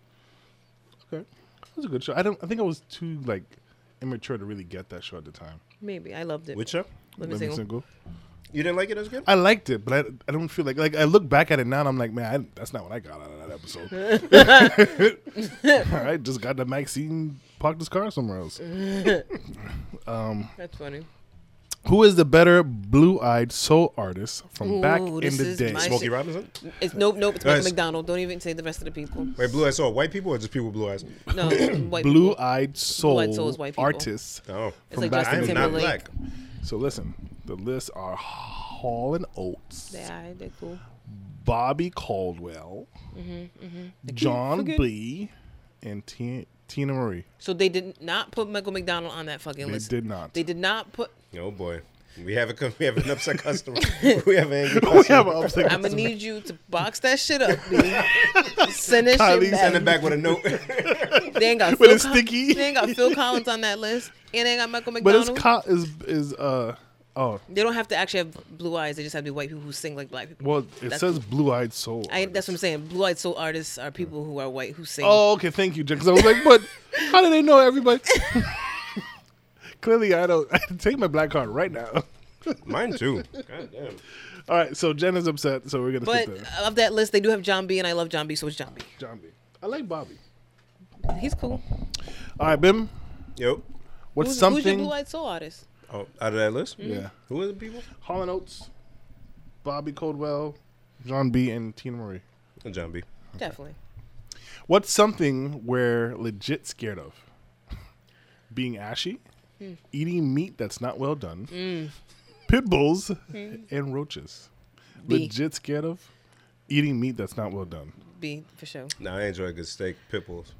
Speaker 3: okay, it was a good show. I don't. I think I was too like immature to really get that show at the time.
Speaker 2: maybe i loved it
Speaker 1: Which show?
Speaker 2: living, single,
Speaker 1: You didn't like it as good?
Speaker 3: I liked it, but I, I don't feel like like I look back at it now and I'm like, man, I, that's not what I got out of that episode. I just got that Maxine parked his car somewhere else.
Speaker 2: that's funny
Speaker 3: Who is the better blue-eyed soul artist from back
Speaker 2: Ooh,
Speaker 3: in
Speaker 2: this
Speaker 3: the
Speaker 2: is
Speaker 3: day?
Speaker 2: my
Speaker 1: Smokey Robinson?
Speaker 2: it's nope nope it's Michael
Speaker 1: Nice.
Speaker 2: mcdonald don't even say the rest of the people
Speaker 1: Wait, blue eyes saw white people or just people with blue eyes?
Speaker 2: no white people.
Speaker 3: Blue-eyed
Speaker 2: Blue-eyed
Speaker 3: soul
Speaker 2: souls, white people.
Speaker 3: artists.
Speaker 1: Oh.
Speaker 2: it's like
Speaker 3: back
Speaker 1: I
Speaker 2: justin
Speaker 1: am not
Speaker 2: timberlake
Speaker 1: black.
Speaker 3: So listen, the lists are Hall and Oates,
Speaker 2: they are they're cool
Speaker 3: Bobby Caldwell,
Speaker 2: Mm-hmm,
Speaker 3: John
Speaker 2: forget-
Speaker 3: B, and Tina, Tina Marie.
Speaker 2: so they did not put michael mcdonald on that fucking
Speaker 3: They
Speaker 2: list
Speaker 3: did not.
Speaker 2: they did not put
Speaker 1: Oh, boy. We have, a, cu- we have an upset customer. we have an angry
Speaker 3: we
Speaker 1: customer.
Speaker 3: have an upset
Speaker 2: i'm gonna need you to box that shit up B. send that
Speaker 3: Kylie,
Speaker 2: shit back.
Speaker 1: Send it back with a note.
Speaker 2: they ain't got
Speaker 3: With
Speaker 2: phil
Speaker 3: a
Speaker 2: Col-
Speaker 3: sticky.
Speaker 2: they ain't got phil collins on that list and they ain't got michael
Speaker 3: But
Speaker 2: mcdonald
Speaker 3: it's co- is is uh oh
Speaker 2: They don't have to actually have blue eyes. They just have to be white people who sing like black people.
Speaker 3: well it
Speaker 2: That's-
Speaker 3: says blue eyed soul.
Speaker 2: I, that's what I'm saying. Blue eyed soul artists are people who are white who sing.
Speaker 3: oh okay, thank you, because I was like, but how do they know everybody? Clearly, I don't. I can take my black card right now.
Speaker 1: Mine, too. God damn.
Speaker 3: All right, so Jen is upset, so we're gonna
Speaker 2: but
Speaker 3: skip that.
Speaker 2: of that list, they do have John B, and I love John B, so it's John B.
Speaker 3: John B. I like Bobby.
Speaker 2: He's cool.
Speaker 3: All right, Bim.
Speaker 1: Yo.
Speaker 3: What's
Speaker 2: Who's, who's your
Speaker 3: something?
Speaker 2: blue eyed soul artist?
Speaker 1: Oh, out of that list?
Speaker 3: yeah.
Speaker 1: Who are the people?
Speaker 3: Holland Oates, Bobby Coldwell, John B, and Tina Marie.
Speaker 1: John B.
Speaker 2: Definitely.
Speaker 3: What's something we're legit scared of? Being ashy, eating meat that's not well done, pit bulls, and roaches.
Speaker 2: B.
Speaker 3: Legit scared of eating meat that's not well done.
Speaker 2: B for sure.
Speaker 1: No, I enjoy a good steak, pit bulls.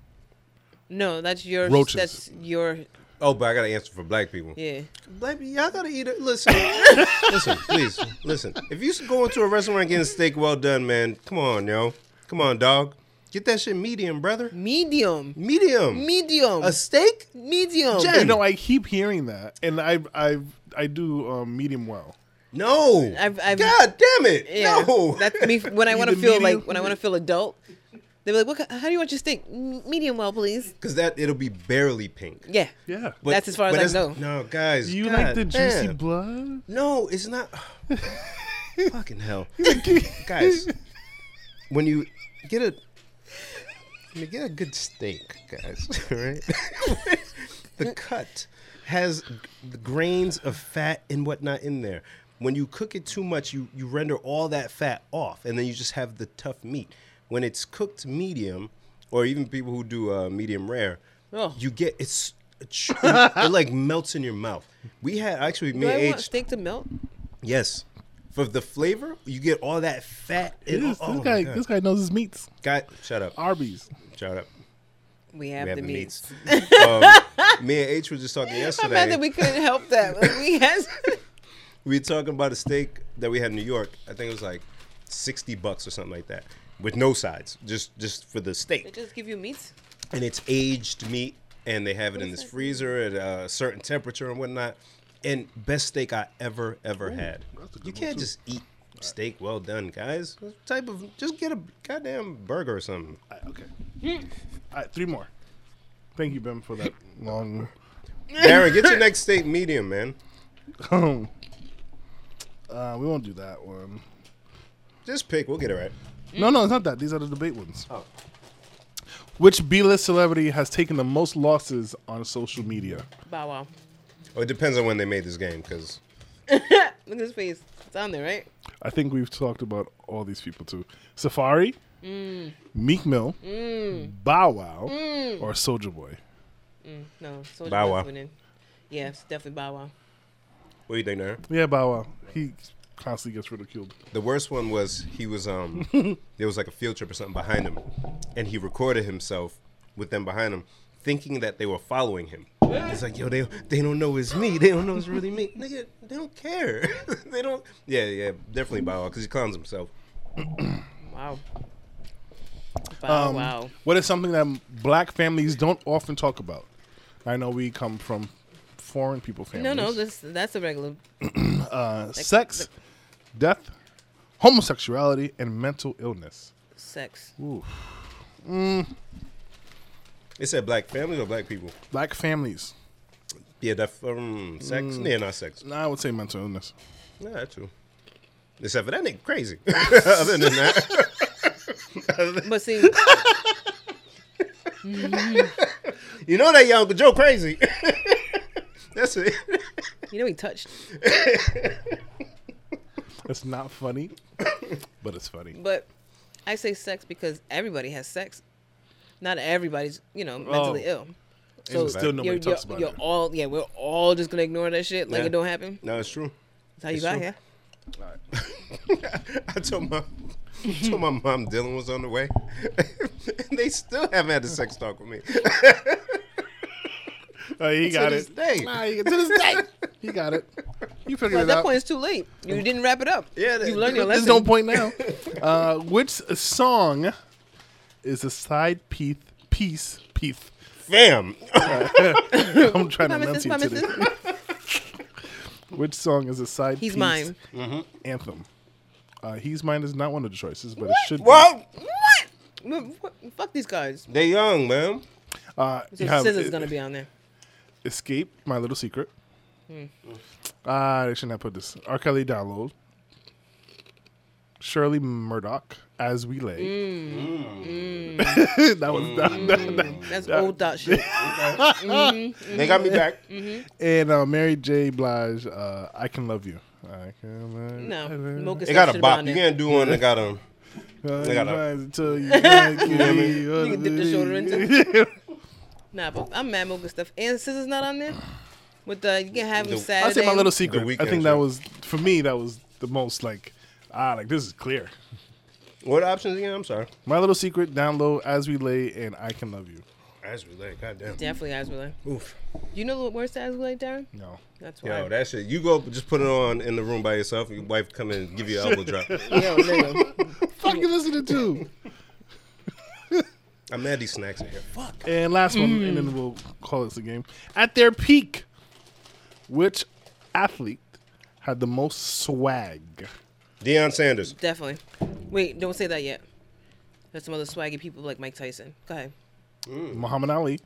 Speaker 2: No, that's your.
Speaker 3: Roaches.
Speaker 2: That's your.
Speaker 1: Oh, but I got to answer for black people.
Speaker 2: Yeah.
Speaker 1: Black people, y'all gotta eat it. Listen, listen, please, listen. If you go into a restaurant and getting steak well done, man, come on, yo, come on, dog. Get that shit medium, brother.
Speaker 2: Medium.
Speaker 1: Medium.
Speaker 2: Medium.
Speaker 1: a steak?
Speaker 2: medium.
Speaker 1: Jen-
Speaker 3: You know, I keep hearing that, and I I I do um, medium well.
Speaker 1: No.
Speaker 2: I've- I've-
Speaker 1: God damn it.
Speaker 2: Yeah,
Speaker 1: No.
Speaker 2: that's me. When I want to
Speaker 3: the
Speaker 2: feel
Speaker 3: medium?
Speaker 2: like when I want to feel adult, they're like, "What? ki- How do you want your steak? M- Medium well, please."
Speaker 1: Because that it'll be barely pink.
Speaker 2: Yeah.
Speaker 3: Yeah.
Speaker 1: But-
Speaker 2: That's as far as
Speaker 1: but
Speaker 2: I
Speaker 1: it's- No, guys.
Speaker 3: Do you
Speaker 1: God
Speaker 3: like the juicy
Speaker 1: damn.
Speaker 3: blood?
Speaker 1: No, it's not. Fucking hell, guys! When you get a when you get a good steak, guys, right? the cut has the grains of fat and whatnot in there. When you cook it too much, you you render all that fat off, and then you just have the tough meat. When it's cooked medium, or even people who do uh, medium rare,
Speaker 2: Oh.
Speaker 1: you get it's. it like melts in your mouth. We had actually me
Speaker 2: Do I
Speaker 1: and
Speaker 2: want
Speaker 1: H
Speaker 2: steak to melt?
Speaker 1: Yes. For the flavor, you get all that fat. And,
Speaker 3: This,
Speaker 1: oh
Speaker 3: this
Speaker 1: my
Speaker 3: guy
Speaker 1: God.
Speaker 3: this guy knows his meats.
Speaker 1: guy, shut up,
Speaker 3: Arby's.
Speaker 1: shut up.
Speaker 2: We have,
Speaker 1: We have the
Speaker 2: the, meats.
Speaker 1: meats. um, me and H were just talking
Speaker 2: I'm mad
Speaker 1: yesterday.
Speaker 2: that
Speaker 1: We...
Speaker 2: we couldn't help that. We had.
Speaker 1: were talking about a steak that we had in New York. I think it was like sixty bucks or something like that, with no sides, just just for the
Speaker 2: they
Speaker 1: steak.
Speaker 2: just give you meats.
Speaker 1: And it's aged meat, and they have it in this freezer at a certain temperature and whatnot. And best steak I ever ever had.
Speaker 3: that's a good
Speaker 1: You
Speaker 3: one,
Speaker 1: can't
Speaker 3: too.
Speaker 1: just eat steak well done, guys. What type of just get a goddamn burger or something.
Speaker 3: I- okay. All right, three more. Thank you, Ben, for that long.
Speaker 1: Darren, get your next steak medium, man.
Speaker 3: um, uh, we won't do that one.
Speaker 1: Just pick. We'll get it right.
Speaker 3: No, no, it's not that. These are the debate ones.
Speaker 1: Oh.
Speaker 3: Which B-list celebrity has taken the most losses on social media?
Speaker 2: Bow wow.
Speaker 1: Well, it depends on when they made this game, because
Speaker 2: Look at his face. It's on there, right?
Speaker 3: I think we've talked about all these people too. Safari,
Speaker 2: Mm.
Speaker 3: Meek Mill, Bow Wow, or Soldier Boy.
Speaker 2: No. Soulja
Speaker 1: Bow
Speaker 2: Boy's
Speaker 1: Wow.
Speaker 2: winning. Yeah, it's definitely Bow Wow.
Speaker 1: what do you think, Darren?
Speaker 3: Yeah, Bow Wow. He constantly gets ridiculed.
Speaker 1: The worst one was he was um there was like a field trip or something behind him, and he recorded himself with them behind him, thinking that they were following him. It's like yo, they they don't know it's me. They don't know it's really me. Nigga, they don't care. they don't. Yeah, yeah, definitely Bow Wow, because he clowns himself.
Speaker 2: Wow. Bow
Speaker 3: Um,
Speaker 2: wow.
Speaker 3: What is something that black families don't often talk about? I know we come from foreign people
Speaker 2: No,
Speaker 3: families.
Speaker 2: no, this that's a regular.
Speaker 3: Uh, sex, death, homosexuality, and mental illness.
Speaker 2: sex.
Speaker 1: It said black families or black people.
Speaker 3: Black families.
Speaker 1: Yeah, that um, sex. Yeah, not sex.
Speaker 3: Nah, I would say mental illness.
Speaker 1: Yeah, that's true. Except for that nigga crazy. Other than that.
Speaker 2: But see,
Speaker 1: You know that young Joe crazy. That's it.
Speaker 2: you know he touched,
Speaker 3: That's not funny, but it's funny.
Speaker 2: but I say sex because everybody has sex. Not everybody's, you know, mentally ill. So
Speaker 1: It's
Speaker 3: Oh. Still, nobody
Speaker 2: you're,
Speaker 3: talks
Speaker 2: you're,
Speaker 3: about
Speaker 2: you're
Speaker 3: it.
Speaker 2: all yeah. We're all just gonna ignore that shit like
Speaker 1: Yeah.
Speaker 2: it don't happen.
Speaker 1: No, it's true.
Speaker 2: That's how you
Speaker 1: It's
Speaker 2: got
Speaker 1: true.
Speaker 2: here.
Speaker 1: I told my I told my mom Dylan was on the way. and they still haven't had a sex talk with me.
Speaker 3: Oh, he got
Speaker 1: this
Speaker 3: it.
Speaker 1: day.
Speaker 3: Nah, he, to this day, he got it. He figured
Speaker 2: Well,
Speaker 3: it
Speaker 2: at that
Speaker 3: out.
Speaker 2: point, it's too late. You didn't wrap it up.
Speaker 1: Yeah, that-
Speaker 2: you learned your
Speaker 3: There's
Speaker 2: lesson.
Speaker 3: no point now. Uh, which song is a side piece? Piece, piece.
Speaker 1: Fam.
Speaker 3: I'm trying to
Speaker 2: Promises,
Speaker 3: enunciate today.
Speaker 2: promises.
Speaker 3: Which song is a side
Speaker 2: He's
Speaker 3: piece
Speaker 2: mine.
Speaker 3: anthem? Uh, He's mine is not one of the choices, but it should be.
Speaker 1: Well,
Speaker 2: What? Mm, what? Fuck these guys.
Speaker 1: they young, man.
Speaker 3: Uh,
Speaker 2: So
Speaker 3: you have
Speaker 2: scissors
Speaker 3: uh,
Speaker 2: gonna be on there.
Speaker 3: Escape, My Little Secret.
Speaker 2: Hmm.
Speaker 3: Ah, they shouldn't have put this. R. Kelly download. Shirley Murdoch, As We Lay.
Speaker 2: Hmm.
Speaker 3: Hmm. that was that, that- that-
Speaker 2: That's old thought shit.
Speaker 1: They got me back.
Speaker 3: And uh, Mary J. Blige, uh, I Can Love You. I can love
Speaker 2: No,
Speaker 3: you.
Speaker 2: Mocha
Speaker 1: They got a
Speaker 2: shit
Speaker 1: bop.
Speaker 2: on
Speaker 1: You
Speaker 2: there.
Speaker 1: can't do one that got um They got a-
Speaker 3: Until you like me.
Speaker 2: You can dip the shoulder into. nah, but I'm mad Mocha stuff. And Scissors not on there? With the, you can have them
Speaker 1: The- I'll say
Speaker 2: Saturday.
Speaker 3: I'll say my little secret. I
Speaker 1: weekend
Speaker 3: think that
Speaker 1: show.
Speaker 3: was for me. That was the most like ah, like this is clear.
Speaker 1: What options again? I'm sorry.
Speaker 3: My little secret. Download as we lay, and I can love you.
Speaker 1: As we lay, goddamn.
Speaker 2: Definitely eyes were like.
Speaker 1: Oof.
Speaker 2: You know the worst eyes were like, Darren?
Speaker 3: No,
Speaker 2: That's why.
Speaker 1: Yo, that shit. You go just put it on in the room by yourself. Your wife come in and give you an elbow drop.
Speaker 2: Yo, nigga.
Speaker 3: fuck you listening to.
Speaker 1: I'm mad these snacks are here. Fuck.
Speaker 3: And last one, and then we'll call this a game. At their peak, which athlete had the most swag?
Speaker 1: Deion Sanders.
Speaker 2: Definitely. Wait, don't say that yet. There's some other swaggy people like Mike Tyson. Go ahead.
Speaker 3: Muhammad Ali,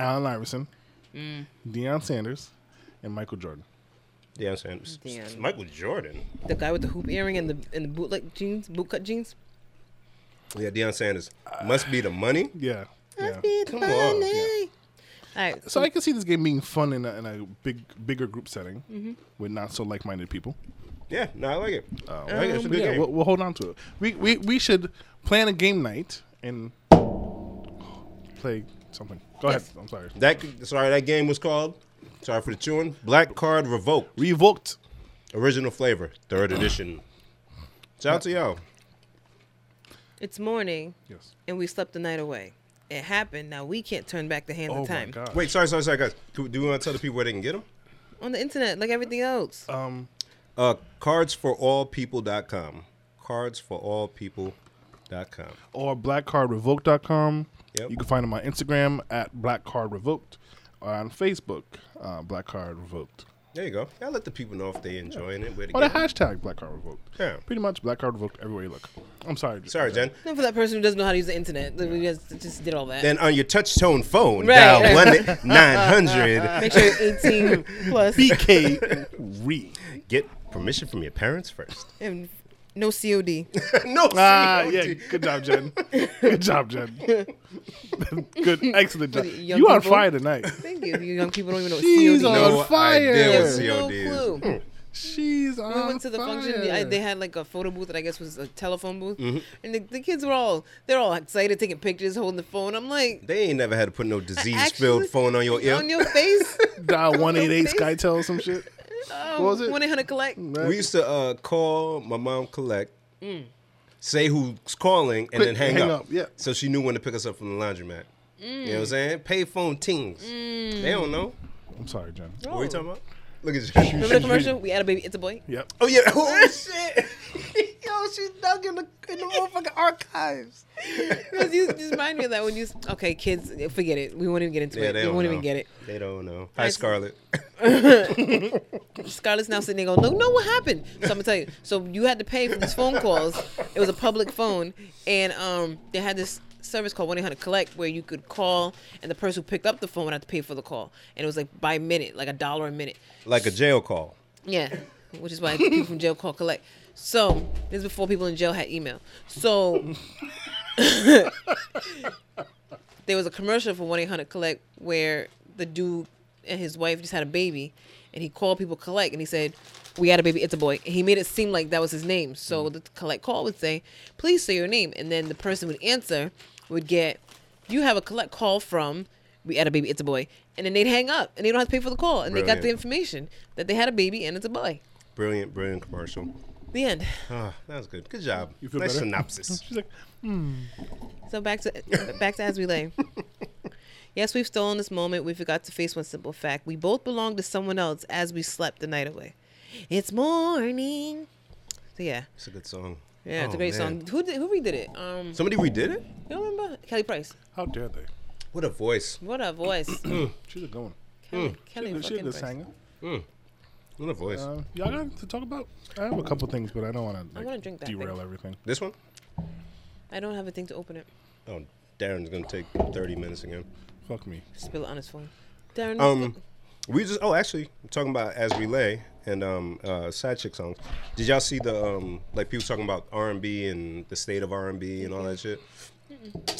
Speaker 3: Allen Iverson,
Speaker 1: Mm.
Speaker 3: Deion Sanders, and Michael Jordan.
Speaker 1: Deion Sanders.
Speaker 2: Deion.
Speaker 1: Michael Jordan.
Speaker 2: The guy with the hoop earring and the and the bootleg jeans, bootcut jeans.
Speaker 1: Yeah, Deion Sanders. Must be the money.
Speaker 3: Yeah. yeah.
Speaker 1: Come on.
Speaker 2: All right.
Speaker 3: So I can see this game being fun in a, in a big, bigger group setting with not so like-minded people.
Speaker 1: Yeah, no, I like it. Oh, Um, I like it. It's a
Speaker 3: But
Speaker 1: good
Speaker 3: yeah,
Speaker 1: game.
Speaker 3: we'll, we'll hold on to it. We, we we should plan a game night and play something. Go ahead. I'm sorry.
Speaker 1: that sorry, that game was called. Sorry for the chewing. Black Card Revoke.
Speaker 3: Revoked.
Speaker 1: Original flavor, third edition. Shout out to y'all.
Speaker 2: it's morning,
Speaker 3: Yes.
Speaker 2: and we slept the night away. It happened. Now we can't turn back the hand
Speaker 3: Oh
Speaker 2: of time
Speaker 3: my god.
Speaker 1: Wait, sorry, sorry, sorry, guys. Do, do we want to tell the people where they can get them?
Speaker 2: on the internet, like everything else.
Speaker 3: Um.
Speaker 1: Uh, cardsforallpeople.com. Cardsforallpeople.com.
Speaker 3: Or blackcardrevoked.com.
Speaker 1: Yep.
Speaker 3: You can find them on Instagram at blackcardrevoked or on Facebook uh, blackcardrevoked.
Speaker 1: There you go. Y'all let the people know if they enjoying it. Where to
Speaker 3: Or the
Speaker 1: get 'em.
Speaker 3: hashtag blackcardrevoked.
Speaker 1: Yeah.
Speaker 3: Pretty much blackcardrevoked everywhere you look. I'm sorry.
Speaker 1: Sorry, Jen.
Speaker 2: Not for that person who doesn't know how to use the internet. Like, We just, just did all that.
Speaker 1: Then on your touch tone phone,
Speaker 2: Right.
Speaker 1: dial 1 900.
Speaker 2: Make sure you're 18 plus
Speaker 3: BK Re.
Speaker 1: Get permission from your parents first.
Speaker 2: and no COD.
Speaker 1: no,
Speaker 3: Ah,
Speaker 1: COD.
Speaker 3: yeah. Good job, Jen. Good job, Jen. Good, excellent job.
Speaker 2: the young
Speaker 3: You on
Speaker 2: people.
Speaker 3: fire tonight.
Speaker 2: Thank you. You young people don't even know what
Speaker 3: She's
Speaker 2: COD
Speaker 3: on
Speaker 2: is.
Speaker 1: No
Speaker 3: fire.
Speaker 1: idea what
Speaker 2: They have
Speaker 1: COD is.
Speaker 2: no clue.
Speaker 3: She's on
Speaker 2: We went to the function. the- I,
Speaker 3: fire.
Speaker 2: they had like a photo booth that I guess was a telephone booth,
Speaker 1: Mm-hmm.
Speaker 2: and the, the kids were all they're all excited, taking pictures, holding the phone. I'm like,
Speaker 1: They ain't never had to put no
Speaker 2: actually-
Speaker 1: disease-filled phone on your ear.
Speaker 2: on your face.
Speaker 3: Dial 188 SkyTel or some shit.
Speaker 2: Um,
Speaker 3: was it?
Speaker 2: One eight hundred collect.
Speaker 1: we used to uh, call my mom collect,
Speaker 2: Mm.
Speaker 1: say who's calling, and
Speaker 3: Quick,
Speaker 1: then hang,
Speaker 3: hang
Speaker 1: up.
Speaker 3: up, yeah.
Speaker 1: So she knew when to pick us up from the laundromat. You
Speaker 2: Mm.
Speaker 1: know what I'm saying? Pay phone teens. They don't know.
Speaker 3: I'm sorry, Jen.
Speaker 1: What are you talking about? Look at you.
Speaker 2: Remember the commercial? We had a baby. It's a boy.
Speaker 3: Yep.
Speaker 1: Oh yeah. Oh shit. Yo, she's dug in the, in the motherfucking archives.
Speaker 2: Because you just remind me of that when you. s- Okay, kids, eh, forget it. We won't even get into
Speaker 1: Yeah,
Speaker 2: it.
Speaker 1: they
Speaker 2: We
Speaker 1: don't
Speaker 2: won't
Speaker 1: know.
Speaker 2: even get it.
Speaker 1: They don't know. Hi, Scarlett.
Speaker 2: Scarlett's now sitting there going, "No, no, what happened?" So I'm gonna tell you. So you had to pay for these phone calls. It was a public phone, and um, they had this service called one eight hundred collect where you could call, and the person who picked up the phone had to pay for the call, and it was like by minute, like a dollar a minute.
Speaker 1: Like a jail call.
Speaker 2: Yeah, which is why people from jail call collect. So this is before people in jail had email. So there was a commercial for one eight hundred collect where the dude and his wife just had a baby, and he called people collect, and he said, "We had a baby. It's a boy." And he made it seem like that was his name. So the collect call would say, "Please say your name," and then the person would answer would get, "You have a collect call from." We had a baby, it's a boy. And then they'd hang up and they don't have to pay for the call. And they got
Speaker 1: Brilliant.
Speaker 2: the information that they had a baby and it's a boy.
Speaker 1: Brilliant, brilliant commercial.
Speaker 2: The end.
Speaker 1: Ah, that was good. Good job.
Speaker 3: You feel
Speaker 1: nice
Speaker 3: better?
Speaker 1: synopsis.
Speaker 3: She's like,
Speaker 2: So back to back to as we lay. Yes, we've stolen this moment. We forgot to face one simple fact. We both belong to someone else as we slept the night away. It's morning. So yeah.
Speaker 1: It's a good song.
Speaker 2: Yeah, it's a
Speaker 1: Oh,
Speaker 2: great
Speaker 1: man.
Speaker 2: song. Who did who redid it? Um
Speaker 1: Somebody redid it?
Speaker 2: you don't remember? Kelly Price.
Speaker 3: how dare they?
Speaker 1: What a voice.
Speaker 2: What a voice.
Speaker 3: She's a good one.
Speaker 1: Hmm.
Speaker 2: Kelly, Kelly
Speaker 3: She a
Speaker 2: fucking
Speaker 3: good
Speaker 2: Price.
Speaker 3: singer.
Speaker 1: What a voice.
Speaker 3: Uh, y'all got to talk about? I have a couple things, but I don't want to
Speaker 2: wanna
Speaker 3: like,
Speaker 2: drink that
Speaker 3: derail
Speaker 2: thing.
Speaker 3: everything.
Speaker 1: this one?
Speaker 2: I don't have a thing to open it.
Speaker 1: Oh, Darren's gonna take 30 minutes again.
Speaker 3: Fuck me.
Speaker 2: Spill it on his phone. Darren.
Speaker 1: Um, we just oh actually talking about as we lay and um uh, side chick songs. Did y'all see the um like people talking about R and B and the state of R and B and all that shit?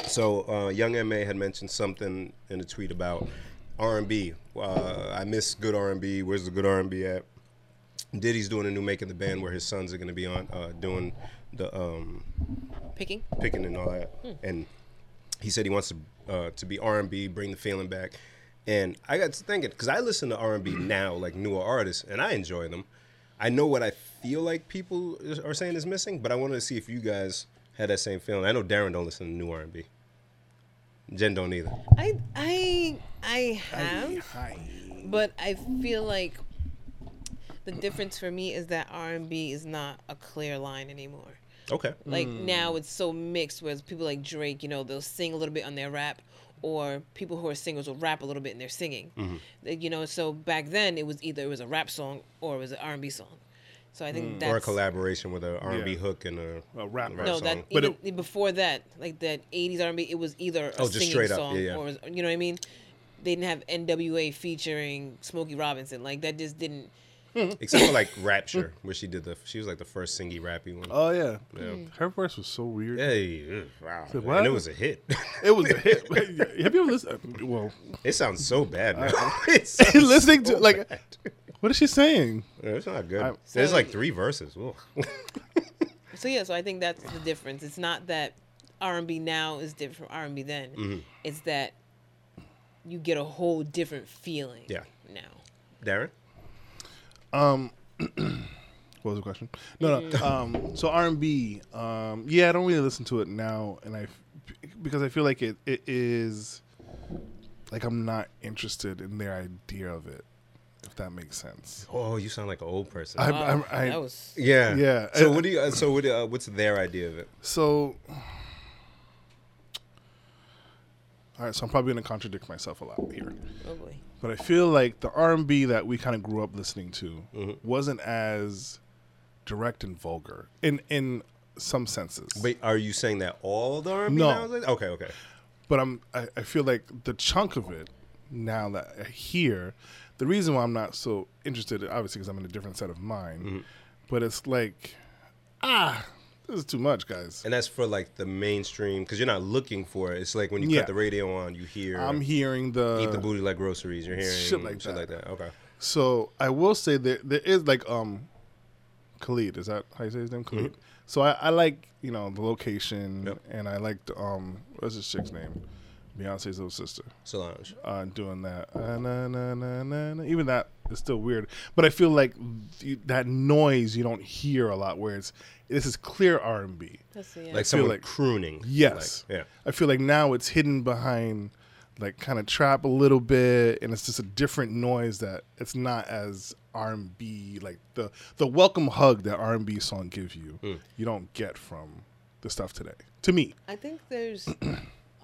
Speaker 1: So uh, Young Ma had mentioned something in a tweet about R and B. Uh, I miss good R and B. Where's the good R and B at? Diddy's doing a new making the band where his sons are gonna be on uh, doing the um
Speaker 2: picking.
Speaker 1: picking and all that. And he said he wants to uh, to be R and B, bring the feeling back. And I got to thinking because I listen to R and B now, like newer artists, and I enjoy them. I know what I feel like people is- are saying is missing, but I wanted to see if you guys had that same feeling. I know Darren don't listen to new R and B. Jen don't either.
Speaker 2: I I I have but I feel like the difference for me is that R and B is not a clear line anymore.
Speaker 1: Okay.
Speaker 2: Like now it's so mixed, whereas people like Drake, you know, they'll sing a little bit on their rap, or people who are singers will rap a little bit in their singing.
Speaker 1: Mm-hmm.
Speaker 2: Like, You know, so back then it was either it was a rap song or it was an R and B song. So I think that's
Speaker 1: Or a collaboration with a R&B
Speaker 3: Yeah.
Speaker 1: hook and a,
Speaker 3: A rap
Speaker 1: rap
Speaker 3: verse.
Speaker 2: no,
Speaker 1: song.
Speaker 2: that
Speaker 3: But
Speaker 2: even e, before that, like that '80s R&B, it was either a
Speaker 1: Oh, just
Speaker 2: singing
Speaker 1: straight up,
Speaker 2: song
Speaker 1: yeah, yeah.
Speaker 2: or was- you know what I mean. They didn't have NWA featuring Smokey Robinson, like that just didn't.
Speaker 1: except for like Rapture, where she did the she was like the first singy rappy one.
Speaker 3: Oh yeah. Her verse was so weird.
Speaker 1: Hey, ugh, wow!
Speaker 3: what?
Speaker 1: And it was a hit.
Speaker 3: It was a hit. Have you ever listened? Well,
Speaker 1: it sounds so bad now. it's
Speaker 3: listening to like, what is she saying?
Speaker 1: it's not good.
Speaker 2: So-
Speaker 1: There's like three verses. Ugh.
Speaker 2: So yeah, so I think that's the difference. It's not that R&B now is different from R&B then.
Speaker 1: Mm-hmm.
Speaker 2: It's that you get a whole different feeling.
Speaker 1: Yeah.
Speaker 2: Now.
Speaker 1: Darren,
Speaker 3: What was the question? No,
Speaker 2: Mm.
Speaker 3: no. Um, so R and B. Um, yeah, I don't really listen to it now, and I because I feel like it it is like I'm not interested in their idea of it, if that makes sense.
Speaker 1: oh, you sound like an old person.
Speaker 3: I,
Speaker 2: Wow,
Speaker 3: I, I,
Speaker 2: Oh, that was
Speaker 1: yeah,
Speaker 3: Yeah.
Speaker 1: So what do you? uh, So what? Uh, what's their idea of it?
Speaker 3: so. All right, so I'm probably gonna contradict myself a lot here.
Speaker 2: oh boy.
Speaker 3: but I feel like the R and B that we kind of grew up listening to wasn't as direct and vulgar in in some senses.
Speaker 1: But are you saying that all the R&B
Speaker 3: No.
Speaker 1: now is like- Okay, okay.
Speaker 3: But I'm I, I feel like the chunk of it now that I hear, the reason why I'm not so interested, obviously, because I'm in a different set of mind. But it's like, ah, this is too much, guys.
Speaker 1: And that's for like the mainstream because you're not looking for it. It's like when you
Speaker 3: Yeah.
Speaker 1: cut the radio on, you hear
Speaker 3: I'm hearing the
Speaker 1: eat the booty like groceries. You're hearing
Speaker 3: Shit like that.
Speaker 1: Okay.
Speaker 3: So I will say there there is like um Khalid, is that how you say his name? Khalid. So I, I like, you know, the location
Speaker 1: Yep.
Speaker 3: and I liked um what's this chick's name? Beyonce's little sister.
Speaker 1: Solange.
Speaker 3: Uh doing that. Uh, na, na, na, na, na. Even that is still weird. But I feel like th- that noise you don't hear a lot where it's this is clear R and B.
Speaker 2: That's the yeah.
Speaker 1: Like someone
Speaker 3: like-
Speaker 1: crooning.
Speaker 3: Yes.
Speaker 1: Like, yeah.
Speaker 3: I feel like now it's hidden behind like kind of trap a little bit and it's just a different noise that it's not as R&B like the the welcome hug that R&B song gives you.
Speaker 1: Mm.
Speaker 3: You don't get from the stuff today. To me.
Speaker 2: I think there's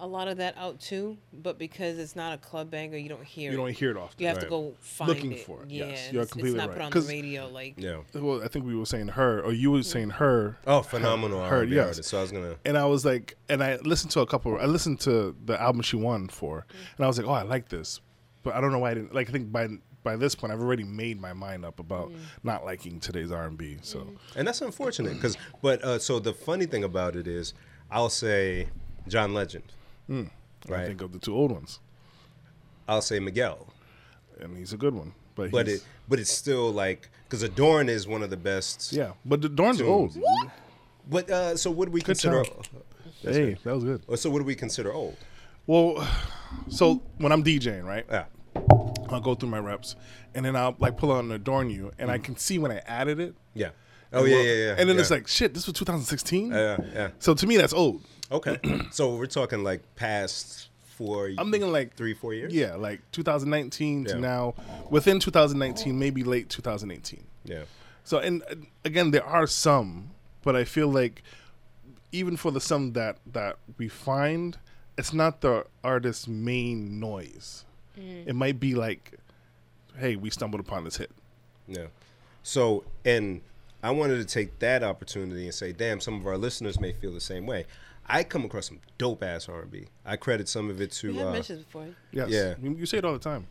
Speaker 2: a lot of that out too, but because it's not a club banger, you don't hear
Speaker 3: You
Speaker 2: it.
Speaker 3: don't hear it often.
Speaker 2: you have to
Speaker 1: Right.
Speaker 2: go find
Speaker 3: Looking
Speaker 2: it.
Speaker 3: for it,
Speaker 2: Yeah,
Speaker 3: yes. You're
Speaker 2: it's-
Speaker 3: completely
Speaker 2: it's not
Speaker 3: right.
Speaker 2: put on the
Speaker 3: 'Cause-
Speaker 2: radio like
Speaker 1: Yeah.
Speaker 3: Well, I think we were saying her or you were
Speaker 2: Mm.
Speaker 3: saying her.
Speaker 1: Oh, phenomenal
Speaker 3: Her-
Speaker 1: R&B
Speaker 3: yes.
Speaker 1: artist. So I was gonna.
Speaker 3: and I was like, and I listened to a couple. I listened to the album she won for, and I was like, oh, I like this, but I don't know why I didn't. Like, I think by by this point, I've already made my mind up about not liking today's R and B. So
Speaker 1: and that's unfortunate because but uh, so the funny thing about it is i'll say john legend
Speaker 3: I
Speaker 1: right
Speaker 3: think of the two old ones,
Speaker 1: i'll say miguel
Speaker 3: and he's a good one, but
Speaker 1: but
Speaker 3: he's,
Speaker 1: it but it's still like because adorn is one of the best
Speaker 3: yeah, but the Dorn's old.
Speaker 1: but uh so what do we consider
Speaker 3: job. Hey, that was good.
Speaker 1: uh, so what do we consider old
Speaker 3: Well, so when I'm DJing, right,
Speaker 1: yeah
Speaker 3: I'll go through my reps, and then I'll like pull out an Adorn You, and I can see when I added it.
Speaker 1: yeah Mm. oh yeah yeah yeah
Speaker 3: And then
Speaker 1: yeah.
Speaker 3: it's like, shit, this was 2016.
Speaker 1: yeah yeah
Speaker 3: so to me, that's old.
Speaker 1: okay so we're talking like past four
Speaker 3: I'm thinking like
Speaker 1: three four years
Speaker 3: Yeah, like 2019 to
Speaker 1: Yeah.
Speaker 3: now, within 2019, maybe late 2018.
Speaker 1: yeah
Speaker 3: So, and uh, again, there are some, but I feel like even for the some that that we find, it's not the artist's main noise. It might be like, hey, we stumbled upon this hit.
Speaker 1: Yeah. So, and I wanted to take that opportunity and say, damn, some of our listeners may feel the same way. I come across some dope ass R&B. I credit some of it
Speaker 2: we
Speaker 1: to.
Speaker 2: have
Speaker 1: Uh,
Speaker 2: mentioned this before.
Speaker 3: Yes.
Speaker 1: Yeah.
Speaker 3: You, you say it all the time.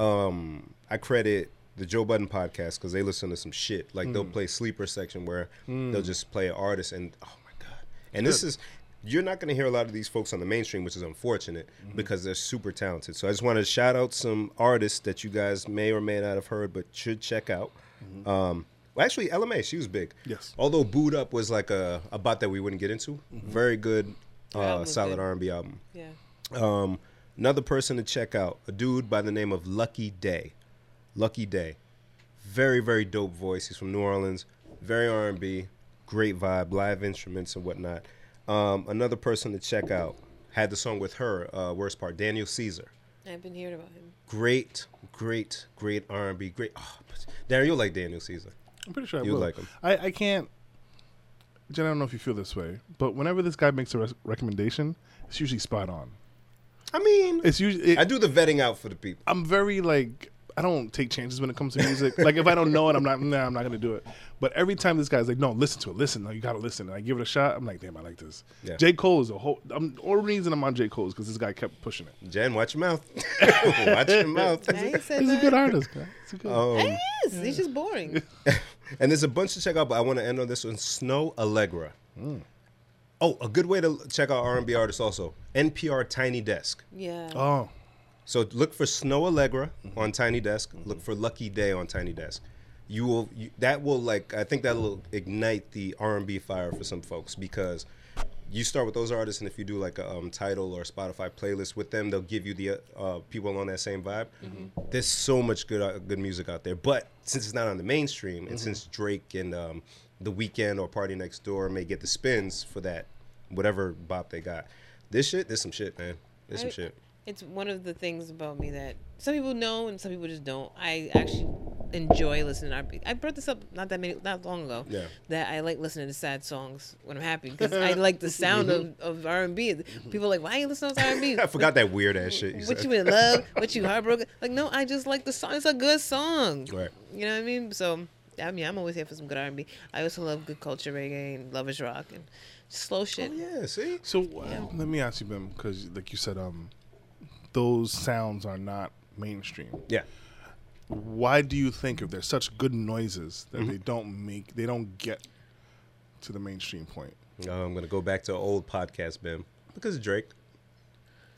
Speaker 1: I credit the Joe Budden podcast because they listen to some shit. Like they'll play sleeper section where they'll just play an artist, and oh my god! And this is you're not going to hear a lot of these folks on the mainstream, which is unfortunate because they're super talented. So I just want to shout out some artists that you guys may or may not have heard, but should check out. Um, well, actually, LMA, she was big.
Speaker 3: Yes.
Speaker 1: Although Boot Up was like a, a bot that we wouldn't get into. Very good,
Speaker 2: album
Speaker 1: uh,
Speaker 2: was
Speaker 1: solid
Speaker 2: good.
Speaker 1: R&B album.
Speaker 2: Yeah.
Speaker 1: Um, another person to check out, a dude by the name of Lucky Day. Lucky Day, very very dope voice. He's from New Orleans, very R and B, great vibe, live instruments and whatnot. Um, another person to check out had the song with her. Uh, worst part, Daniel Caesar.
Speaker 2: I've been hearing about him.
Speaker 1: Great, great, great ah, R and B. Great. Oh, but- Darren, you'll like Daniel Caesar.
Speaker 3: I'm pretty sure I
Speaker 1: You
Speaker 3: will.
Speaker 1: like 'em.
Speaker 3: I, I can't. Jen, I don't know if you feel this way, but whenever this guy makes a res- recommendation, it's usually spot on.
Speaker 1: I mean,
Speaker 3: It's usually it,
Speaker 1: I do the vetting out for the people.
Speaker 3: I'm very like I don't take chances when it comes to music. like if I don't know it, I'm not nah, I'm not gonna do it. But every time this guy's like, no, listen to it, listen, no, you gotta listen. And I give it a shot. I'm like, damn, I like this.
Speaker 1: Yeah.
Speaker 3: J Cole is a whole. I'm, all reason I'm on J Cole is because this guy kept pushing it.
Speaker 1: Jen, watch your mouth. watch your mouth.
Speaker 2: I ain't said
Speaker 3: He's a
Speaker 2: that.
Speaker 3: good artist, guy. He's a good.
Speaker 1: Um,
Speaker 2: Yes, he's just boring.
Speaker 1: and there's a bunch to check out, but I want to end on this one. Snow Allegra. Oh, a good way to check out R&B artists also. NPR Tiny Desk.
Speaker 2: Yeah.
Speaker 3: oh,
Speaker 1: So look for Snow Allegra on Tiny Desk. Look for Lucky Day on Tiny Desk. You will you, that will like I think that will ignite the R and B fire for some folks because you start with those artists and if you do like a um, title or Spotify playlist with them, they'll give you the uh, uh, people on that same vibe. There's so much good uh, good music out there, but since it's not on the mainstream and since Drake and um, The Weeknd or Party Next Door may get the spins for that whatever bop they got, this shit, there's some shit, man. There's some
Speaker 2: I-
Speaker 1: shit.
Speaker 2: It's one of the things about me that some people know and some people just don't. I actually enjoy listening to R&B. I brought this up not that many, not long ago.
Speaker 1: Yeah.
Speaker 2: That I like listening to sad songs when I'm happy because I like the sound of,
Speaker 1: Mm-hmm.
Speaker 2: of R&B. People are like, why you listen to R&B?
Speaker 1: I forgot that weird ass shit you
Speaker 2: What
Speaker 1: said.
Speaker 2: you in love? What you heartbroken? Like, no, I just like the song. It's a good song.
Speaker 1: Right.
Speaker 2: You know what I mean? So, I mean, I'm always here for some good R&B. I also love good culture reggae and lovers rock and slow shit.
Speaker 1: Yeah, see?
Speaker 3: so uh, let me ask you, Bim, because like you said, um, those sounds are not mainstream.
Speaker 1: Yeah.
Speaker 3: why do you think if they're such good noises that they don't make they don't get to the mainstream point
Speaker 1: Now I'm going to go back to an old podcast, Bim. Because of Drake.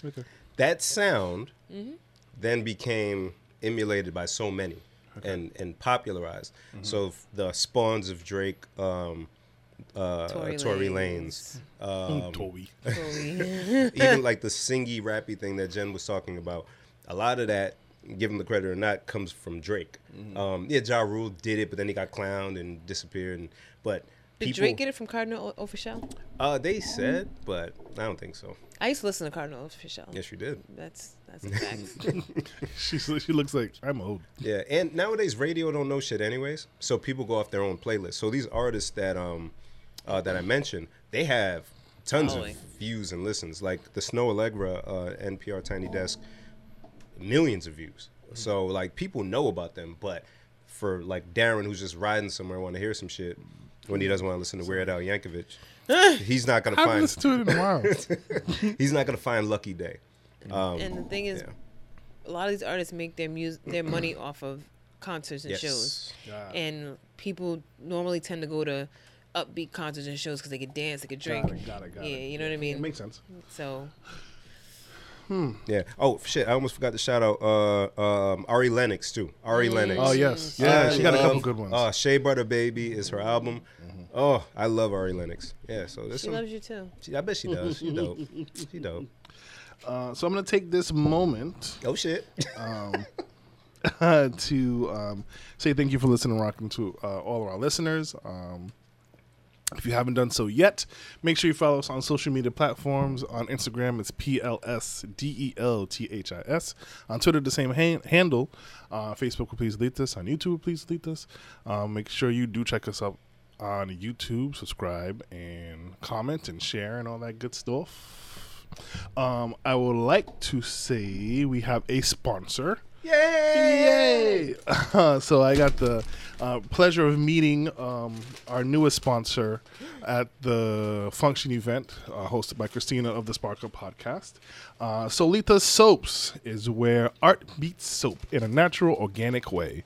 Speaker 3: okay
Speaker 1: That sound
Speaker 2: Mm-hmm.
Speaker 1: then became emulated by so many and, and popularized. So f- the spawns of Drake, um, uh,
Speaker 2: Tory
Speaker 1: Tory,
Speaker 2: Lanez.
Speaker 1: Lanez, um,
Speaker 3: Toby.
Speaker 2: Totally.
Speaker 1: even like the singy, rappy thing that Jen was talking about, a lot of that, give him the credit or not, comes from Drake. Um, yeah, Ja Rule did it, but then he got clowned and disappeared. And, but
Speaker 2: Did Drake get it from Cardinal O- Official?
Speaker 1: Uh, they said, but I don't think so.
Speaker 2: I used to listen to Cardinal Official.
Speaker 1: Yes, you did.
Speaker 2: That's that's a fact.
Speaker 3: she she looks like I'm old.
Speaker 1: Yeah, and nowadays radio don't know shit anyways, so people go off their own playlist. So these artists that um uh, that I mentioned, they have tons
Speaker 2: Totally.
Speaker 1: of views and listens. Like the Snow Allegra uh, NPR Tiny Desk, millions of views. So like people know about them, but for like Darren who's just riding somewhere want to hear some shit when he doesn't want to listen to Weird Al Yankovic, he's not gonna
Speaker 3: I haven't
Speaker 1: find
Speaker 3: listened to it in a while.
Speaker 1: he's not gonna find Lucky Day. Um,
Speaker 2: and the thing is,
Speaker 1: yeah.
Speaker 2: a lot of these artists make their music, their money off of concerts and shows,
Speaker 3: God.
Speaker 2: and people normally tend to go to upbeat concerts and shows because they could dance, they could drink.
Speaker 3: Got it, got it, got
Speaker 2: yeah,
Speaker 3: it.
Speaker 2: you know what I
Speaker 3: It
Speaker 2: mean.
Speaker 3: makes sense.
Speaker 2: so
Speaker 1: Yeah. Oh shit! I almost forgot to shout out uh, um, Ari Lennox too. Ari Lennox.
Speaker 3: Oh yes, yeah. Uh,
Speaker 1: I
Speaker 3: she got a couple
Speaker 1: love-
Speaker 3: good ones.
Speaker 1: Oh, Shea Butter Baby is her album.
Speaker 3: Mm-hmm.
Speaker 1: Oh, I love Ari Lennox. Yeah. So this.
Speaker 2: she loves you too.
Speaker 1: I bet she does. She dope. she dope.
Speaker 3: Uh, so I'm gonna take this moment
Speaker 1: Oh shit.
Speaker 3: to um, say thank you for listening, and rocking to uh, all of our listeners. Um, if you haven't done so yet, make sure you follow us on social media platforms. On Instagram, it's E PLSDELTHIS. On Twitter, the same han- handle. Uh, Facebook, please delete this. On YouTube, please delete this. Um, make sure you do check us out on YouTube, subscribe, and comment, and share, and all that good stuff. Um, I would like to say we have a sponsor. Yay! so I got the uh, pleasure of meeting um, our newest sponsor at the function event uh, hosted by Christina of the Sparkle Podcast. Uh, Solita Soaps is where art beats soap in a natural, organic way.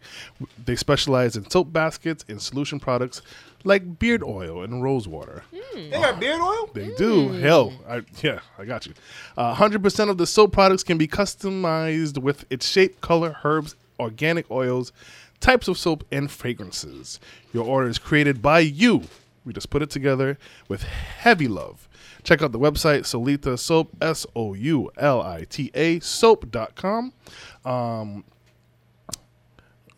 Speaker 3: They specialize in soap baskets and solution products like beard oil and rose water.
Speaker 1: they got beard oil.
Speaker 3: They do. Hell, I, yeah, I got you. Uh, Hundred percent of the soap products can be customized with its shape, color, herbs, organic oils, types of soap, and fragrances. Your order is created by you. We just put it together with heavy love. Check out the website Solita Soap S O U L I T A soap.com. Um,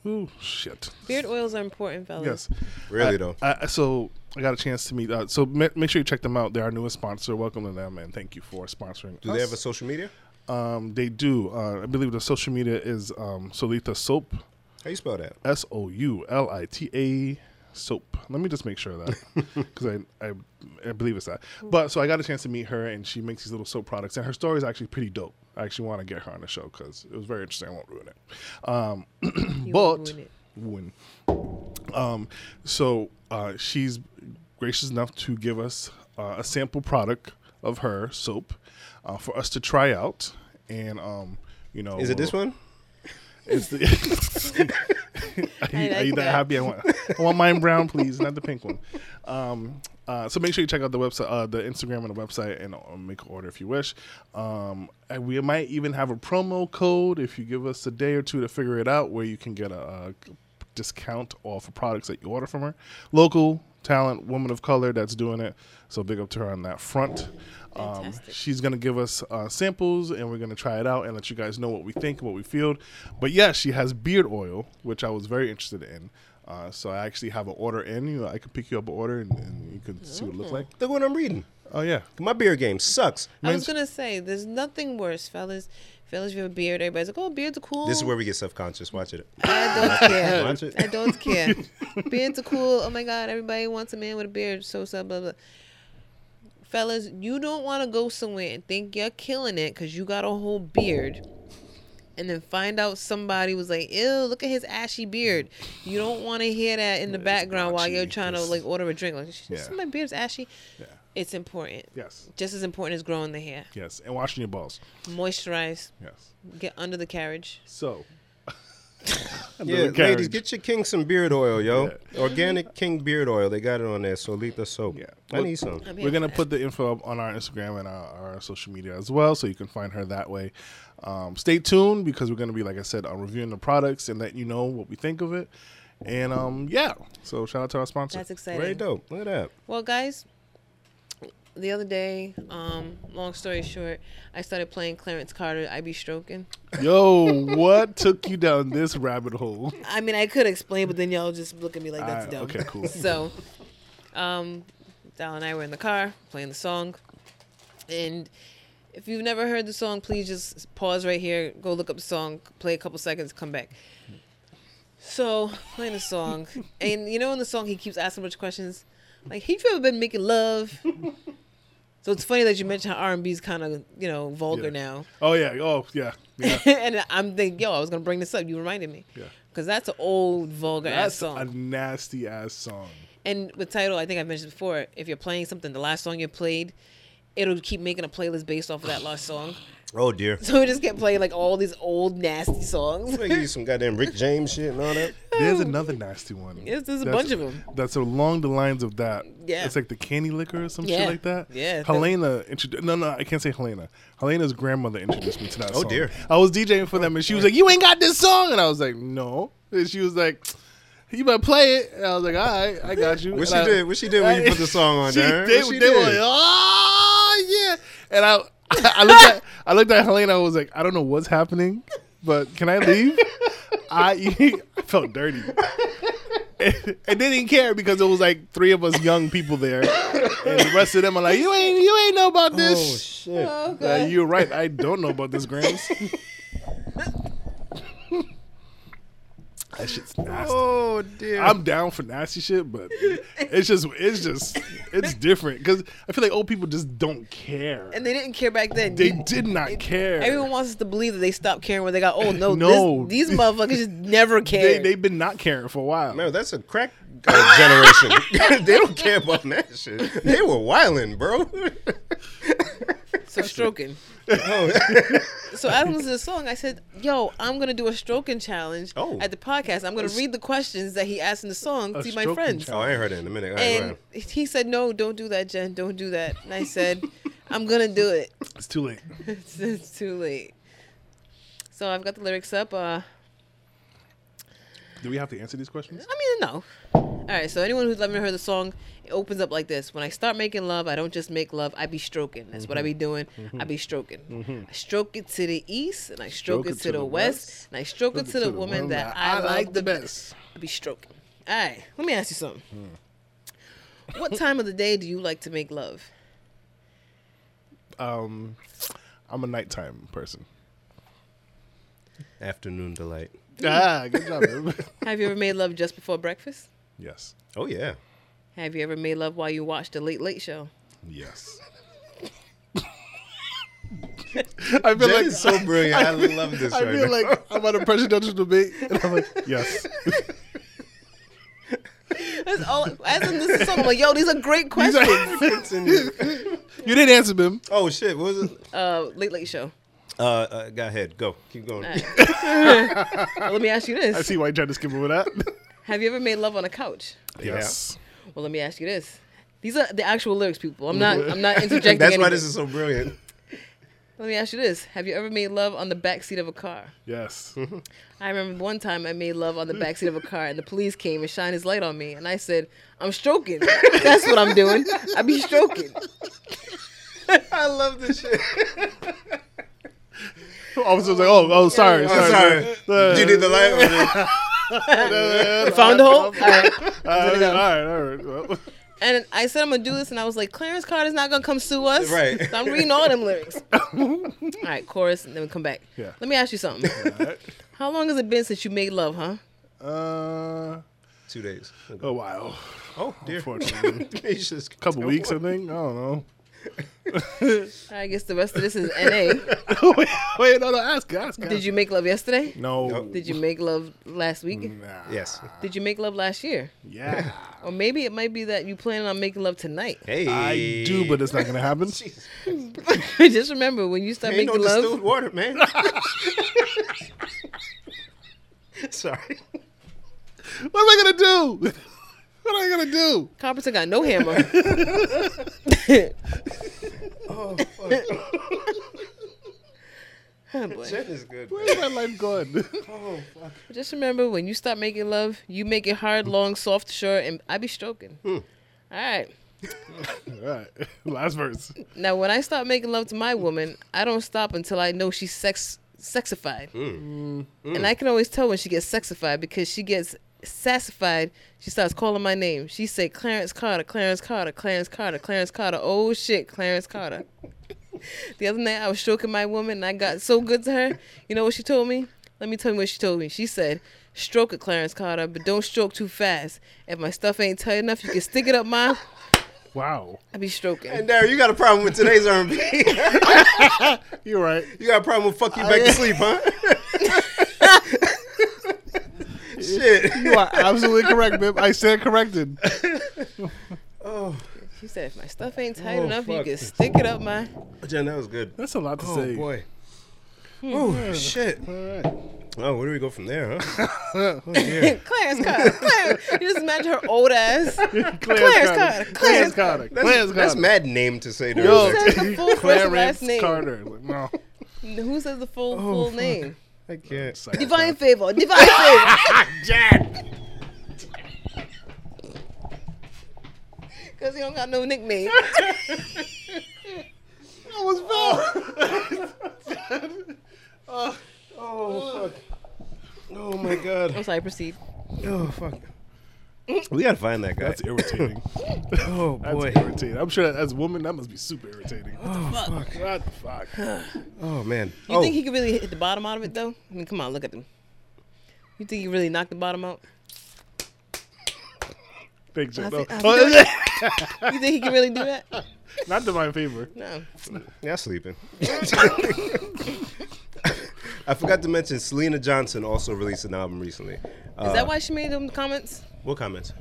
Speaker 3: ooh, shit.
Speaker 2: Beard oils are important, fellas.
Speaker 3: Yes.
Speaker 1: Really
Speaker 3: I-
Speaker 1: though.
Speaker 3: I, I- so I got a chance to meet. Uh, so ma- make sure you check them out. They're our newest sponsor. Welcome to them and thank you for sponsoring.
Speaker 1: Do they have a social media?
Speaker 3: a? Um, they do. Uh, I believe the social media is um, Solita Soap.
Speaker 1: How you spell that?
Speaker 3: S O U L I T A Soap. Let me just make sure of that because I, I I believe it's that. But so I got a chance to meet her, and she makes these little soap products, and her story is actually pretty dope. I actually want to get her on the show because it was very interesting. I won't ruin it. Um,
Speaker 2: You won't
Speaker 3: but
Speaker 2: ruin it.
Speaker 3: win. Um, so uh, she's gracious enough to give us uh, a sample product of her soap uh, for us to try out, and um, you know,
Speaker 1: Is it this
Speaker 3: we'll-
Speaker 1: one?
Speaker 3: It's the, are you,
Speaker 2: I
Speaker 3: are you
Speaker 2: like
Speaker 3: that
Speaker 2: that.
Speaker 3: happy? I want, I want mine brown, please, not the pink one. Um, uh, so make sure you check out the website, uh, the Instagram and the website, and uh, make an order if you wish. Um, and we might even have a promo code if you give us a day or two to figure it out, where you can get a, uh discount off of products that you order from her. Local talent, woman of color that's doing it. So big up to her on that front. Um,
Speaker 2: Fantastic.
Speaker 3: she's gonna give us uh, samples, and we're gonna try it out and let you guys know what we think, what we feel. But yeah, she has beard oil, which I was very interested in. Uh, so I actually have an order in. You, know, I could pick you up an order, and, and you can see what it looks like.
Speaker 1: Look what I'm reading.
Speaker 3: Oh yeah,
Speaker 1: My beer game sucks.
Speaker 2: I was
Speaker 3: Men's-
Speaker 2: gonna say, there's nothing worse, fellas. Fellas, if you have a beard. Everybody's like, oh, beards are cool.
Speaker 1: This is where we get self conscious. Watch it.
Speaker 2: I don't care.
Speaker 1: Watch it.
Speaker 2: I don't care. Beards are cool. Oh my god, everybody wants a man with a beard. So so blah blah. Fellas, you don't want to go somewhere and think you're killing it because you got a whole beard, and then find out somebody was like, "Ew, look at his ashy beard." You don't want to hear that in the background while you're
Speaker 3: blotchy.
Speaker 2: trying to
Speaker 3: It's-
Speaker 2: like order a drink. Like, "Shh,
Speaker 3: Yeah.
Speaker 2: my beard's ashy.
Speaker 3: yeah,
Speaker 2: It's important.
Speaker 3: yes,
Speaker 2: Just as important as growing the hair.
Speaker 3: yes, and washing your balls.
Speaker 2: Moisturize.
Speaker 3: Yes.
Speaker 2: Get under the carriage.
Speaker 3: So.
Speaker 1: Yeah,
Speaker 3: Another
Speaker 1: ladies,
Speaker 3: carriage.
Speaker 1: get your king some beard oil, yo. Organic king beard oil. They got it on there. Solita soap.
Speaker 3: Yeah.
Speaker 1: I need some.
Speaker 2: I'm here
Speaker 3: We're
Speaker 2: for
Speaker 3: gonna
Speaker 2: that.
Speaker 3: put the info up on our Instagram and our, our social media as well, so you can find her that way. Um, stay tuned because we're gonna be, like I said, uh, reviewing the products and letting you know what we think of it. And um, yeah, so shout out to our sponsor.
Speaker 2: That's exciting.
Speaker 1: Very dope. Look at that.
Speaker 2: Well, guys, the other day, um, long story short, I started playing Clarence Carter. I be stroking.
Speaker 3: Yo, what took you down this rabbit hole?
Speaker 2: I mean, I could explain, but then y'all just look at me like that's
Speaker 3: Ah,
Speaker 2: dumb.
Speaker 3: okay, cool.
Speaker 2: So, um, Dal and I were in the car playing the song, and if you've never heard the song, please just pause right here, go look up the song, play a couple seconds, come back. So playing the song, and you know in the song he keeps asking a bunch of questions, like "Have you ever been making love?" so it's funny that you mentioned how R and B is kind of you know vulgar
Speaker 3: Yeah.
Speaker 2: now,
Speaker 3: Oh yeah, oh yeah, yeah.
Speaker 2: and I'm thinking, yo, I was gonna bring this up. You reminded me,
Speaker 3: Yeah.
Speaker 2: because that's an old vulgar ass
Speaker 3: That's
Speaker 2: song.
Speaker 3: a nasty ass song.
Speaker 2: And with title, I think I mentioned before, if you're playing something, the last song you played, it'll keep making a playlist based off of that last song.
Speaker 1: Oh dear.
Speaker 2: So we just kept playing like all these old nasty songs.
Speaker 1: They give you some goddamn Rick James shit and all that.
Speaker 3: There's another nasty one.
Speaker 2: Yes, there's a
Speaker 3: That's-
Speaker 2: bunch of 'em.
Speaker 3: That's along the lines of that.
Speaker 2: Yeah.
Speaker 3: It's like the candy liquor or some
Speaker 2: Yeah.
Speaker 3: shit like that.
Speaker 2: Yeah, that-
Speaker 3: Helena introduced. No, no, I can't say Helena. Helena's grandmother introduced me to that
Speaker 1: Oh,
Speaker 3: song.
Speaker 1: dear.
Speaker 3: I was DJing for them and she was like, "You ain't got this song," and I was like, "No," and she was like. You better play it. And I was like, all right, I got you.
Speaker 1: What
Speaker 3: And
Speaker 1: she
Speaker 3: I-
Speaker 1: did- what she did when you put the song on,
Speaker 3: she
Speaker 1: Darren?
Speaker 3: Did,
Speaker 1: What she
Speaker 3: they were
Speaker 1: did?
Speaker 3: like, oh yeah. And I, I looked at, I looked at Helena. I was like, I don't know what's happening, but can I leave? I, I felt dirty. And they didn't care because it was like three of us young people there, and the rest of them are like, "You ain't, you ain't know about
Speaker 1: Oh
Speaker 3: this."
Speaker 1: shit.
Speaker 2: Oh, God.
Speaker 3: Uh, you're right. I don't know about this, Grams. that shit's nasty.
Speaker 1: Oh dear.
Speaker 3: I'm down for nasty shit, but it's just, it's just, it's different because I feel like old people just don't care.
Speaker 2: and they didn't care back then.
Speaker 3: they
Speaker 2: You-
Speaker 3: did not care.
Speaker 2: Everyone wants us to believe that they stopped caring when they got old. No,
Speaker 3: No.
Speaker 2: this- these motherfuckers just never
Speaker 3: they,
Speaker 2: cared.
Speaker 3: they've been not caring for a while.
Speaker 1: Man, that's a crack uh, generation. they don't care about that shit. They were wilding, bro.
Speaker 2: so stroking.
Speaker 1: oh,
Speaker 2: So as I listened to the song, I said, "Yo, I'm gonna do a stroking challenge
Speaker 1: Oh.
Speaker 2: at the podcast. I'm gonna read the questions that he asked in the song
Speaker 3: A
Speaker 2: to my
Speaker 3: stroking
Speaker 2: friends."
Speaker 1: Oh, I ain't heard that in a minute. All right, go
Speaker 2: And
Speaker 1: ahead.
Speaker 2: he said, "No, don't do that, Jen. Don't do that." And I said, "I'm gonna do it.
Speaker 3: It's too late.
Speaker 2: It's, it's too late." So I've got the lyrics up. Uh,
Speaker 3: Do we have to answer these questions?
Speaker 2: I mean, no. All right. So anyone who's ever heard the song, it opens up like this: When I start making love, I don't just make love. I be stroking. That's what I be doing. I be stroking. I stroke it to the east, and I Mm-hmm. stroke, it, to the, west, and I stroke it to the, woman, that I, like the best. I be stroking. All right. Let me ask you something. what time of the day do you like to make love?
Speaker 3: Um, I'm a nighttime person.
Speaker 1: Afternoon delight.
Speaker 3: Ah, good job. babe.
Speaker 2: Have you ever made love just before breakfast?
Speaker 3: Yes.
Speaker 1: Oh yeah.
Speaker 2: Have you ever made love while you watched the Late Late Show?
Speaker 3: Yes. I feel
Speaker 1: That
Speaker 3: like
Speaker 1: is so brilliant. I love this
Speaker 3: I
Speaker 1: right
Speaker 3: feel
Speaker 1: now.
Speaker 3: like I'm at a presidential debate, and I'm like, yes.
Speaker 2: That's all. As in this is something like, yo, these are great
Speaker 3: He's
Speaker 2: questions.
Speaker 3: like,
Speaker 1: Continue.
Speaker 3: you didn't answer them.
Speaker 1: oh shit! What was it?
Speaker 2: Uh, Late Late Show.
Speaker 1: Uh, uh, go ahead. Go. Keep going.
Speaker 2: All Now, let me ask you
Speaker 3: I
Speaker 2: this:
Speaker 3: see why you tried to skip over that.
Speaker 2: Have you ever made love on a couch?
Speaker 3: Yes.
Speaker 2: Well, let me ask you this: These are the actual lyrics, people. I'm not. I'm not interjecting.
Speaker 1: That's why
Speaker 2: anything.
Speaker 1: this is so brilliant.
Speaker 2: Let me ask you this: Have you ever made love on the back seat of a car?
Speaker 3: Yes.
Speaker 2: I remember one time I made love on the back seat of a car, and the police came and shined his light on me, and I said, "I'm stroking. That's what I'm doing. I be stroking."
Speaker 1: I love this shit.
Speaker 3: Officer was like, oh, oh, sorry,
Speaker 1: I'm
Speaker 3: sorry.
Speaker 1: sorry. Did you need the light? on it?
Speaker 2: Found the hole. All right.
Speaker 3: All right, all right. all right. Well,
Speaker 2: And I said I'm gonna do this, and I was like, Clarence Carter's not gonna come sue us.
Speaker 1: Right.
Speaker 2: So I'm reading all them lyrics. all right, chorus, and then we come back.
Speaker 3: Yeah.
Speaker 2: Let me ask you something. How long has it been since you made love, huh?
Speaker 3: Uh, oh,
Speaker 1: Two days.
Speaker 3: a while.
Speaker 1: Oh dear.
Speaker 3: Unfortunately.
Speaker 1: It's just a
Speaker 3: couple weeks, I think. I don't know.
Speaker 2: I guess the rest of this is NA.
Speaker 3: wait, wait, no, no, ask, ask. ask.
Speaker 2: Did you make love yesterday?
Speaker 3: No.
Speaker 1: Nope.
Speaker 2: Did you make love last week?
Speaker 3: Nah.
Speaker 1: Yes.
Speaker 2: Did you make love last year?
Speaker 3: Yeah.
Speaker 2: Or maybe it might be that you planning on making love tonight.
Speaker 1: Hey.
Speaker 3: I do, but it's not gonna happen.
Speaker 1: Jesus.
Speaker 2: Just remember when you start
Speaker 1: Ain't no
Speaker 2: making love,
Speaker 1: distilled water, man. Sorry.
Speaker 3: What am I gonna do? What am I gonna do?
Speaker 2: Carpenter got no hammer.
Speaker 1: Oh, fuck.
Speaker 2: Oh, boy.
Speaker 1: Jen is good.
Speaker 3: Where's my life going?
Speaker 1: Oh, fuck.
Speaker 2: Just remember when you start making love, you make it hard, long, soft, short, and I be stroking.
Speaker 1: Hmm.
Speaker 2: All right.
Speaker 3: All right, last verse.
Speaker 2: Now, when I start making love to my woman, I don't stop until I know she's sex sexified. And I can always tell when she gets sexified because she gets sassified. She starts calling my name. She say, Clarence Carter, Clarence Carter, Clarence Carter, Clarence Carter. Oh shit, Clarence Carter. the other night I was stroking my woman and I got so good to her. You know what she told me? Let me tell you what she told me. She said, stroke it, Clarence Carter, but don't stroke too fast. If my stuff ain't tight enough, you can stick it up my
Speaker 3: Wow,
Speaker 2: I be stroking.
Speaker 1: And Darryl, you got a problem with today's R&B.
Speaker 3: you're right.
Speaker 1: You got a problem with fuck you back to sleep, huh? Shit.
Speaker 3: You are absolutely correct, Bib. I said corrected.
Speaker 2: She said, if my stuff ain't tight
Speaker 1: Oh,
Speaker 2: enough,
Speaker 1: fuck.
Speaker 2: you can stick it up my.
Speaker 1: Oh, Jen, that was good.
Speaker 3: That's a lot to
Speaker 1: Oh
Speaker 3: say.
Speaker 1: boy. Oh shit.
Speaker 3: All right.
Speaker 1: Oh, where do we go from there, huh?
Speaker 2: Clarence Carter. Clarence. You just imagine her old ass. Carter,
Speaker 3: Clarence
Speaker 2: Clarence
Speaker 3: Carter. Clarence Carter.
Speaker 1: That's,
Speaker 3: Clarence Carter.
Speaker 1: that's mad name to say. during
Speaker 3: Yo,
Speaker 1: sex.
Speaker 2: says the full first and
Speaker 3: Clarence
Speaker 2: last name?
Speaker 3: Carter. Like, no.
Speaker 2: Who says the full
Speaker 1: Oh,
Speaker 2: full name?
Speaker 1: I can't.
Speaker 2: Divine favor. Divine favor.
Speaker 3: Jan.
Speaker 2: Because he don't got no nickname.
Speaker 1: Oh fuck. Oh my god.
Speaker 2: I'm sorry. Proceed.
Speaker 1: Oh fuck. We gotta find that guy.
Speaker 3: That's irritating.
Speaker 1: oh
Speaker 3: That's
Speaker 1: boy.
Speaker 3: irritating. I'm sure as a woman that must be super irritating. What
Speaker 1: Oh fuck.
Speaker 3: the fuck? What the fuck?
Speaker 1: Oh man.
Speaker 2: You
Speaker 1: oh.
Speaker 2: think he could really hit the bottom out of it though? I mean, come on, look at him. You think he really knocked the bottom out?
Speaker 3: Thanks, Jan. No.
Speaker 2: I think-
Speaker 3: Oh,
Speaker 2: You think he can really do that?
Speaker 3: Not divine favor.
Speaker 2: No.
Speaker 1: Yeah, sleeping. I forgot to mention Selena Johnson also released an album recently. Uh,
Speaker 2: Is that why she made them comments?
Speaker 1: What comments?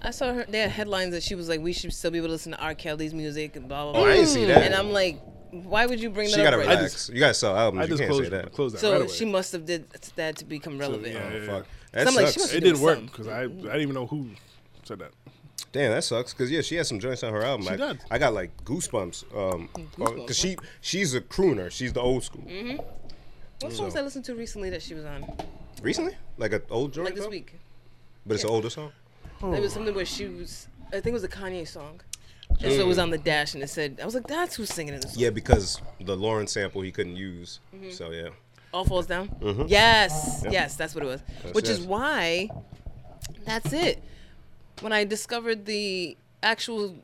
Speaker 2: I saw her. They had headlines that she was like, "We should still be able to listen to R. Kelly's music and blah blah."
Speaker 1: Oh,
Speaker 2: blah.
Speaker 1: I didn't see that.
Speaker 2: And I'm like, why would you bring that
Speaker 1: she
Speaker 2: up?
Speaker 1: gotta
Speaker 2: right
Speaker 1: relax.
Speaker 2: now?
Speaker 1: you gotta sell albums.
Speaker 3: I
Speaker 1: you
Speaker 3: just
Speaker 1: can't say
Speaker 3: closed,
Speaker 1: that.
Speaker 3: closed that
Speaker 2: So
Speaker 3: right away.
Speaker 2: she must have did that to become relevant.
Speaker 3: yeah.
Speaker 1: Oh, fuck. That
Speaker 2: I'm like, she
Speaker 1: sucks.
Speaker 2: must-
Speaker 3: it
Speaker 2: She
Speaker 3: didn't
Speaker 2: doing
Speaker 3: work
Speaker 2: something.
Speaker 3: because I, I didn't even know who said that.
Speaker 1: Damn, that sucks. Cause yeah, she has some joints on her album. I,
Speaker 3: does.
Speaker 1: I got like goosebumps. Um,
Speaker 2: Hmm, Goosebumps, Mm-hmm.
Speaker 1: cause she she's a crooner. She's the old school.
Speaker 2: What songs I listened to recently that she was on?
Speaker 1: Recently, like an old joint.
Speaker 2: Like this
Speaker 1: though?
Speaker 2: week.
Speaker 1: but it's an older song.
Speaker 2: It was something where she was. I think it was a Kanye song. And so it was on the dash, and it said, "I was like, that's who's singing in this." Song.
Speaker 1: Yeah, because the Lauren sample he couldn't use.
Speaker 2: Mm-hmm.
Speaker 1: So yeah,
Speaker 2: All falls down. Yes, yes, that's what it was. Which is
Speaker 1: Mm-hmm. it.
Speaker 2: why. That's it. When I discovered the actual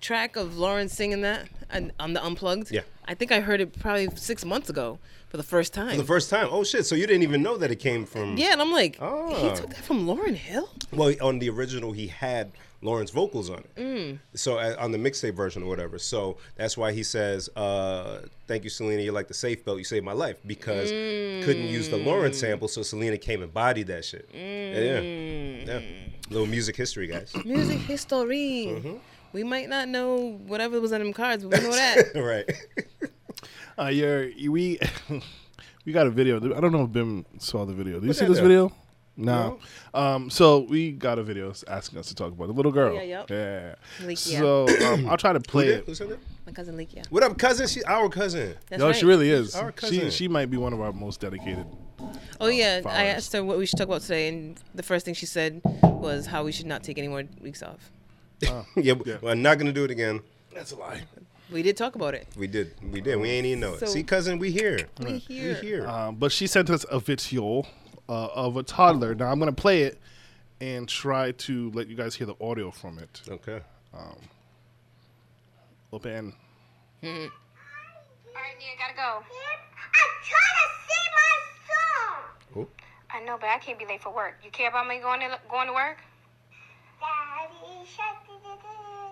Speaker 2: track of Lauren singing that and on the Unplugged?
Speaker 1: Yeah.
Speaker 2: I think I heard it probably six months ago for the first time.
Speaker 1: The first time. Oh shit! So you didn't even know that it came from.
Speaker 2: yeah, and I'm like,
Speaker 1: Oh.
Speaker 2: he took that from Lauren Hill?
Speaker 1: Well, on the original, he had Lauren's vocals on it.
Speaker 2: Mm.
Speaker 1: So uh, on the mixtape version or whatever. So that's why he says, uh, "Thank you, Selena. You're like the safe belt. You saved my life." Because
Speaker 2: Mm.
Speaker 1: couldn't use the Lauren sample, so Selena came and bodied that shit.
Speaker 2: Mm.
Speaker 1: Yeah, yeah. yeah. Little music history, guys.
Speaker 2: Music history.
Speaker 1: Mm-hmm.
Speaker 2: We might not know whatever was on them cards, but we know that.
Speaker 1: right.
Speaker 3: Uh, you're, we we got a video. I don't know if Bim saw the video. Did you see
Speaker 1: that
Speaker 3: this
Speaker 1: do?
Speaker 3: video? No. Um, so we got a video asking us to talk about the little girl.
Speaker 2: Yeah, yep.
Speaker 3: Yeah.
Speaker 2: Leak, yeah.
Speaker 3: so um, I'll try to play it.
Speaker 1: Who said that?
Speaker 2: My cousin Leakia.
Speaker 1: What up, cousin? She's our cousin.
Speaker 2: That's
Speaker 3: Yo,
Speaker 2: right.
Speaker 3: she really is.
Speaker 1: Our
Speaker 3: She
Speaker 1: cousin.
Speaker 3: she might be one of our most dedicated.
Speaker 2: Oh yeah, I
Speaker 3: followers.
Speaker 2: asked her what we should talk about today, and the first thing she said was how we should not take any more weeks off.
Speaker 1: yeah, but We're not gonna do it again.
Speaker 3: That's a lie.
Speaker 2: We did talk about it.
Speaker 1: We did. We did. We ain't even know it.
Speaker 2: So-
Speaker 1: See, cousin, we here.
Speaker 2: We
Speaker 1: We
Speaker 2: here.
Speaker 1: here.
Speaker 3: Um, but she sent us a video uh, of a toddler. Now I'm gonna play it and try to let you guys hear the audio from it.
Speaker 1: okay.
Speaker 3: Open.
Speaker 4: All right, Nia, gotta go.
Speaker 5: I'm trying to see my son.
Speaker 1: Oh.
Speaker 4: I know, but I can't be late for work. You care about me going to going to work?
Speaker 5: Daddy shark, do, do, do,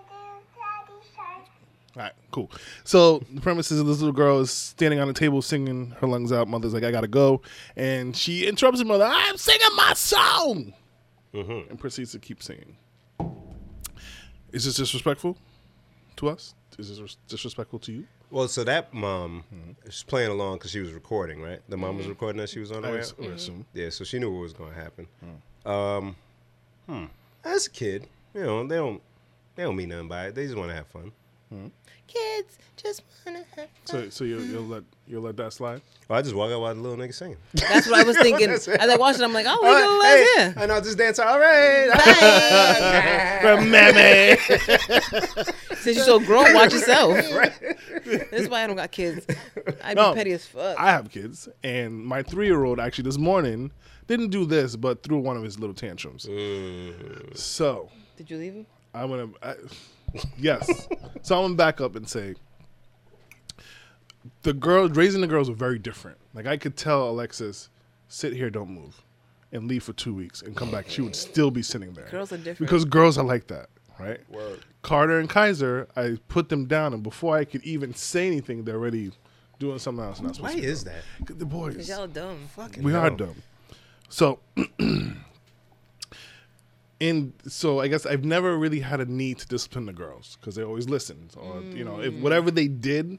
Speaker 5: do, daddy shark.
Speaker 3: All right, cool. So the premise is this little girl is standing on a table singing her lungs out. Mother's like, I gotta go, and she interrupts her mother. I'm singing my song, and proceeds to keep singing. Is this disrespectful to us? Is this res- disrespectful to you?
Speaker 1: Well, so that mom she's playing along because she was recording, right? The mom was recording that she was on the
Speaker 3: I
Speaker 1: way
Speaker 3: ass-
Speaker 1: out.
Speaker 3: I assume.
Speaker 1: Oh, Yeah, so she knew what was going to happen. Um, hmm. As a kid, you know, they don't they don't mean nothing by it. They just want to have fun.
Speaker 2: Kids just wanna have.
Speaker 3: So, so you'll, you'll let you'll let that slide.
Speaker 1: Well, I just walk out while the little nigga singing.
Speaker 2: That's what I was thinking. As I watched it, I'm like, oh, we gonna
Speaker 1: hey,
Speaker 2: love yeah.
Speaker 1: I know this dancer. All right.
Speaker 3: Mammy.
Speaker 2: Since you're so grown, watch yourself. That's why I don't got kids. I'd
Speaker 3: No,
Speaker 2: be petty as fuck.
Speaker 3: I have kids, and my three-year-old actually this morning didn't do this, but threw one of his little tantrums. So
Speaker 2: Did you leave him?
Speaker 3: I'm gonna, I, yes. so I'm gonna back up and say, the girl raising the girls were very different. Like I could tell Alexis, sit here, don't move, and leave for two weeks and come back. She would still be sitting there.
Speaker 2: Girls are different.
Speaker 3: because girls are like that, right?
Speaker 1: Word.
Speaker 3: Carter and Kaiser, I put them down, and before I could even say anything, they're already doing something else. Not
Speaker 1: Why
Speaker 3: supposed to
Speaker 1: is that?
Speaker 3: be. the boys.
Speaker 2: Cause y'all dumb.
Speaker 1: Fucking
Speaker 3: We are
Speaker 1: hell.
Speaker 3: dumb. So, and so I guess I've never really had a need to discipline the girls because they always listened, or you know,
Speaker 2: Mm.
Speaker 3: if whatever they did,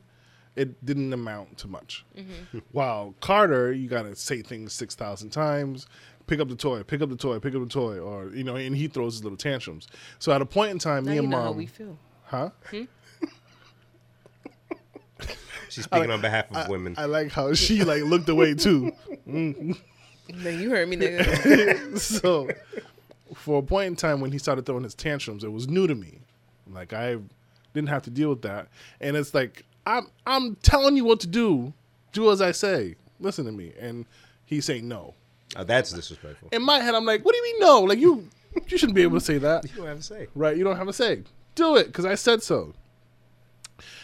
Speaker 3: it didn't amount to much.
Speaker 2: Mm-hmm.
Speaker 3: While Carter, you gotta say things six thousand times. Pick up the toy. Pick up the toy. Pick up the toy. Or you know, and he throws his little tantrums. So at a point in time,
Speaker 2: Now
Speaker 3: me
Speaker 2: you
Speaker 3: and
Speaker 2: know
Speaker 3: mom,
Speaker 2: how we Hmm? feel.
Speaker 3: huh?
Speaker 1: She's speaking on behalf of women.
Speaker 3: I like how she like looked away too.
Speaker 2: No, you heard me, nigga.
Speaker 3: so for a point in time when he started throwing his tantrums, it was new to me. Like I didn't have to deal with that. And it's like I'm I'm telling you what to do. Do as I say. Listen to me. And he's saying no.
Speaker 1: oh, that's disrespectful.
Speaker 3: In my head I'm like, what do you mean no? Like you you shouldn't be able to say that.
Speaker 1: You don't have to say.
Speaker 3: Right, you don't have a say. Do it because I said so.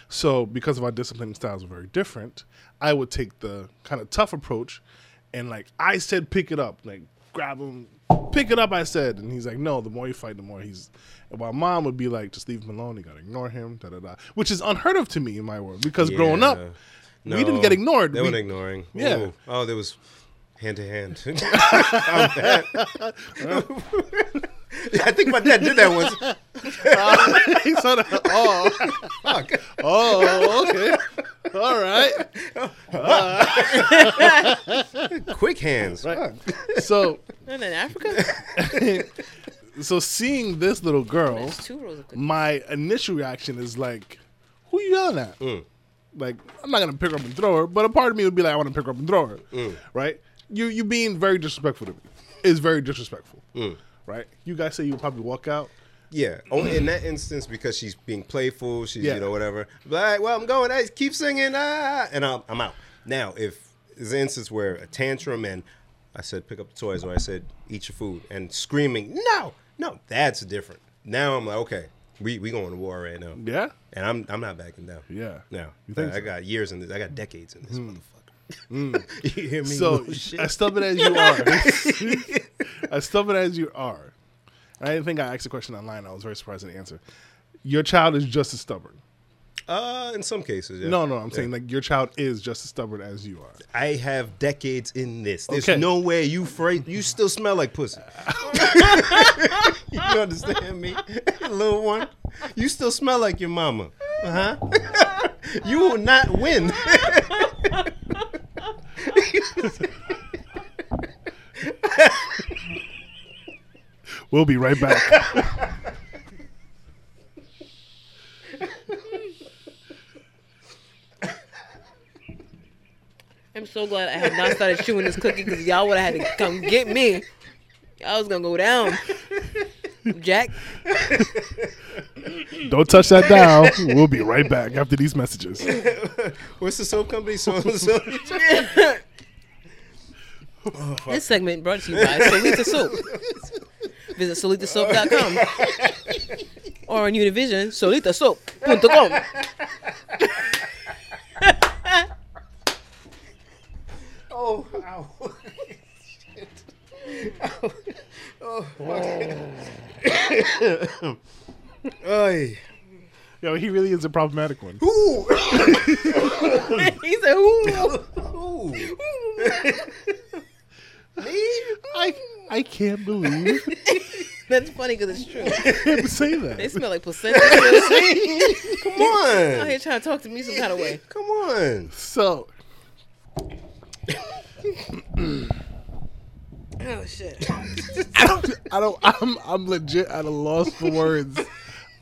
Speaker 3: So, because of our disciplining styles were very different, I would take the kind of tough approach, and like I said, pick it up, like grab him, pick it up. I said, and he's like, no. The more you fight, the more he's. And my mom would be like, just leave him alone. You gotta ignore him. Da da da. Which is unheard of to me in my world because growing up,
Speaker 1: Yeah.
Speaker 3: we didn't get ignored.
Speaker 1: They
Speaker 3: We-
Speaker 1: weren't ignoring.
Speaker 3: Yeah.
Speaker 1: Ooh. Oh, there was hand to hand. I think my dad did that once.
Speaker 3: He sort of, oh, fuck. oh, okay, all right.
Speaker 1: Quick hands.
Speaker 3: So,
Speaker 2: Not in Africa.
Speaker 3: so seeing this little girl.
Speaker 2: There's two rows of cookies.
Speaker 3: my initial reaction is like, who you yelling at?
Speaker 1: Mm.
Speaker 3: Like, I'm not gonna pick her up and throw her, but a part of me would be like, I want to pick her up and throw her,
Speaker 1: Mm.
Speaker 3: right? You you being very disrespectful to me is very disrespectful,
Speaker 1: Mm.
Speaker 3: right? You guys say you would probably walk out.
Speaker 1: Yeah. Only in that instance because she's being playful. She's
Speaker 3: Yeah.
Speaker 1: you know whatever. But all right, well, I'm going. I keep singing. Ah, and I'm, I'm out. Now, if there's an instance where a tantrum and I said pick up the toys or I said eat your food and screaming no, no, that's different. Now I'm like okay, We we going to war right now,
Speaker 3: Yeah,
Speaker 1: and I'm I'm not backing down.
Speaker 3: yeah.
Speaker 1: No,
Speaker 3: You think
Speaker 1: I, I
Speaker 3: so? Hmm.
Speaker 1: got years in this. I got decades in this motherfucker. you hear me?
Speaker 3: So
Speaker 1: little shit?
Speaker 3: as stubborn as you are, as stubborn as you are, I didn't think I asked a question online. I was very surprised at the answer. Your child is just as stubborn.
Speaker 1: uh, in some cases, yeah.
Speaker 3: No, no, I'm
Speaker 1: Yeah.
Speaker 3: saying like your child is just as stubborn as you are.
Speaker 1: I have decades in this. There's
Speaker 3: Okay.
Speaker 1: no way you fra- you still smell like pussy. you understand me, little one? You still smell like your mama, huh? you will not win.
Speaker 3: We'll be right back.
Speaker 2: I'm so glad I had not started chewing this cookie because y'all would have had to come get me. I was gonna go down. Jack,
Speaker 3: Don't touch that dial. We'll be right back after these messages.
Speaker 1: What's the soap company? So, so
Speaker 2: this segment brought to you by Solita Soap. Visit solitasoap.com or on Univision, solitasoap.com.
Speaker 1: oh, ow. Shit. Ow. Oh, fuck. Ay.
Speaker 3: Yo, he really is a problematic one.
Speaker 1: Oh. Ooh.
Speaker 2: he said, "Ooh,
Speaker 1: Ooh. Me?
Speaker 3: I I can't believe
Speaker 2: that's funny because it's true."
Speaker 3: him say
Speaker 2: They
Speaker 3: that.
Speaker 2: smell like placenta.
Speaker 1: Come
Speaker 2: Out
Speaker 1: on.
Speaker 2: here trying to talk to me some kind of way.
Speaker 1: Come on.
Speaker 3: So
Speaker 2: Oh shit.
Speaker 3: I don't I don't I'm I'm legit at a loss for words.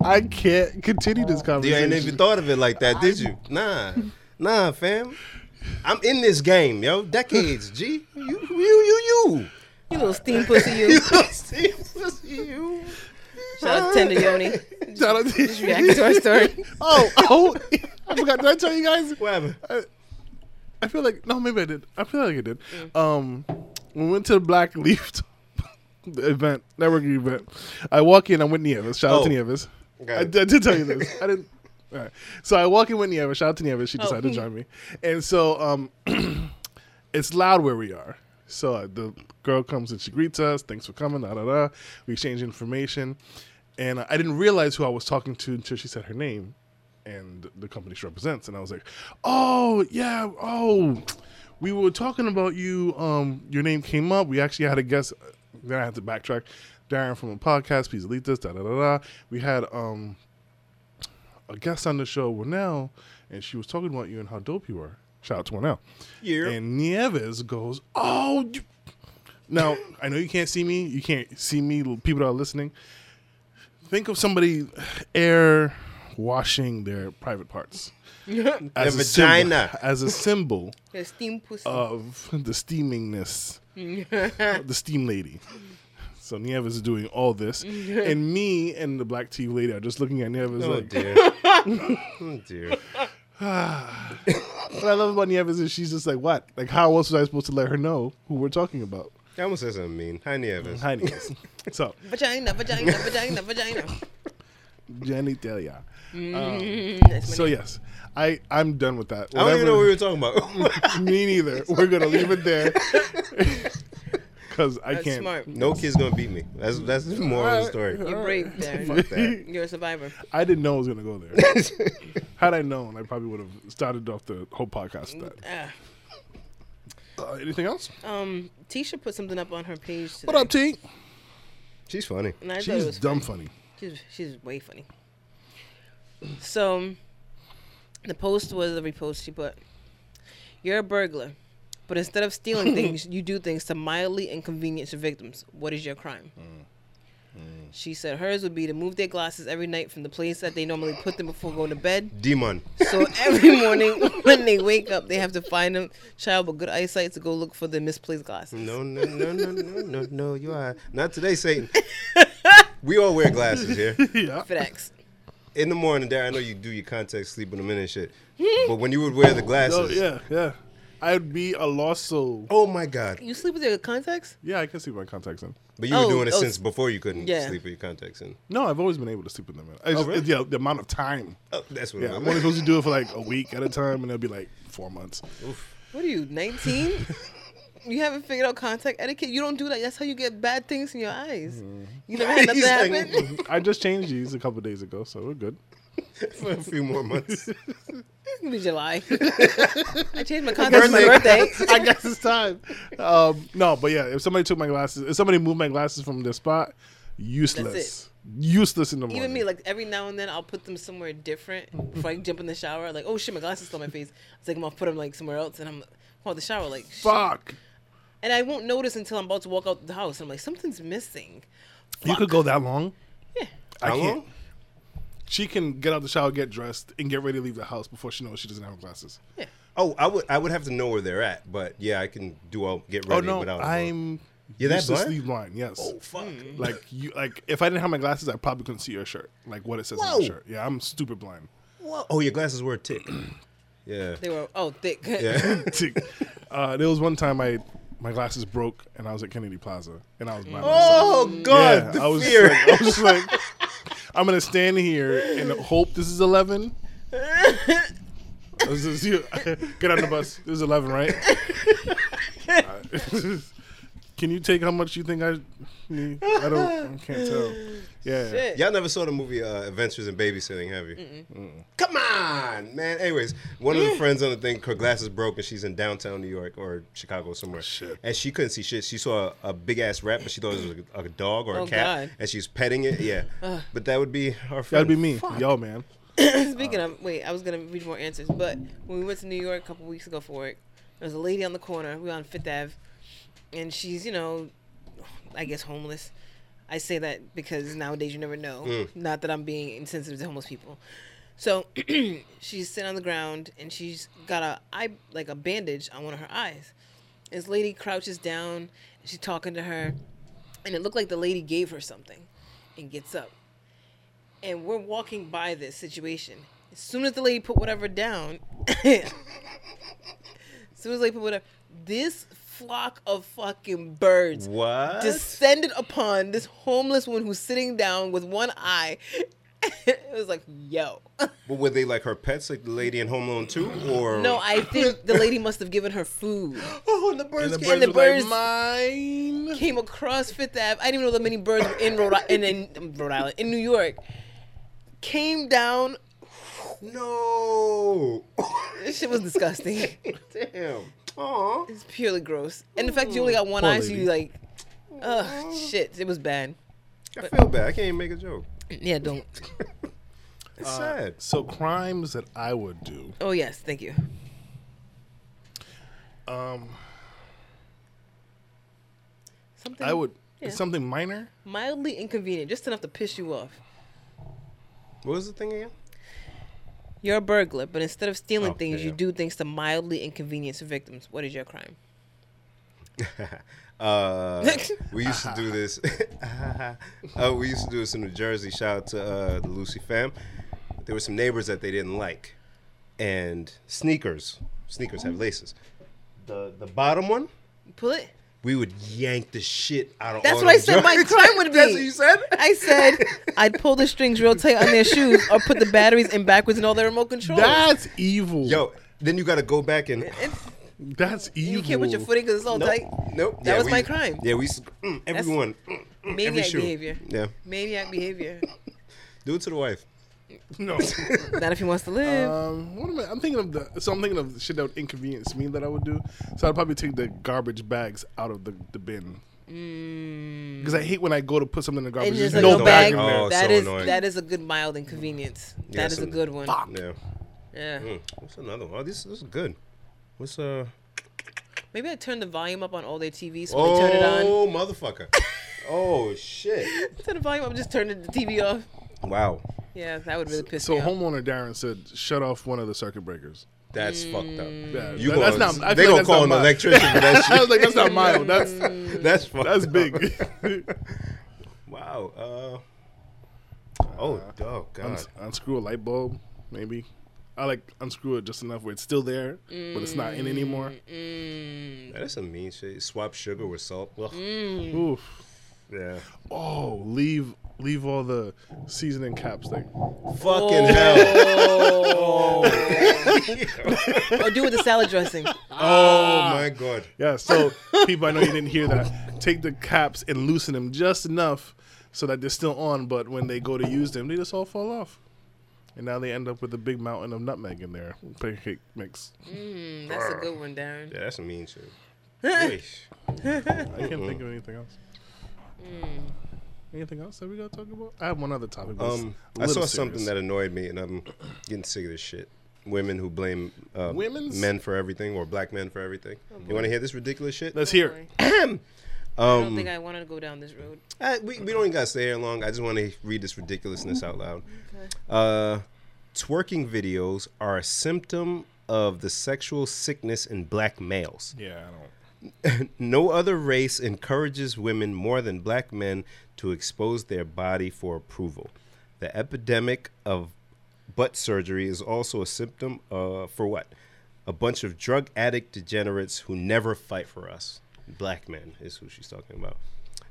Speaker 3: I can't continue this
Speaker 1: You
Speaker 3: conversation.
Speaker 1: ain't even thought of it like that, did you? Nah. Nah, fam. I'm in this game, yo. Decades, G. You, you, you,
Speaker 2: You little steam pussy,
Speaker 1: you.
Speaker 2: you.
Speaker 1: you.
Speaker 2: Shout out to Tender Yoni.
Speaker 3: Shout out to-
Speaker 2: Reacting to our story.
Speaker 3: oh, oh, I forgot. Did I tell you guys?
Speaker 1: What happened?
Speaker 3: I feel like no, maybe I did. I feel like I did. Um, when we went to the Black Leaf event, networking event, I walk in. I'm with Nieves. Shout out to
Speaker 1: Oh.
Speaker 3: Nieves.
Speaker 1: Okay.
Speaker 3: I, I did tell you this. I didn't. All right. So I walk in with Nieves. Shout out to Nieves. She decided to join me, and so um, it's loud where we are. So uh, the girl comes and she greets us. Thanks for coming. Da da da. We exchange information, and I didn't realize who I was talking to until she said her name and the company she represents. And I was like, "Oh yeah, oh, we were talking about you. Um, your name came up. We actually had a guest. Then I had to backtrack. Darren from a podcast, please delete this. Da da da da. We had um a guest on the show, Winnell, and she was talking about you and how dope you were. Shout out to Winnell.
Speaker 1: Yeah.
Speaker 3: And Nieves goes, "Oh." You. Now I know you can't see me. You can't see me. People that are listening, think of somebody air washing their private parts as
Speaker 1: Their
Speaker 3: a symbol-
Speaker 1: vagina.
Speaker 3: as a symbol
Speaker 2: Your steam pussy.
Speaker 3: Uh, of the steamingness, the steam lady. So Nieves is doing all this, and me and the black tea lady are just looking at Nieves
Speaker 1: Oh,
Speaker 3: like.
Speaker 1: dear. Oh, dear.
Speaker 3: What I love about Nieves is she's just like, what? Like, how else was I supposed to let her know who we're talking about?
Speaker 1: I almost said something mean. Hi, Nieves.
Speaker 3: Hi, Nieves. so,
Speaker 2: vagina, vagina, vagina, vagina.
Speaker 3: genitalia.
Speaker 2: Mm, that's my
Speaker 3: So yes, I I'm done with that.
Speaker 1: I don't even know what we
Speaker 3: Whatever-
Speaker 1: were talking about.
Speaker 3: Me neither. We're gonna leave it there because I
Speaker 2: That's
Speaker 3: can't.
Speaker 2: smart.
Speaker 1: no kid's gonna beat me. That's that's the moral of the story.
Speaker 2: You're brave, Darren.
Speaker 1: Fuck that.
Speaker 2: You're a survivor.
Speaker 3: I didn't know I was gonna go there. Had I known, I probably would have started off the whole podcast with that.
Speaker 2: Ah.
Speaker 3: Uh, anything else?
Speaker 2: um, Tisha put something up on her page. Today,
Speaker 3: What up, T?
Speaker 1: She's funny.
Speaker 2: And I thought it
Speaker 3: She's
Speaker 2: was
Speaker 3: dumb funny.
Speaker 2: She's she's way funny. So um, the post was a repost she put. You're a burglar, but instead of stealing things, you do things to mildly inconvenience your victims. What is your crime?
Speaker 3: Mm.
Speaker 2: She said hers would be to move their glasses every night from the place that they normally put them before going to bed.
Speaker 1: Demon.
Speaker 2: So every morning when they wake up, they have to find a child with good eyesight to go look for the misplaced glasses.
Speaker 1: No, no, no, no, no, no, no. You are not today, Satan. We all wear glasses here.
Speaker 3: Yeah.
Speaker 2: FedEx.
Speaker 1: In the morning, there I know you do your contact sleep in a minute and shit. But when you would wear the glasses,
Speaker 3: Oh yeah, yeah. I'd be a lost soul.
Speaker 1: Oh my God!
Speaker 2: You sleep with your contacts?
Speaker 3: Yeah, I can sleep with my contacts in.
Speaker 1: But you were
Speaker 2: Oh,
Speaker 1: doing it
Speaker 2: oh,
Speaker 1: since before you couldn't
Speaker 2: yeah.
Speaker 1: sleep with your contacts in.
Speaker 3: No, I've always been able to sleep with them. in. I just,
Speaker 1: really?
Speaker 3: yeah, the amount of time.
Speaker 1: Oh, that's what.
Speaker 3: Oh, Yeah,
Speaker 1: I'm
Speaker 3: I'm only supposed to do it for like a week at a time, and it'll be like four months.
Speaker 2: What are you, 19? you haven't figured out contact etiquette? You don't do that. That's how you get bad things in your eyes. You never had nothing
Speaker 1: Mm-hmm. He's like,
Speaker 2: happen?
Speaker 3: I just changed these a couple days ago, so we're good.
Speaker 1: "Mm, for a few more months.
Speaker 2: It'll be July. I changed my contacts for my
Speaker 1: Birthday.
Speaker 2: birthday.
Speaker 3: I guess it's time. Um, no, but yeah, if somebody took my glasses, if somebody moved my glasses from their spot, useless, useless in the morning.
Speaker 2: Even me, like every now and then, I'll put them somewhere different before I jump in the shower. Like, oh shit, my glasses still on my face. It's like I'm gonna put them like somewhere else, and I'm come out the shower like, shit.
Speaker 3: fuck.
Speaker 2: and I won't notice until I'm about to walk out the house. I'm like, something's missing.
Speaker 3: You could go that long.
Speaker 2: Yeah,
Speaker 3: I
Speaker 1: How
Speaker 3: can't.
Speaker 1: long?
Speaker 3: She can get out the shower, get dressed, and get ready to leave the house before she knows she doesn't have her glasses.
Speaker 2: yeah.
Speaker 1: Oh, I would I would have to know where they're at, but yeah, I can do all get
Speaker 3: Oh
Speaker 1: ready
Speaker 3: no,
Speaker 1: without.
Speaker 3: I'm
Speaker 1: You're that
Speaker 3: uselessly
Speaker 1: blind?
Speaker 3: blind. Yes.
Speaker 1: oh fuck.
Speaker 3: Like you, like if I didn't have my glasses, I probably couldn't see your shirt, like what it says on
Speaker 1: Whoa.
Speaker 3: your shirt. Yeah, I'm stupid blind.
Speaker 1: Whoa. Oh, your glasses were a tick. yeah.
Speaker 2: They were oh thick.
Speaker 1: Yeah.
Speaker 3: uh, there was one time I my glasses broke and I was at Kennedy Plaza and I was by myself.
Speaker 1: Oh God, the
Speaker 3: I was just
Speaker 1: fear.
Speaker 3: like, I was just like, I'm gonna stand here and hope this is eleven. I was just, you- get on the bus. This is eleven, right? Uh, Can you take how much you think I need? I don't. I can't tell. Yeah.
Speaker 2: Shit.
Speaker 1: Y'all never saw the movie uh, Adventures in Babysitting, have you? Mm. Come on, man. Anyways, one of the friends on the thing, her glasses broke, and she's in downtown New York or Chicago somewhere.
Speaker 3: Shit.
Speaker 1: And she couldn't see shit. She saw a, big ass rat, but she thought it was a, a dog or a
Speaker 2: Oh,
Speaker 1: cat,
Speaker 2: God.
Speaker 1: and she's petting it. Yeah. but that would be our friend.
Speaker 3: That'd be me, yo, man.
Speaker 2: Speaking of, wait, I was gonna read more answers, but when we went to New York a couple weeks ago for it, there was a lady on the corner. We were on Fifth Ave, and she's you know, I guess homeless. I say that because nowadays you never know. Not that I'm being insensitive to homeless people. So she's sitting on the ground and she's got a eye like a bandage on one of her eyes. This lady crouches down. And she's talking to her, and it looked like the lady gave her something, and gets up and we're walking by this situation. As soon as the lady put whatever down, as soon as the lady put whatever, this flock of fucking birds
Speaker 1: What?
Speaker 2: descended upon this homeless woman who's sitting down with one eye. it was like, yo.
Speaker 1: But were they like her pets, like the lady in Home Alone 2? Or
Speaker 2: No, I think the lady must have given her food.
Speaker 1: Oh, and the birds.
Speaker 3: And the
Speaker 1: came-
Speaker 3: birds,
Speaker 2: the
Speaker 3: were like,
Speaker 2: birds-
Speaker 3: mine.
Speaker 2: Came across Fifth Ave. I didn't even know that many birds were in Rhode Island, in, in Rhode Island, in New York. Came down.
Speaker 1: no.
Speaker 2: This shit was disgusting.
Speaker 1: Damn. Aw.
Speaker 2: It's purely gross. And the fact you only got one
Speaker 3: Poor
Speaker 2: eye, so you like,
Speaker 3: lady.
Speaker 2: ugh, shit, it was bad.
Speaker 1: I feel bad. I can't even make a joke.
Speaker 2: Yeah, don't.
Speaker 1: It's sad.
Speaker 3: So crimes that I would do.
Speaker 2: Oh yes, thank you.
Speaker 3: Um,
Speaker 2: Something
Speaker 3: I would.
Speaker 2: Yeah.
Speaker 3: Something minor.
Speaker 2: mildly inconvenient, just enough to piss you off.
Speaker 1: What was the thing again?
Speaker 2: You're a burglar, but instead of stealing
Speaker 1: Oh,
Speaker 2: things,
Speaker 1: yeah,
Speaker 2: you
Speaker 1: yeah.
Speaker 2: do things to mildly inconvenience victims. What is your crime?
Speaker 1: Uh, we used to do this. uh, we used to do this in New Jersey. Shout out to uh, the Lucy fam. There were some neighbors that they didn't like, and sneakers. Sneakers have laces. The the bottom one,
Speaker 2: Pull it.
Speaker 1: we would yank the shit out of.
Speaker 2: That's
Speaker 1: all
Speaker 2: what I
Speaker 1: them
Speaker 2: said. My
Speaker 1: joints.
Speaker 2: crime would be.
Speaker 1: That's what you said.
Speaker 2: I said I'd pull the strings real tight on their shoes, or put the batteries in backwards and all their remote
Speaker 3: Oh.
Speaker 2: controls.
Speaker 3: That's evil.
Speaker 1: Yo, then you got to go back and. uh,
Speaker 2: It's-
Speaker 3: that's evil.
Speaker 2: you can't put your foot in because it's all
Speaker 1: Nope.
Speaker 2: tight.
Speaker 1: nope.
Speaker 2: That
Speaker 1: Yeah,
Speaker 2: was
Speaker 1: we-
Speaker 2: my crime.
Speaker 1: Yeah, we. used to- Mm, everyone. mm, mm, every
Speaker 2: Maniac
Speaker 1: shoe.
Speaker 2: behavior.
Speaker 1: Yeah.
Speaker 2: Maniac behavior.
Speaker 1: Do it to the wife.
Speaker 3: No.
Speaker 2: Not if he wants to live.
Speaker 1: Uh,
Speaker 3: um, what am I? I'm thinking of the. So I'm thinking of the shit that would inconvenience me that I would do. So I'd probably take the garbage bags out of the, the bin. Because I hate when I go to put something in the garbage.
Speaker 2: Mm. And
Speaker 3: There's
Speaker 2: just like no
Speaker 3: no
Speaker 1: no
Speaker 2: bag.
Speaker 3: bag in
Speaker 1: bag.
Speaker 3: there.
Speaker 1: Oh,
Speaker 2: that
Speaker 1: so
Speaker 2: is
Speaker 1: annoying.
Speaker 2: that is a good mild inconvenience.
Speaker 1: Yeah,
Speaker 2: that is a
Speaker 1: some-
Speaker 2: good one.
Speaker 1: Yeah.
Speaker 2: Yeah.
Speaker 1: Mm, what's another one? Oh, this this is good. What's uh?
Speaker 2: Maybe I turn the volume up on all their TVs so when they turn it on.
Speaker 1: Oh, motherfucker. oh, shit.
Speaker 2: Turn the volume up, just turn the TV off.
Speaker 1: Wow.
Speaker 2: Yeah, that would really piss
Speaker 3: So
Speaker 2: me off.
Speaker 3: homeowner Darren said, "Shut off one of the circuit breakers."
Speaker 1: That's fucked
Speaker 2: Mm.
Speaker 1: up.
Speaker 3: Yeah,
Speaker 1: You
Speaker 3: that-
Speaker 1: gonna,
Speaker 3: that's not. I
Speaker 1: they gonna
Speaker 3: feel like that's
Speaker 1: call
Speaker 3: not
Speaker 1: an
Speaker 3: mild.
Speaker 1: electrician for that
Speaker 3: I
Speaker 1: shit.
Speaker 3: was like, that's not mild. That's
Speaker 1: that's fucked
Speaker 3: that's
Speaker 1: up.
Speaker 3: big.
Speaker 1: Wow. Uh, oh, oh, God.
Speaker 3: Uns- unscrew a light bulb, maybe. I like unscrew it just enough where it's still there, but it's not in anymore.
Speaker 2: Mm.
Speaker 1: That's some mean shit. Swap sugar with salt. Ugh.
Speaker 3: Oof.
Speaker 1: Yeah.
Speaker 3: Oh, leave leave all the seasoning caps like
Speaker 1: Fucking hell.
Speaker 2: or do with the salad dressing.
Speaker 1: Oh my god.
Speaker 3: Yeah, so people, I know you didn't hear that. Take the caps and loosen them just enough so that they're still on, but when they go to use them, they just all fall off. And now they end up with a big mountain of nutmeg in their pancake mix.
Speaker 2: Mm, that's a good one, Darren.
Speaker 1: Yeah, that's some mean shit. Yeesh.
Speaker 3: I can't think of anything else.
Speaker 1: Mm.
Speaker 3: Anything else that we gotta talk about? I have one other topic. but it's
Speaker 1: Um,
Speaker 3: a
Speaker 1: I saw
Speaker 3: little
Speaker 1: something
Speaker 3: serious.
Speaker 1: that annoyed me, and I'm getting sick of this shit. Women who blame uh,
Speaker 3: Women's- Oh,
Speaker 1: men for everything or black men for everything. you want to hear this ridiculous shit?
Speaker 3: Let's hear. it.
Speaker 2: I
Speaker 1: Um,
Speaker 2: don't think I wanted to go down this road.
Speaker 1: Uh, we, we don't even gotta stay here long. I just want to read this ridiculousness out loud. Uh, twerking videos are a symptom of the sexual sickness in black males.
Speaker 3: Yeah, I
Speaker 1: No other race encourages women more than black men to expose their body for approval. The epidemic of butt surgery is also a symptom uh, for what? A bunch of drug addict degenerates who never fight for us. Black men is who she's talking about.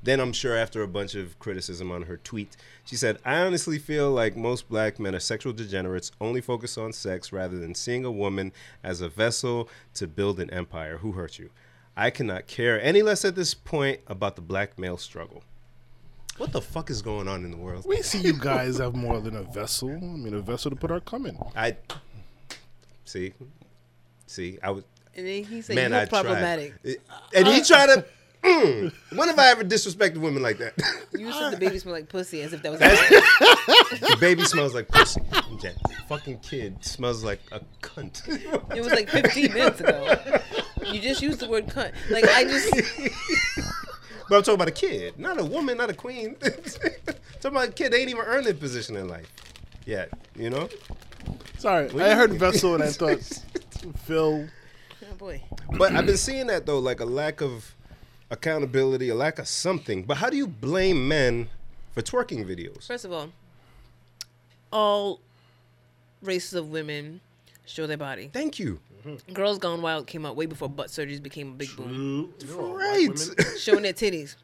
Speaker 1: Then I'm sure after a bunch of criticism on her tweet, she said, I honestly feel like most black men are sexual degenerates, only focus on sex rather than seeing a woman as a vessel to build an empire. Who hurt you? I cannot care any less at this point about the black male struggle. What the fuck is going on in the world?
Speaker 3: We see you guys have more than a vessel. I mean, a vessel to put our cum in.
Speaker 1: I see, see. I was
Speaker 2: And then he said,
Speaker 1: man.
Speaker 2: "You're
Speaker 1: I
Speaker 2: problematic.
Speaker 1: tried, and he tried to. Mm, when have I ever disrespected women like that?
Speaker 2: You
Speaker 1: Ah.
Speaker 2: said the baby smelled like pussy, as if that was
Speaker 1: the baby smells like pussy. That fucking kid smells like a cunt.
Speaker 2: it was like 15 minutes ago. You just used the word cunt. Like I just,
Speaker 1: But I'm talking about a kid, not a woman, not a queen. talking about a kid, they ain't even earned their position in life yet. You know.
Speaker 3: Sorry, I heard vessel and I thought Phil.
Speaker 2: oh boy,
Speaker 1: But I've been seeing that though, like a lack of accountability, a lack of something. But how do you blame men for twerking videos?
Speaker 2: First of all, all races of women show their body.
Speaker 1: Thank you.
Speaker 2: Girls Gone Wild came out way before butt surgeries became a big boom.
Speaker 3: Mm.
Speaker 1: Right.
Speaker 2: Showing their titties,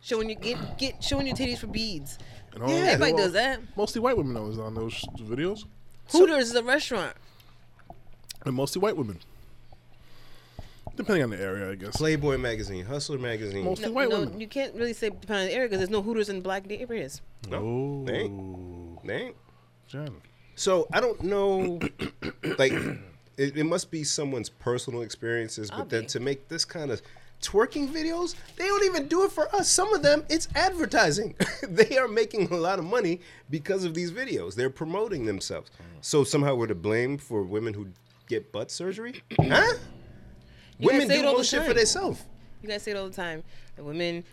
Speaker 2: showing your get get showing your titties for beads.
Speaker 3: And all
Speaker 1: Yeah.
Speaker 2: Everybody
Speaker 3: well,
Speaker 2: does that.
Speaker 3: Mostly white women always on those videos,
Speaker 2: Hooters is a restaurant.
Speaker 3: and mostly white women. Depending on the area, I guess.
Speaker 1: Playboy magazine, Hustler magazine.
Speaker 3: Most-
Speaker 2: No,
Speaker 3: The white
Speaker 2: no,
Speaker 3: women.
Speaker 2: you can't really say depending on the area because there's no Hooters in black areas.
Speaker 1: No, they
Speaker 3: Oh,
Speaker 1: They ain't.
Speaker 3: Jen.
Speaker 1: So I don't know. like, it, it must be someone's personal experiences, but then
Speaker 2: be.
Speaker 1: to make this kind of twerking videos, they don't even do it for us. Some of them, it's advertising. they are making a lot of money because of these videos. They're promoting themselves. So somehow we're to blame for women who get butt surgery, huh? Women
Speaker 2: say
Speaker 1: do
Speaker 2: it all
Speaker 1: most
Speaker 2: the
Speaker 1: shit for
Speaker 2: time.
Speaker 1: themselves.
Speaker 2: You guys say it all the time. The women,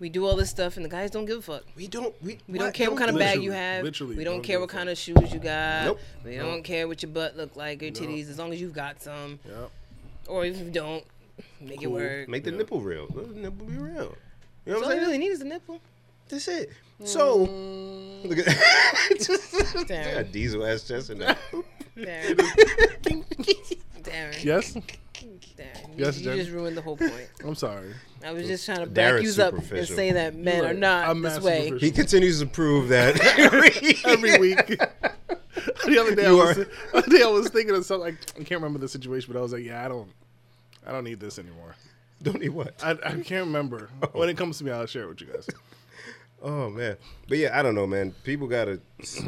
Speaker 2: we do all this stuff, and the guys don't give a fuck.
Speaker 1: We don't. We,
Speaker 2: We don't care what kind of bag you
Speaker 3: Literally,
Speaker 2: have.
Speaker 3: literally,
Speaker 2: we don't,
Speaker 3: don't
Speaker 2: care
Speaker 3: give
Speaker 2: what
Speaker 3: a fuck.
Speaker 2: kind of shoes you got.
Speaker 1: Nope.
Speaker 2: We don't care what your butt look like, your titties, as long as you've got some.
Speaker 3: Yep.
Speaker 2: Or if you don't, make it work.
Speaker 1: Make the nipple real. Let the nipple be real. You know what I'm
Speaker 2: all you
Speaker 1: saying?
Speaker 2: really need is a nipple.
Speaker 1: That's it. So, look at Just-
Speaker 2: Damn.
Speaker 1: got diesel ass chest in there.
Speaker 2: Darren. Darren.
Speaker 3: Yes,
Speaker 2: Darren. You,
Speaker 3: Yes,
Speaker 2: you
Speaker 3: Darren.
Speaker 2: just ruined the whole point.
Speaker 3: I'm sorry.
Speaker 2: I was just trying to back
Speaker 1: Darren's
Speaker 2: you up and
Speaker 1: superficial.
Speaker 2: say that men
Speaker 3: You're
Speaker 2: are
Speaker 3: right.
Speaker 2: not
Speaker 3: I'm
Speaker 2: this
Speaker 3: mad
Speaker 2: way.
Speaker 1: he
Speaker 3: superficial.
Speaker 1: continues to prove that every
Speaker 3: every week. the other day, I
Speaker 1: You
Speaker 3: was,
Speaker 1: are-
Speaker 3: the other day I was thinking of something. Like, I can't remember the situation, but I was like, yeah, I don't, I don't need this anymore.
Speaker 1: Don't need what?
Speaker 3: I, I can't remember. When it comes to me, I'll share it with you guys.
Speaker 1: Oh man, but yeah, I don't know, man. People gotta.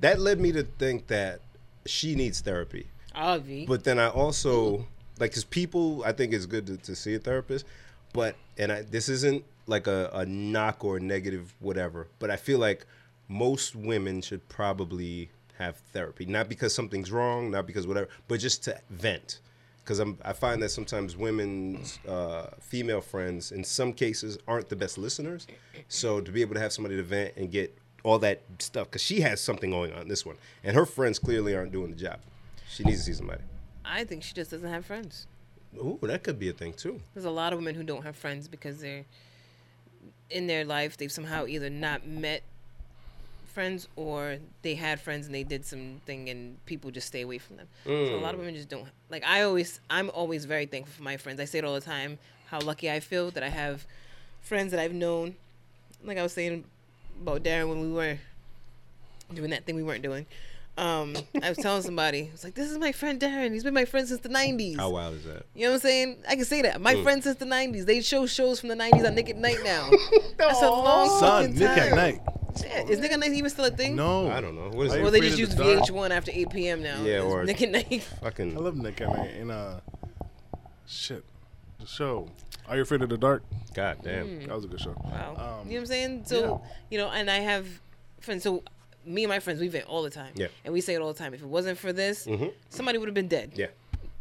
Speaker 1: That led me to think that she needs therapy.
Speaker 2: Obvi.
Speaker 1: But then I also like because people, I think it's good to, to see a therapist, but and I this isn't like a, a knock or a negative whatever, but I feel like most women should probably have therapy, not because something's wrong, not because whatever, but just to vent. Because I'm, I find that sometimes women's uh, female friends, in some cases, aren't the best listeners. So to be able to have somebody to vent and get all that stuff, because she has something going on this one, and her friends clearly aren't doing the job. She needs to see somebody.
Speaker 2: I think she just doesn't have friends.
Speaker 1: Ooh, that could be a thing too.
Speaker 2: There's a lot of women who don't have friends because they're in their life they've somehow either not met friends or they had friends and they did something and people just stay away from them. So a lot of women just don't like I always I'm always very thankful for my friends. I say it all the time how lucky I feel that I have friends that I've known. Like I was saying about Darren when we were doing that thing we weren't doing. Um, I was telling somebody, I was like, "This is my friend Darren. He's been my friend since the '90s."
Speaker 1: How wild is that?
Speaker 2: You know what I'm saying? I can say that. My
Speaker 3: Mm.
Speaker 2: friends since the '90s. They show shows from the '90s on Nick at Night now. That's a long
Speaker 3: Son,
Speaker 2: fucking
Speaker 3: Nick at
Speaker 2: time.
Speaker 3: night.
Speaker 2: Yeah, Is Nick at Night even still a thing?
Speaker 3: No,
Speaker 1: I don't know. What is
Speaker 3: Like-
Speaker 1: it?
Speaker 2: Well, they
Speaker 3: Afraid
Speaker 2: just
Speaker 3: of
Speaker 2: use
Speaker 3: the dark.
Speaker 2: VH1 after 8 p.m. now.
Speaker 1: Yeah,
Speaker 2: It's
Speaker 1: or-
Speaker 2: Nick at Night.
Speaker 3: I
Speaker 1: Fucking
Speaker 3: love Nick at night. And uh, shit, the show. Are you afraid of the dark?
Speaker 1: goddamn.
Speaker 3: That was a good show.
Speaker 2: Mm. Wow.
Speaker 3: Um,
Speaker 2: you know what I'm saying? So, you know, and I have friends. So, me and my friends, we vent all the time.
Speaker 1: Yeah.
Speaker 2: And we say it all the time. If it wasn't for this,
Speaker 3: Mm-hmm.
Speaker 2: somebody would have been dead.
Speaker 1: Yeah,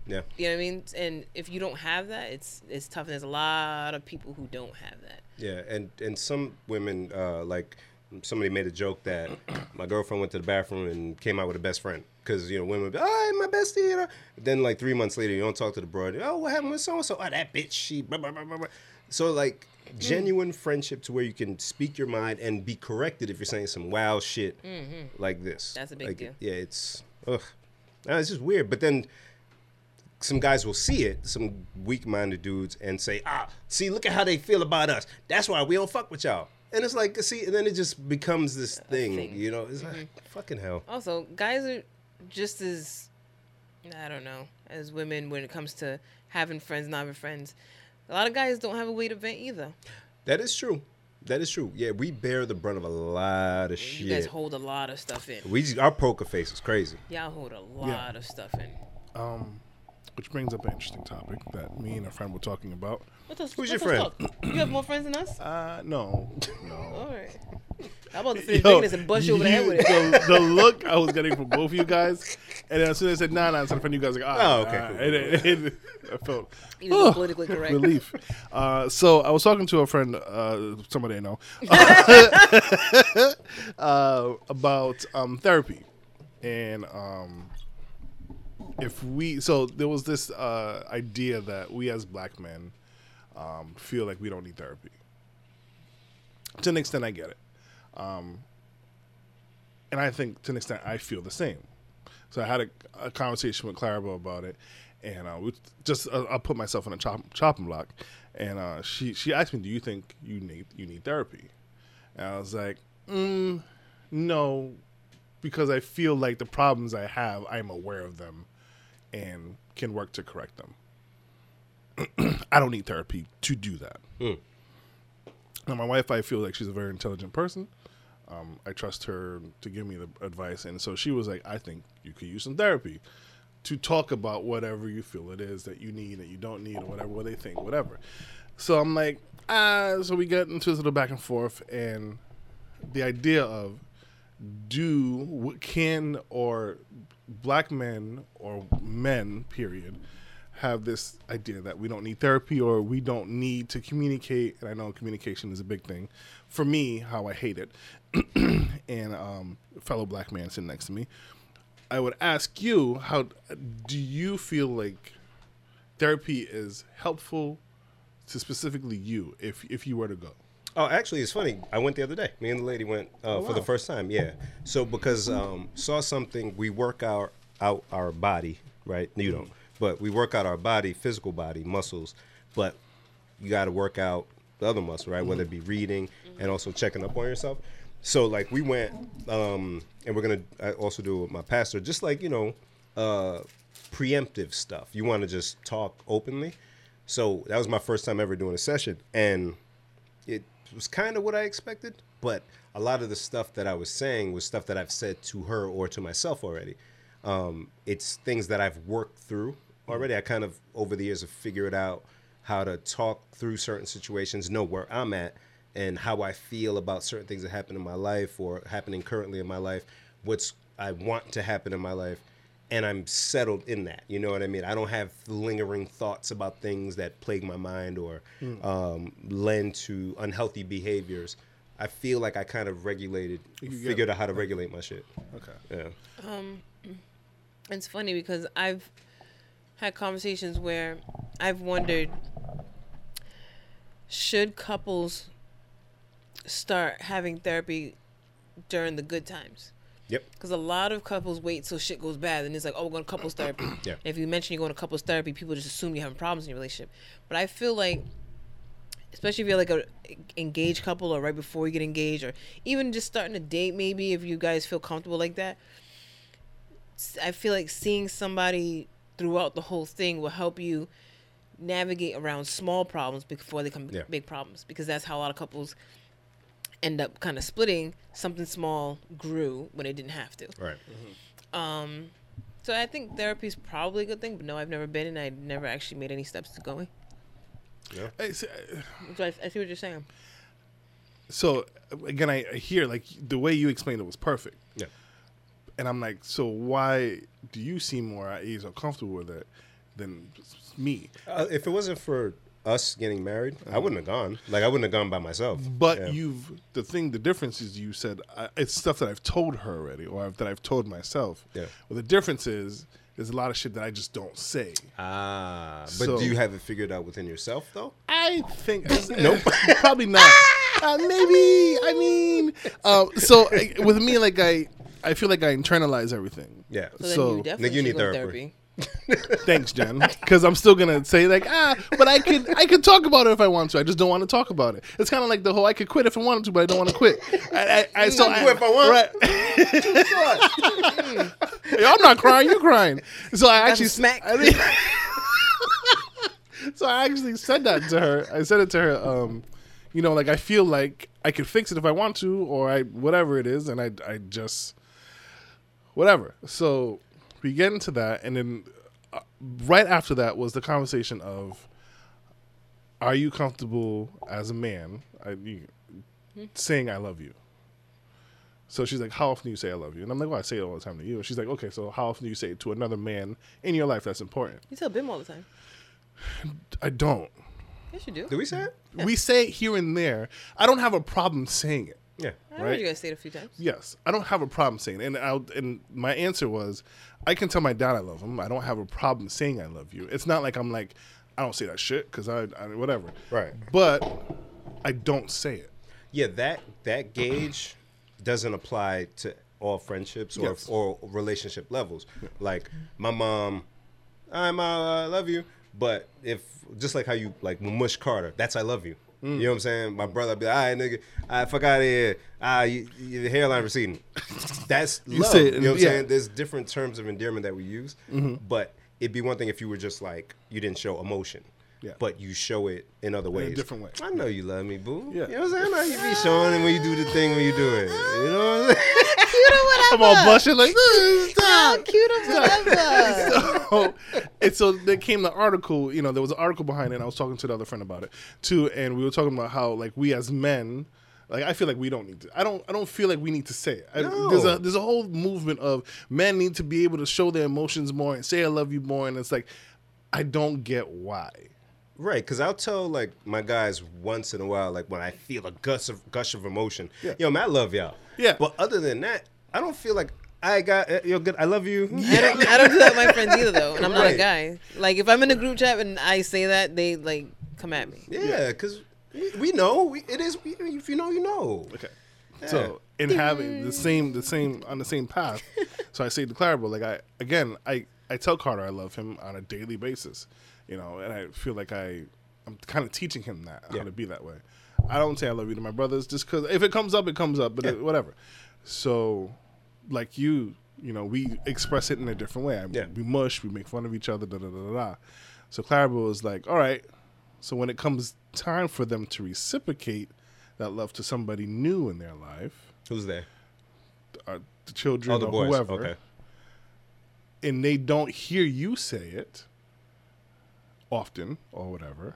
Speaker 1: yeah.
Speaker 2: You know what I mean? And if you don't have that, it's it's tough. And there's a lot of people who don't have that.
Speaker 1: Yeah, and and some women uh, like somebody made a joke that my girlfriend went to the bathroom and came out with a best friend because you know women would be, oh, my bestie. You know? Then like three months later, you don't talk to the broad. Oh, what happened with so and so? Oh, that bitch. She. Blah, blah, blah, blah, blah. So like
Speaker 2: Mm.
Speaker 1: genuine friendship to where you can speak your mind and be corrected if you're saying some wow shit like this.
Speaker 2: Mm-hmm. That's a big
Speaker 1: Like,
Speaker 2: deal.
Speaker 1: Yeah, it's ugh. Nah, it's just weird, but then some guys will see it, some weak-minded dudes, and say, "Ah, see, look at how they feel about us. That's why we don't fuck with y'all." And it's like, see, and then it just becomes this thing,
Speaker 2: thing. Mm-hmm.
Speaker 1: you know? It's like fucking hell.
Speaker 2: Also, guys are just as I don't know as women when it comes to having friends, not having friends. A lot of guys don't have a way to vent either.
Speaker 1: That is true. That is true. Yeah, we bear the brunt of a lot of
Speaker 2: You guys
Speaker 1: shit.
Speaker 2: hold a lot of stuff in.
Speaker 1: We just, our poker face is crazy.
Speaker 2: Y'all hold a lot of stuff in.
Speaker 3: which brings up an interesting topic that me and a friend were talking about.
Speaker 2: What us,
Speaker 1: Who's your friend?
Speaker 2: You have more friends than us?
Speaker 3: Uh, no, no.
Speaker 2: All right. I'm about to finish making this and bust you over the head with it.
Speaker 3: the, the look I was getting from both of you guys, and then as soon as I said nah, nah, I said friend, you guys like ah,
Speaker 1: Oh, okay,
Speaker 3: ah,"
Speaker 1: cool,
Speaker 3: and it- it- I felt
Speaker 2: You just go politically correct.
Speaker 3: relief. Uh, so I was talking to a friend, uh, somebody I know, uh, about um, therapy, and um, if we so there was this uh, idea that we as black men um, feel like we don't need therapy. To an extent, I get it, um, and I think to an extent I feel the same. So I had a, a conversation with Clarabelle about it, and uh, we just uh, I put myself in a chop, chopping block, and uh, she she asked me, "Do you think you need you need therapy?" And I was like, mm, "No, because I feel like the problems I have, I'm aware of them, and can work to correct them. I don't need therapy to do that." Now, my wife, I feel like she's a very intelligent person. Um, I trust her to give me the advice, and so she was like, "I think you could use some therapy to talk about whatever you feel it is that you need, that you don't need, or whatever, what they think, whatever." So I'm like, ah. So we get into this little back and forth, and the idea of do what can or black men or men period have this idea that we don't need therapy or we don't need to communicate and i know communication is a big thing for me how i hate it and um, fellow black man sitting next to me i would ask you how do you feel like therapy is helpful to specifically you if if you were to go
Speaker 1: Oh, actually, it's funny. I went the other day. Me and the lady went uh, for the first time. Yeah. So because um, saw something, we work our out our body, right? You don't, but we work out our body, physical body, muscles. But you got to work out the other muscle, right? Whether it be reading and also checking up on yourself. So like we went, um, and we're gonna I also do it with my pastor, just like you know, uh, preemptive stuff. You want to just talk openly. So that was my first time ever doing a session, and it was kind of what I expected, but a lot of the stuff that I was saying was stuff that I've said to her or to myself already. Um, it's things that I've worked through already. I kind of over the years have figured out how to talk through certain situations, know where I'm at, and how I feel about certain things that happen in my life or happening currently in my life, what's I want to happen in my life, and I'm settled in that. You know what I mean? I don't have lingering thoughts about things that plague my mind or um, lend to unhealthy behaviors. I feel like I kind of regulated,
Speaker 3: get
Speaker 1: figured out how to regulate my shit.
Speaker 3: okay
Speaker 1: Yeah.
Speaker 2: It's funny because I've had conversations where I've wondered should couples start having therapy during the good times.
Speaker 1: Yep.
Speaker 2: Because a lot of couples wait till shit goes bad, and it's like, oh, we're going to couples therapy.
Speaker 1: Yeah.
Speaker 2: And if you mention you're going to couples therapy, people just assume you're having problems in your relationship. But I feel like, especially if you're like a engaged couple, or right before you get engaged, or even just starting to date, maybe if you guys feel comfortable like that, s- I feel like seeing somebody throughout the whole thing will help you navigate around small problems before they come
Speaker 1: Yeah.
Speaker 2: big problems because that's how a lot of couples end up kind of splitting something small grew when it didn't have to
Speaker 1: All right.
Speaker 2: so i think therapy is probably a good thing but no i've never been and i never actually made any steps to going
Speaker 3: I see- I-
Speaker 2: so i, I see what you're saying
Speaker 3: So again, I I hear like the way you explained it was perfect,
Speaker 1: Yeah.
Speaker 3: and I'm like, so why do you seem more at ease or comfortable with it than me?
Speaker 1: Uh, if it wasn't for us getting married, I wouldn't have gone. Like I wouldn't have gone by myself.
Speaker 3: Uh-huh. But
Speaker 1: Yeah.
Speaker 3: you've the thing. The difference is you said I, it's stuff that I've told her already, or that I've told myself.
Speaker 1: Yeah.
Speaker 3: Well, the difference is there's a lot of shit that I just don't say.
Speaker 1: Ah, but
Speaker 3: So-
Speaker 1: do you have it figured out within yourself though?
Speaker 3: I think nope, probably not. Uh, maybe I mean, uh, so I, with me, like I, I feel like I internalize everything.
Speaker 1: Yeah.
Speaker 2: so, then
Speaker 3: So,
Speaker 2: you definitely
Speaker 1: Nick, you
Speaker 2: should
Speaker 1: need
Speaker 2: go to
Speaker 1: therapy.
Speaker 2: therapy
Speaker 3: Thanks, Jen, because I'm still gonna say like ah, but I could I could talk about it if I want to. I just don't want to talk about it. It's kind of like the whole I could quit if I wanted to, but I don't want to quit. I, I, I, so
Speaker 1: can quit if I want.
Speaker 3: Right. I'm not crying. You're crying. So I actually
Speaker 2: smack.
Speaker 3: I mean- so I actually said that to her. I said it to her. Um, you know, like I feel like I could fix it if I want to, or I whatever it is, and I I just whatever. So we get into that, and then uh, right after that was the conversation of, are you comfortable as a man I, you, saying I love you? So she's like, how often do you say I love you? And I'm like, well, I say it all the time to you. And she's like, okay, so how often do you say it to another man in your life that's important?
Speaker 2: you tell bim all the time
Speaker 3: I don't.
Speaker 2: yes you do,
Speaker 1: Did we say it?
Speaker 3: We say it here and there. I don't have a problem saying it.
Speaker 1: Yeah.
Speaker 2: i heard
Speaker 3: right?
Speaker 2: you guys say it a few times
Speaker 3: Yes, I don't have a problem saying, it. and I and my answer was, I can tell my dad I love him. I don't have a problem saying I love you. It's not like I'm like, I don't say that shit because I, I whatever.
Speaker 1: Right.
Speaker 3: But I don't say it.
Speaker 1: Yeah, that that gauge doesn't apply to all friendships or
Speaker 3: Yes.
Speaker 1: or relationship levels. Like my mom, I'm uh, I love you, but if just like how you like mush Carter, that's I love you.
Speaker 3: Mm.
Speaker 1: You know what I'm saying? My brother be like, all right, nigga, I fuck out of here. Ah, you, you- your hairline receding. That's
Speaker 3: You
Speaker 1: love.
Speaker 3: say it
Speaker 1: you
Speaker 3: and-
Speaker 1: know what I'm
Speaker 3: yeah. Mm-hmm.
Speaker 1: saying? There's different terms of endearment that we use, but it'd be one thing if you were just like you didn't show emotion,
Speaker 3: Yeah.
Speaker 1: but you show it in other ways,
Speaker 3: different way.
Speaker 1: I know you love me, boo.
Speaker 3: Yeah.
Speaker 1: You know what I'm saying? I know you be showing it when you do the thing when you do it. You know what I'm saying?
Speaker 3: I'm all blushing like.
Speaker 2: how cute of whatever
Speaker 3: so, and so there came the article, you know, there was an article behind it, and I was talking to the other friend about it too, and we were talking about how like we as men, like I feel like we don't need to. I don't. I don't feel like we need to say. It. I-
Speaker 1: No.
Speaker 3: there's a there's a whole movement of men need to be able to show their emotions more and say I love you more, and it's like I don't get why.
Speaker 1: Right, because I'll tell like my guys once in a while, like when I feel a gush of gush of emotion,
Speaker 3: Yeah.
Speaker 1: yo, man, I love y'all.
Speaker 3: Yeah.
Speaker 1: But other than that, I don't feel like I got eh, yo good. I love you.
Speaker 2: I don't, I don't do that with my friends either though and i'm not
Speaker 1: Right.
Speaker 2: a guy like if i'm in a group chat and i say that they like come at me
Speaker 1: Yeah, because we, we know we, it is. We, if you know, you know.
Speaker 3: Okay. So in having the same the same on the same path, so I say declarable. Like I again, I I tell Carter I love him on a daily basis, you know, and I feel like I I'm kind of teaching him that
Speaker 1: Yeah.
Speaker 3: how to be that way. I don't say I love you to my brothers just because if it comes up, it comes up, but it- whatever. So, like you, you know, we express it in a different way. I,
Speaker 1: Yeah.
Speaker 3: We mush, we make fun of each other, da da da da. da. So Clarabelle is like, all right. So when it comes time for them to reciprocate that love to somebody new in their life,
Speaker 1: Who's there?
Speaker 3: uh, the children
Speaker 1: Oh, the
Speaker 3: or
Speaker 1: boys.
Speaker 3: whoever,
Speaker 1: Okay.
Speaker 3: and they don't hear you say it often or whatever,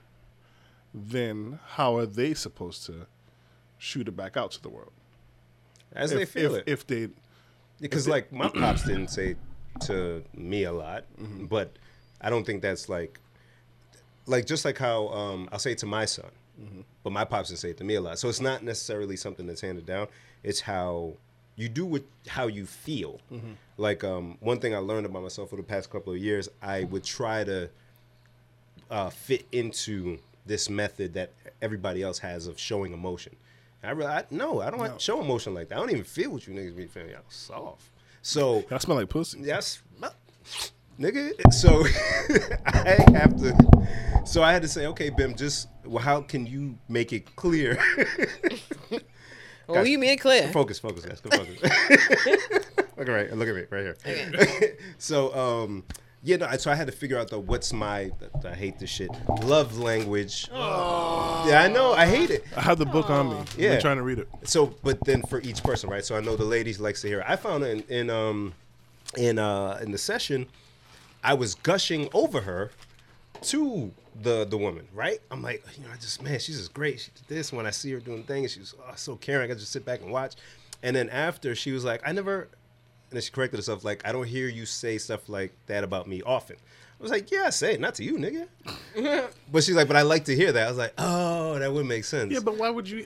Speaker 3: then how are they supposed to shoot it back out to the world?
Speaker 1: As
Speaker 3: if,
Speaker 1: they feel
Speaker 3: if,
Speaker 1: it.
Speaker 3: if they
Speaker 1: because like my pops didn't say to me a lot but i don't think that's like like just like how um, i'll say it to my son but my pops didn't say it to me a lot so it's not necessarily something that's handed down it's how you do with how you feel like um, one thing i learned about myself over the past couple of years i would try to uh, fit into this method that everybody else has of showing emotion. I really I, no, I don't like- show emotion like that. I don't even feel what you niggas be feeling. Y'all soft. So
Speaker 3: I smell like pussy.
Speaker 1: that's nigga. So I have to. So I had to say, okay, Bim, just well, how can you make it clear?
Speaker 2: Well,
Speaker 1: Guys,
Speaker 2: Oh, you made it clear.
Speaker 1: focus, focus, guys, go focus. look at right, look at me right here. so, um, yeah, no, I- so I had to figure out the what's my I hate this shit love language. Yeah, I know, I hate it.
Speaker 3: I have the book on me. Yeah.
Speaker 1: Yeah.
Speaker 3: I'm trying to read it.
Speaker 1: So, but then for each person, right? So I know the ladies likes to hear. it. I found in in um in uh in the session, I was gushing over her to the the woman, right? I'm like, you know, I just man, she's just great. She did this when I see her doing things, she's oh, so caring. I could just sit back and watch. And then after she was like, I never. And then she corrected herself, like, I don't hear you say stuff like that about me often. I was like, yeah, I say it, not to you, nigga. but she's like, but I like to hear that. I was like, oh, that would make sense.
Speaker 3: Yeah, but why would you?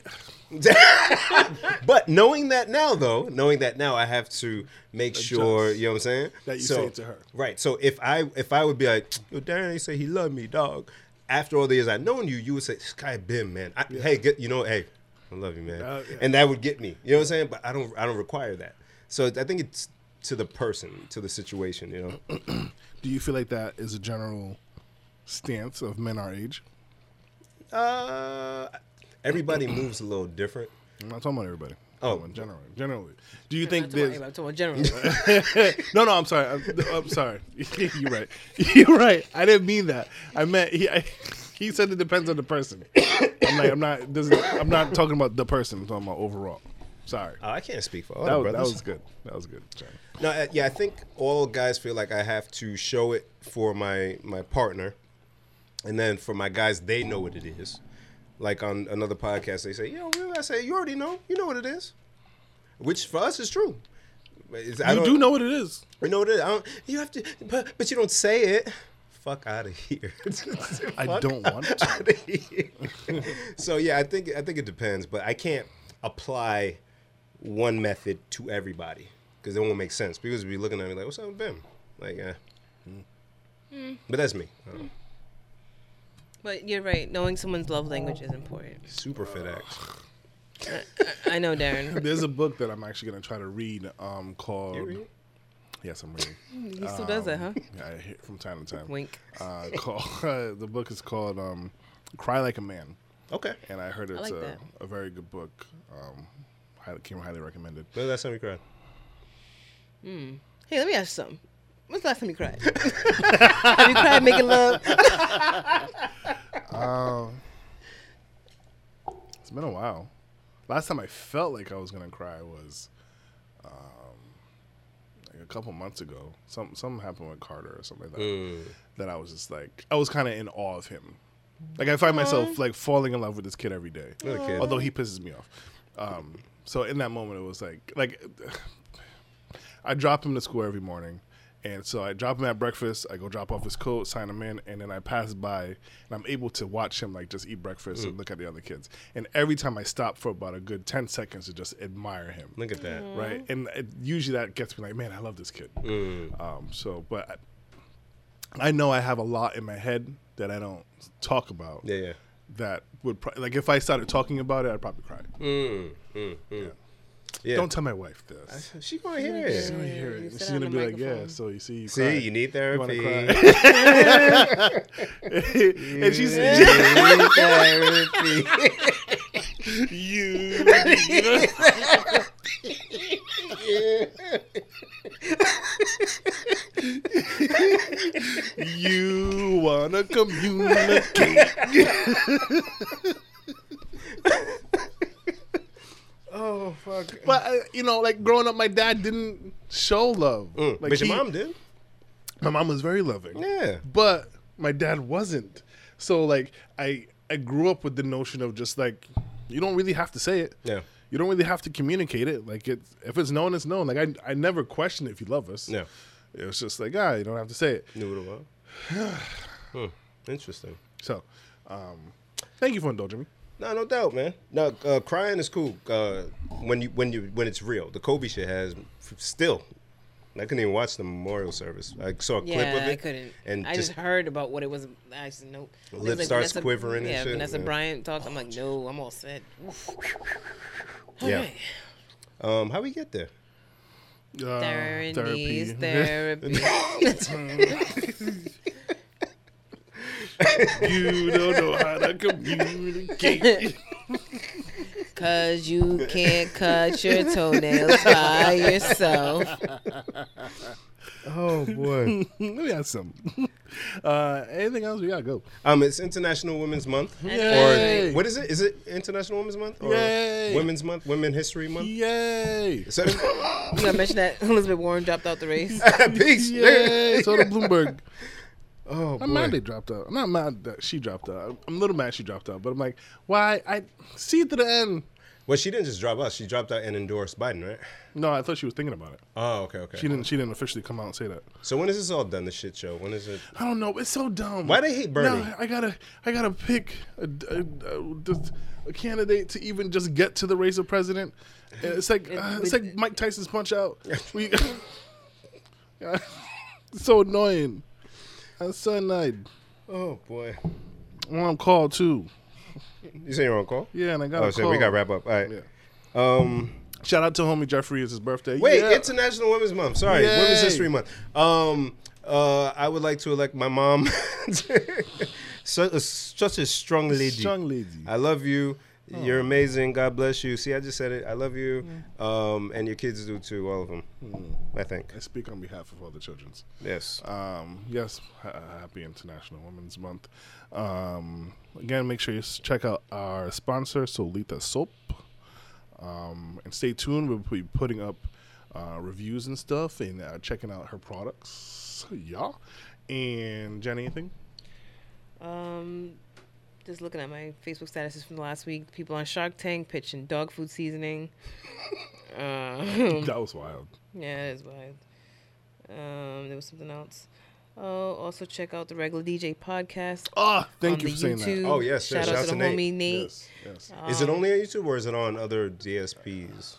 Speaker 1: But knowing that now, though, knowing that now, I have to make sure you know what I'm saying.
Speaker 3: That you
Speaker 1: so,
Speaker 3: say it to her.
Speaker 1: right? So if I if I would be like, yo, Darren ain't say he loved me, dog. After all the years I've known you, you would say, Sky Bim, man. I, Hey, get, you know, hey, I love you, man.
Speaker 3: Uh, yeah.
Speaker 1: And that would get me. You know what I'm saying? But I don't I don't require that. So I think it's to the person, to the situation. You know,
Speaker 3: Do you feel like that is a general stance of men our age?
Speaker 1: uh, everybody moves a little different.
Speaker 3: I'm not talking about everybody.
Speaker 1: Oh.
Speaker 3: I'm talking about generally, generally. Do you
Speaker 2: I'm
Speaker 3: think
Speaker 2: talking about
Speaker 3: there's?
Speaker 2: anybody, I'm talking about general.
Speaker 3: no, no. I'm sorry. I'm, I'm sorry. You're right. You're right. I didn't mean that. I meant he. I, he said it depends on the person. I'm like, I'm not. This is, I'm not talking about the person. I'm talking about overall. Sorry.
Speaker 1: Oh, I can't speak for all
Speaker 3: That
Speaker 1: the
Speaker 3: was, that
Speaker 1: brothers.
Speaker 3: was good. That was good. Sorry.
Speaker 1: No, I- yeah, I think all guys feel like I have to show it for my my partner, and then for my guys, they know what it is. Like on another podcast, they say, "You know," Will," I say, "You already know. You know what it is," which for us is true. But it's- I
Speaker 3: You
Speaker 1: don't-
Speaker 3: do know what it is.
Speaker 1: We know what it is. I don't, you have to, but, but you don't say it. Fuck out of here.
Speaker 3: I don't want to.
Speaker 1: outta here. so yeah, I think I think it depends, but I can't apply one method to everybody because it won't make sense. People would be looking at me like, "What's up with Bim?" Like, eh. but that's me. I don't know.
Speaker 2: but you're right. Knowing someone's love language is important.
Speaker 1: Super FedEx.
Speaker 2: I know, Darren.
Speaker 3: There's a book that I'm actually gonna try to read. Um, called Yes, I'm reading.
Speaker 2: He still does that, huh?
Speaker 3: Yeah, I hear it from time to time.
Speaker 2: Wink.
Speaker 3: Uh, called, the book is called um, "Cry Like a Man,"
Speaker 1: Okay.
Speaker 3: and I heard it's
Speaker 2: like
Speaker 3: a,
Speaker 2: that.
Speaker 3: a very good book. Um, highly, came highly recommended.
Speaker 1: When was the last time you cried?
Speaker 2: Hey, let me ask you something. When's the last time you cried? Have you cried making love?
Speaker 3: It's been a while. Last time I felt like I was gonna cry was um, like a couple months ago. Some something happened with Carter or something
Speaker 1: Mm.
Speaker 3: like that.
Speaker 1: Hmm.
Speaker 3: That I was just like I was kind of in awe of him. Like I find myself like falling in love with this kid every day.
Speaker 1: Little kid.
Speaker 3: Although he pisses me off. Um, so in that moment, it was like like I drop him to school every morning. And so I drop him at breakfast. I go drop off his coat, sign him in, and then I pass by, and I'm able to watch him like just eat breakfast and look at the other kids. And every time I stop for about a good ten seconds to just admire him,
Speaker 1: Look at that.
Speaker 3: right? And it, usually that gets me like, man, I love this kid.
Speaker 1: Mm.
Speaker 3: Um, so, but I, I know I have a lot in my head that I don't talk about.
Speaker 1: Yeah, yeah.
Speaker 3: That would pro- like if I started talking about it, I'd probably cry.
Speaker 1: Yeah.
Speaker 3: Don't tell my wife this.
Speaker 1: She gonna hear it.
Speaker 3: She's gonna hear
Speaker 2: you
Speaker 3: it.
Speaker 2: said
Speaker 3: She's
Speaker 2: it on
Speaker 3: gonna be
Speaker 2: the
Speaker 3: like, yeah.
Speaker 2: microphone.
Speaker 3: So you see, you
Speaker 1: See,
Speaker 3: cry.
Speaker 1: you need
Speaker 3: You wanna
Speaker 1: therapy.
Speaker 3: cry. and she's
Speaker 1: therapy.
Speaker 3: you. you wanna communicate?
Speaker 1: oh fuck.
Speaker 3: But uh, you know, like growing up, my dad didn't show love.
Speaker 1: Mm,
Speaker 3: Like
Speaker 1: but your
Speaker 3: he-
Speaker 1: mom did.
Speaker 3: My mom was very loving.
Speaker 1: Yeah.
Speaker 3: but my dad wasn't. So like I I grew up with the notion of just like you don't really have to say it.
Speaker 1: Yeah.
Speaker 3: You don't really have to communicate it. Like it if it's known, it's known. Like I I never questioned if you love us.
Speaker 1: Yeah.
Speaker 3: It was just like, ah, you don't have to say it.
Speaker 1: Noodle up. hmm. Interesting.
Speaker 3: So um thank you for indulging me.
Speaker 1: No, no doubt, man. No, uh, crying is cool uh, when you when you when it's real. The Kobe shit has still I couldn't even watch the memorial service. I saw a
Speaker 2: Yeah,
Speaker 1: clip of it.
Speaker 2: I couldn't.
Speaker 1: and
Speaker 2: I
Speaker 1: just,
Speaker 2: just heard about what it was. I said nope. It was
Speaker 1: Lip starts quivering and
Speaker 2: yeah,
Speaker 1: shit,
Speaker 2: Vanessa
Speaker 1: yeah.
Speaker 2: Bryant talked. I'm like, no, I'm all set. Oof.
Speaker 1: Yeah.
Speaker 2: Alright.
Speaker 1: um, how we get there?
Speaker 3: Uh,
Speaker 2: Therapy, therapy.
Speaker 3: you don't know how to communicate.
Speaker 2: Cause you can't cut your toenails by yourself.
Speaker 1: Oh boy.
Speaker 3: Let me ask some. Uh, anything else? We gotta go.
Speaker 1: um, it's International Women's Month.
Speaker 3: Yay!
Speaker 1: Or what is it? Is it International Women's Month? Or
Speaker 3: Yay!
Speaker 1: Women's Month? Women History Month?
Speaker 3: Yay!
Speaker 1: So,
Speaker 2: You gotta mention that Elizabeth Warren dropped out the race.
Speaker 1: peace.
Speaker 3: Yay! So the Bloomberg.
Speaker 1: Oh
Speaker 3: I'm
Speaker 1: boy.
Speaker 3: mad they dropped out. I'm not mad that she dropped out. I'm- I'm a little mad she dropped out, but I'm like, why? I see it to the end.
Speaker 1: Well, she didn't just drop us. She dropped out and endorsed Biden, right?
Speaker 3: No, I thought she was thinking about it.
Speaker 1: Oh, okay, okay.
Speaker 3: She didn't. She didn't officially come out and say that.
Speaker 1: So when is this all done? The shit show. When is it?
Speaker 3: I don't know. It's so dumb.
Speaker 1: Why they hate Bernie?
Speaker 3: No, I gotta, I gotta pick a, a, a- just a candidate to even just get to the race of president. And It's like, uh, it's like Mike Tyson's punch out. We, It's so annoying. I'm so annoyed.
Speaker 1: Oh boy.
Speaker 3: I'm on call too.
Speaker 1: You say you're on call?
Speaker 3: Yeah, and I got
Speaker 1: Oh
Speaker 3: a
Speaker 1: shit,
Speaker 3: call.
Speaker 1: we gotta wrap up. All right. Um.
Speaker 3: Shout out to homie Jeffrey. It's his birthday.
Speaker 1: Wait,
Speaker 3: Yeah.
Speaker 1: International Women's Month. Sorry,
Speaker 3: Yay.
Speaker 1: Women's History Month. Um, uh, I would like to elect my mom. such, a, such a strong lady.
Speaker 3: Strong lady. Oh.
Speaker 1: I love you. You're amazing. God bless you. See, I just said it. I love you. Um, and your kids do too, all of them.
Speaker 3: Hmm.
Speaker 1: I think.
Speaker 3: I speak on behalf of all the childrens.
Speaker 1: Yes.
Speaker 3: Um, yes, ha- happy International Women's Month. Um, again, make sure you s- check out our sponsor, Solita Soap. Um, and stay tuned. We'll be putting up uh, reviews and stuff and uh, checking out her products. Yeah. And Jen, anything?
Speaker 2: Um, just looking at my Facebook statuses from last week. People on Shark Tank pitching dog food seasoning. Uh,
Speaker 3: That was wild.
Speaker 2: Yeah, it is wild. Um, there was something else. Oh, also check out the regular DJ podcast.
Speaker 3: Ah,
Speaker 2: on
Speaker 3: thank you
Speaker 2: the
Speaker 3: for saying
Speaker 2: YouTube.
Speaker 3: that. Oh,
Speaker 1: Oh, yes, yes,
Speaker 2: shout out to the
Speaker 1: Nate.
Speaker 2: homie Nate.
Speaker 3: Yes, yes.
Speaker 1: is it only on YouTube or is it on other DSPs?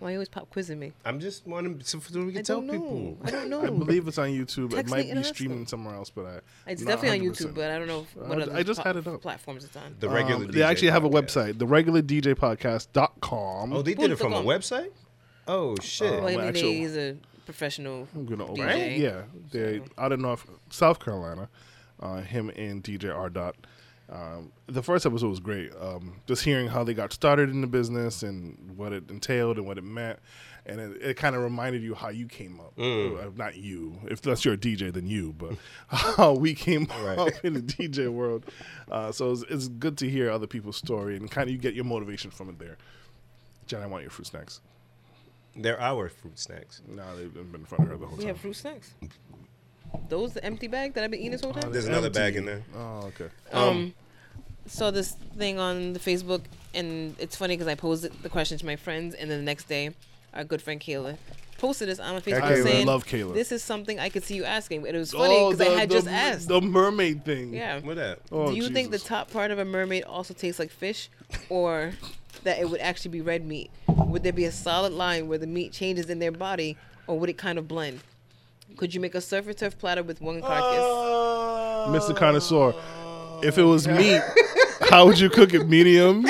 Speaker 2: Why you always pop quizzing me?
Speaker 1: I'm just wanting so so we
Speaker 2: I
Speaker 1: can tell
Speaker 2: don't know.
Speaker 1: people.
Speaker 2: I don't know.
Speaker 3: I believe it's on YouTube. it
Speaker 2: Oh. Text Nate
Speaker 3: might
Speaker 2: and
Speaker 3: be
Speaker 2: ask them.
Speaker 3: streaming somewhere else, but I.
Speaker 2: it's
Speaker 3: not
Speaker 2: definitely on
Speaker 3: 100%.
Speaker 2: YouTube, but I don't know if- what
Speaker 3: I-
Speaker 2: other
Speaker 3: I just
Speaker 2: pla-
Speaker 3: had it up.
Speaker 2: platforms it's on.
Speaker 1: The regular.
Speaker 3: Um, they actually have a website, the regular DJ podcast.com.
Speaker 1: Oh, they did it from a
Speaker 2: Punto com.
Speaker 1: website. Oh shit.
Speaker 3: Oh,
Speaker 2: Well, I mean,
Speaker 3: actual-
Speaker 2: he's a professional.
Speaker 3: I'm gonna open
Speaker 2: DJ.
Speaker 3: it. Yeah, they out of North South Carolina. Uh, him and DJ R. Dot. Um, the first episode was great. Um, just hearing how they got started in the business and what it entailed and what it meant, and it, it kind of reminded you how you came up. Uh, not you, if that's your DJ, then you. But how we came up in the DJ world. Uh, so it's, it's good to hear other people's story and kind of you get your motivation from it there. Jen, I want your fruit snacks.
Speaker 1: They're our fruit snacks.
Speaker 3: Now they've been in front of her the whole
Speaker 2: We
Speaker 3: time.
Speaker 2: have fruit snacks. Those the empty bag that I've been eating this whole time.
Speaker 1: There's another
Speaker 3: Empty.
Speaker 1: bag in there.
Speaker 3: Oh, okay.
Speaker 2: saw this thing on the Facebook, and it's funny because I posed the question to my friends, and then the next day, our good friend Kayla posted this on my Facebook
Speaker 3: Kayla.
Speaker 2: saying,
Speaker 3: Love Kayla. Oh,
Speaker 2: "This is something I could see you asking." And it was funny because
Speaker 3: the-
Speaker 2: I had
Speaker 3: the-
Speaker 2: just asked.
Speaker 3: The mermaid thing.
Speaker 2: yeah.
Speaker 1: What that?
Speaker 3: Oh,
Speaker 2: Do you think the
Speaker 3: Jesus.
Speaker 2: top part of a mermaid also tastes like fish, or that it would actually be red meat? Would there be a solid line where the meat changes in their body, or would it kind of blend? Could you make a surf and turf platter with one carcass?
Speaker 3: Mr. Connoisseur? If it was meat, how would you cook it? Medium?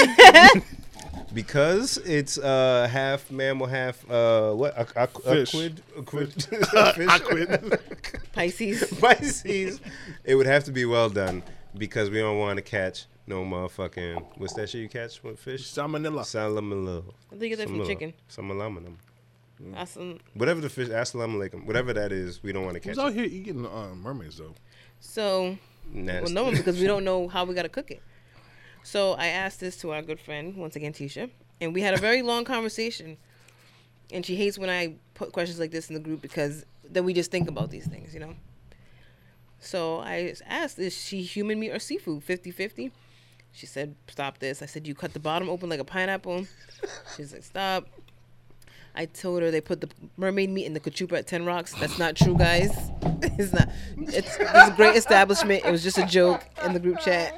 Speaker 1: Because it's uh, half mammal, half uh, what? Aqu- aqu-
Speaker 3: Fish.
Speaker 1: Aquid? Aquid? Fish?
Speaker 3: Aquid.
Speaker 2: Pisces.
Speaker 1: Pisces. It would have to be well done because we don't want to catch no motherfucking. What's that shit you catch with fish?
Speaker 3: Salmonella.
Speaker 1: Salamalo.
Speaker 2: I think it's that from chicken.
Speaker 1: Samalamanam.
Speaker 2: Awesome.
Speaker 1: Whatever the fish, assalamu alaikum. Whatever that is, we don't want to catch
Speaker 3: Who's out
Speaker 1: it.
Speaker 3: here eating uh, mermaids though?
Speaker 2: So Well,
Speaker 1: Nasty.
Speaker 2: no, because we don't know how we gotta cook it. So I asked this to our good friend once again, Tisha, and we had a very long conversation. And she hates when I put questions like this in the group because then we just think about these things, you know. So I just asked, is she human meat or seafood? 50-50? She said, stop this. I said, you cut the bottom open like a pineapple. She's like, stop. I told her they put the mermaid meat in the kachupa at Ten Rocks. That's not true, guys. It's not. It's, it's a great establishment. It was just a joke in the group chat.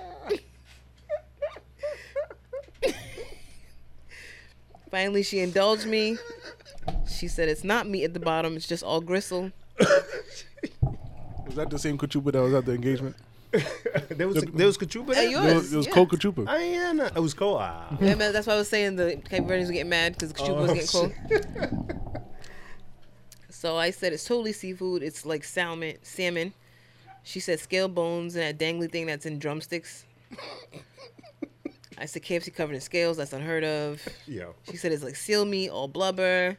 Speaker 2: Finally, she indulged me. She said it's not meat at the bottom. It's just all gristle.
Speaker 3: Was that the same kachupa that was at the engagement?
Speaker 1: there was there was Kachupa. there?
Speaker 2: Hey, you-
Speaker 3: It was, it was
Speaker 2: yeah.
Speaker 3: cold kachupa.
Speaker 1: I am. Not, it was cool. Ah.
Speaker 2: Yeah, man, that's why I was saying the Cape Verdeans were getting mad because Chupa was
Speaker 1: Oh,
Speaker 2: getting cold. so I said it's totally seafood. It's like salmon, salmon. She said scale bones and that dangly thing that's in drumsticks. I said KFC covered in scales. That's unheard of.
Speaker 1: Yo.
Speaker 2: She said it's like seal meat, all blubber.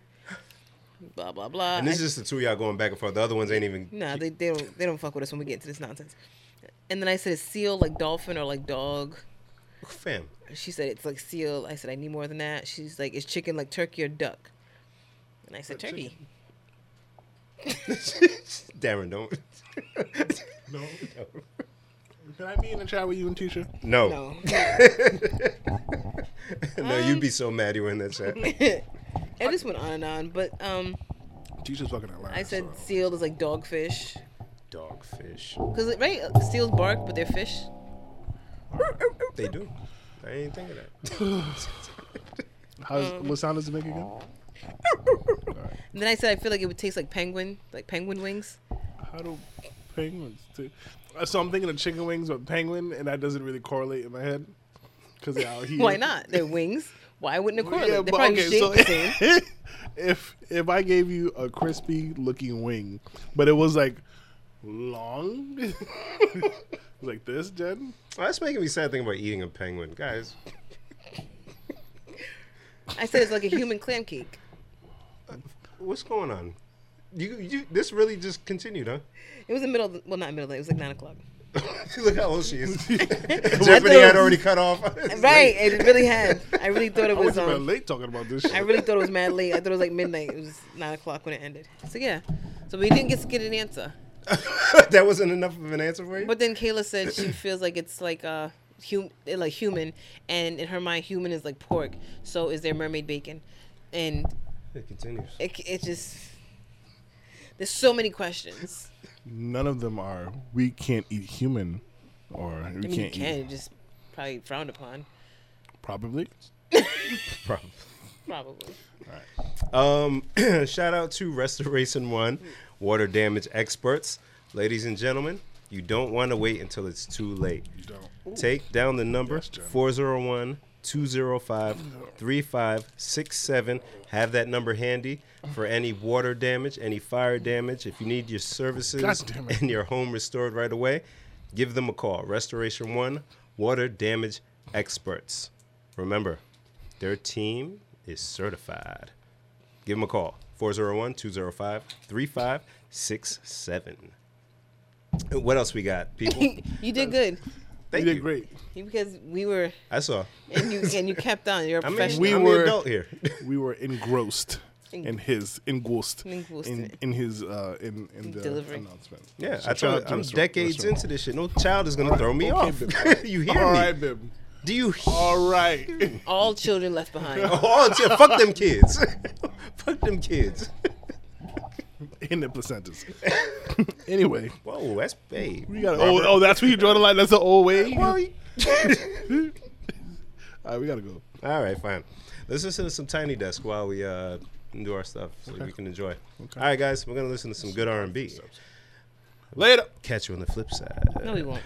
Speaker 2: Blah blah blah.
Speaker 1: And this
Speaker 2: I-
Speaker 1: is just the two of y'all going back and forth. The other ones ain't even.
Speaker 2: no, they, they don't they don't fuck with us when we get into this nonsense. And then I said it's seal like dolphin or like dog.
Speaker 1: Fam.
Speaker 2: She said it's like seal. I said I need more than that. She's like, is chicken like turkey or duck? And I said turkey.
Speaker 1: Darren, don't.
Speaker 3: No. Can I be in the chat with you and Tisha?
Speaker 1: No. No,
Speaker 2: No.
Speaker 1: you'd be so mad you were in that chat.
Speaker 2: and this went on and on, but um,
Speaker 3: Tisha's fucking Atlanta.
Speaker 2: I said
Speaker 3: so.
Speaker 2: seal is like dogfish,
Speaker 1: Dogfish.
Speaker 2: cause it- right seals bark, but they're fish.
Speaker 1: They do. I ain't think of that.
Speaker 3: How's, what sound does it make again?
Speaker 2: And then I said I feel like it would taste like penguin, like penguin wings.
Speaker 3: How do penguins? Do? Uh, So I'm thinking of chicken wings, but penguin, and that doesn't really correlate in my head. Because they out here.
Speaker 2: Why not? They're wings. Why wouldn't it correlate?
Speaker 3: Yeah,
Speaker 2: they're
Speaker 3: but
Speaker 2: probably
Speaker 3: okay,
Speaker 2: shaped
Speaker 3: so
Speaker 2: the same.
Speaker 3: if if I gave you a crispy looking wing, but it was like long, it was like this, Jen.
Speaker 1: Oh, that's making me sad thinking about eating a penguin, guys.
Speaker 2: I said it's like a human clam cake.
Speaker 1: What's going on? You, you this really just continued, huh?
Speaker 2: It was in middle, of the, well not middle, of the night, it was like nine o'clock.
Speaker 1: Look how old she is.
Speaker 2: I
Speaker 1: Jeopardy
Speaker 2: thought-
Speaker 1: had already cut off.
Speaker 2: Right, it really had. I really thought it
Speaker 3: I was
Speaker 2: was.
Speaker 3: about
Speaker 2: Um,
Speaker 3: late talking about this. Shit.
Speaker 2: I really thought it was mad late. I thought it was like midnight. It was nine o'clock when it ended. So yeah, so we didn't get to get an answer.
Speaker 1: that wasn't enough of an answer for you.
Speaker 2: But then Kayla said she feels like it's like uh hum- like human, and in her mind, human is like pork. So is there mermaid bacon? And
Speaker 1: it continues.
Speaker 2: it it just there's so many questions.
Speaker 3: None of them are. We can't eat human, or we
Speaker 2: I mean,
Speaker 3: can't
Speaker 2: you can
Speaker 3: eat
Speaker 2: just probably frowned upon,
Speaker 3: probably.
Speaker 1: Probably.
Speaker 2: probably.
Speaker 1: Um, shout out to Restoration One, water damage experts, ladies and gentlemen. You don't want to wait until it's too late.
Speaker 3: don't.
Speaker 1: Take down the number
Speaker 3: Yes, Jen.
Speaker 1: 401 205 3567. Have that number handy for any water damage, any fire damage. If you need your
Speaker 3: God
Speaker 1: services
Speaker 3: damn it.
Speaker 1: and your home restored right away, give them a call. Restoration One, water damage experts. Remember, their team is certified. Give them a call 401 205 3567. What else we got, people?
Speaker 2: you did good
Speaker 1: Thank
Speaker 3: you did great.
Speaker 2: because we were
Speaker 1: I saw.
Speaker 2: and you and you kept on. You're a
Speaker 1: I mean,
Speaker 2: professional.
Speaker 1: we
Speaker 3: We
Speaker 1: I'm
Speaker 3: were-
Speaker 1: the adult here.
Speaker 3: We were engrossed
Speaker 2: Eng-
Speaker 3: in his engrossed
Speaker 2: Engrossed.
Speaker 3: in, in his uh, in in the
Speaker 2: Delivery.
Speaker 3: announcement.
Speaker 1: Yeah,
Speaker 3: So
Speaker 1: I
Speaker 3: shout
Speaker 1: told
Speaker 3: out
Speaker 1: you,
Speaker 3: to
Speaker 1: I'm
Speaker 3: Mr.
Speaker 1: decades
Speaker 3: Mr.
Speaker 1: into this shit. No child is gonna throw me
Speaker 3: Okay,
Speaker 1: off.
Speaker 3: Bib.
Speaker 1: you hear
Speaker 3: All
Speaker 1: me?
Speaker 3: right, Bib.
Speaker 1: Do you?
Speaker 3: All right.
Speaker 2: All children left behind.
Speaker 1: Oh, yeah, fuck them kids. fuck them kids.
Speaker 3: in the placentas. anyway,
Speaker 1: Whoa, that's babe.
Speaker 3: we got. Oh, oh, that's where you draw the line. That's the old way. All right, we gotta go.
Speaker 1: All right, fine. Let's listen to some Tiny Desk while we uh, do our stuff so we can enjoy. All right, guys, we're gonna listen to some good R&B.
Speaker 3: Later.
Speaker 1: Catch you on the flip side.
Speaker 2: No, we won't.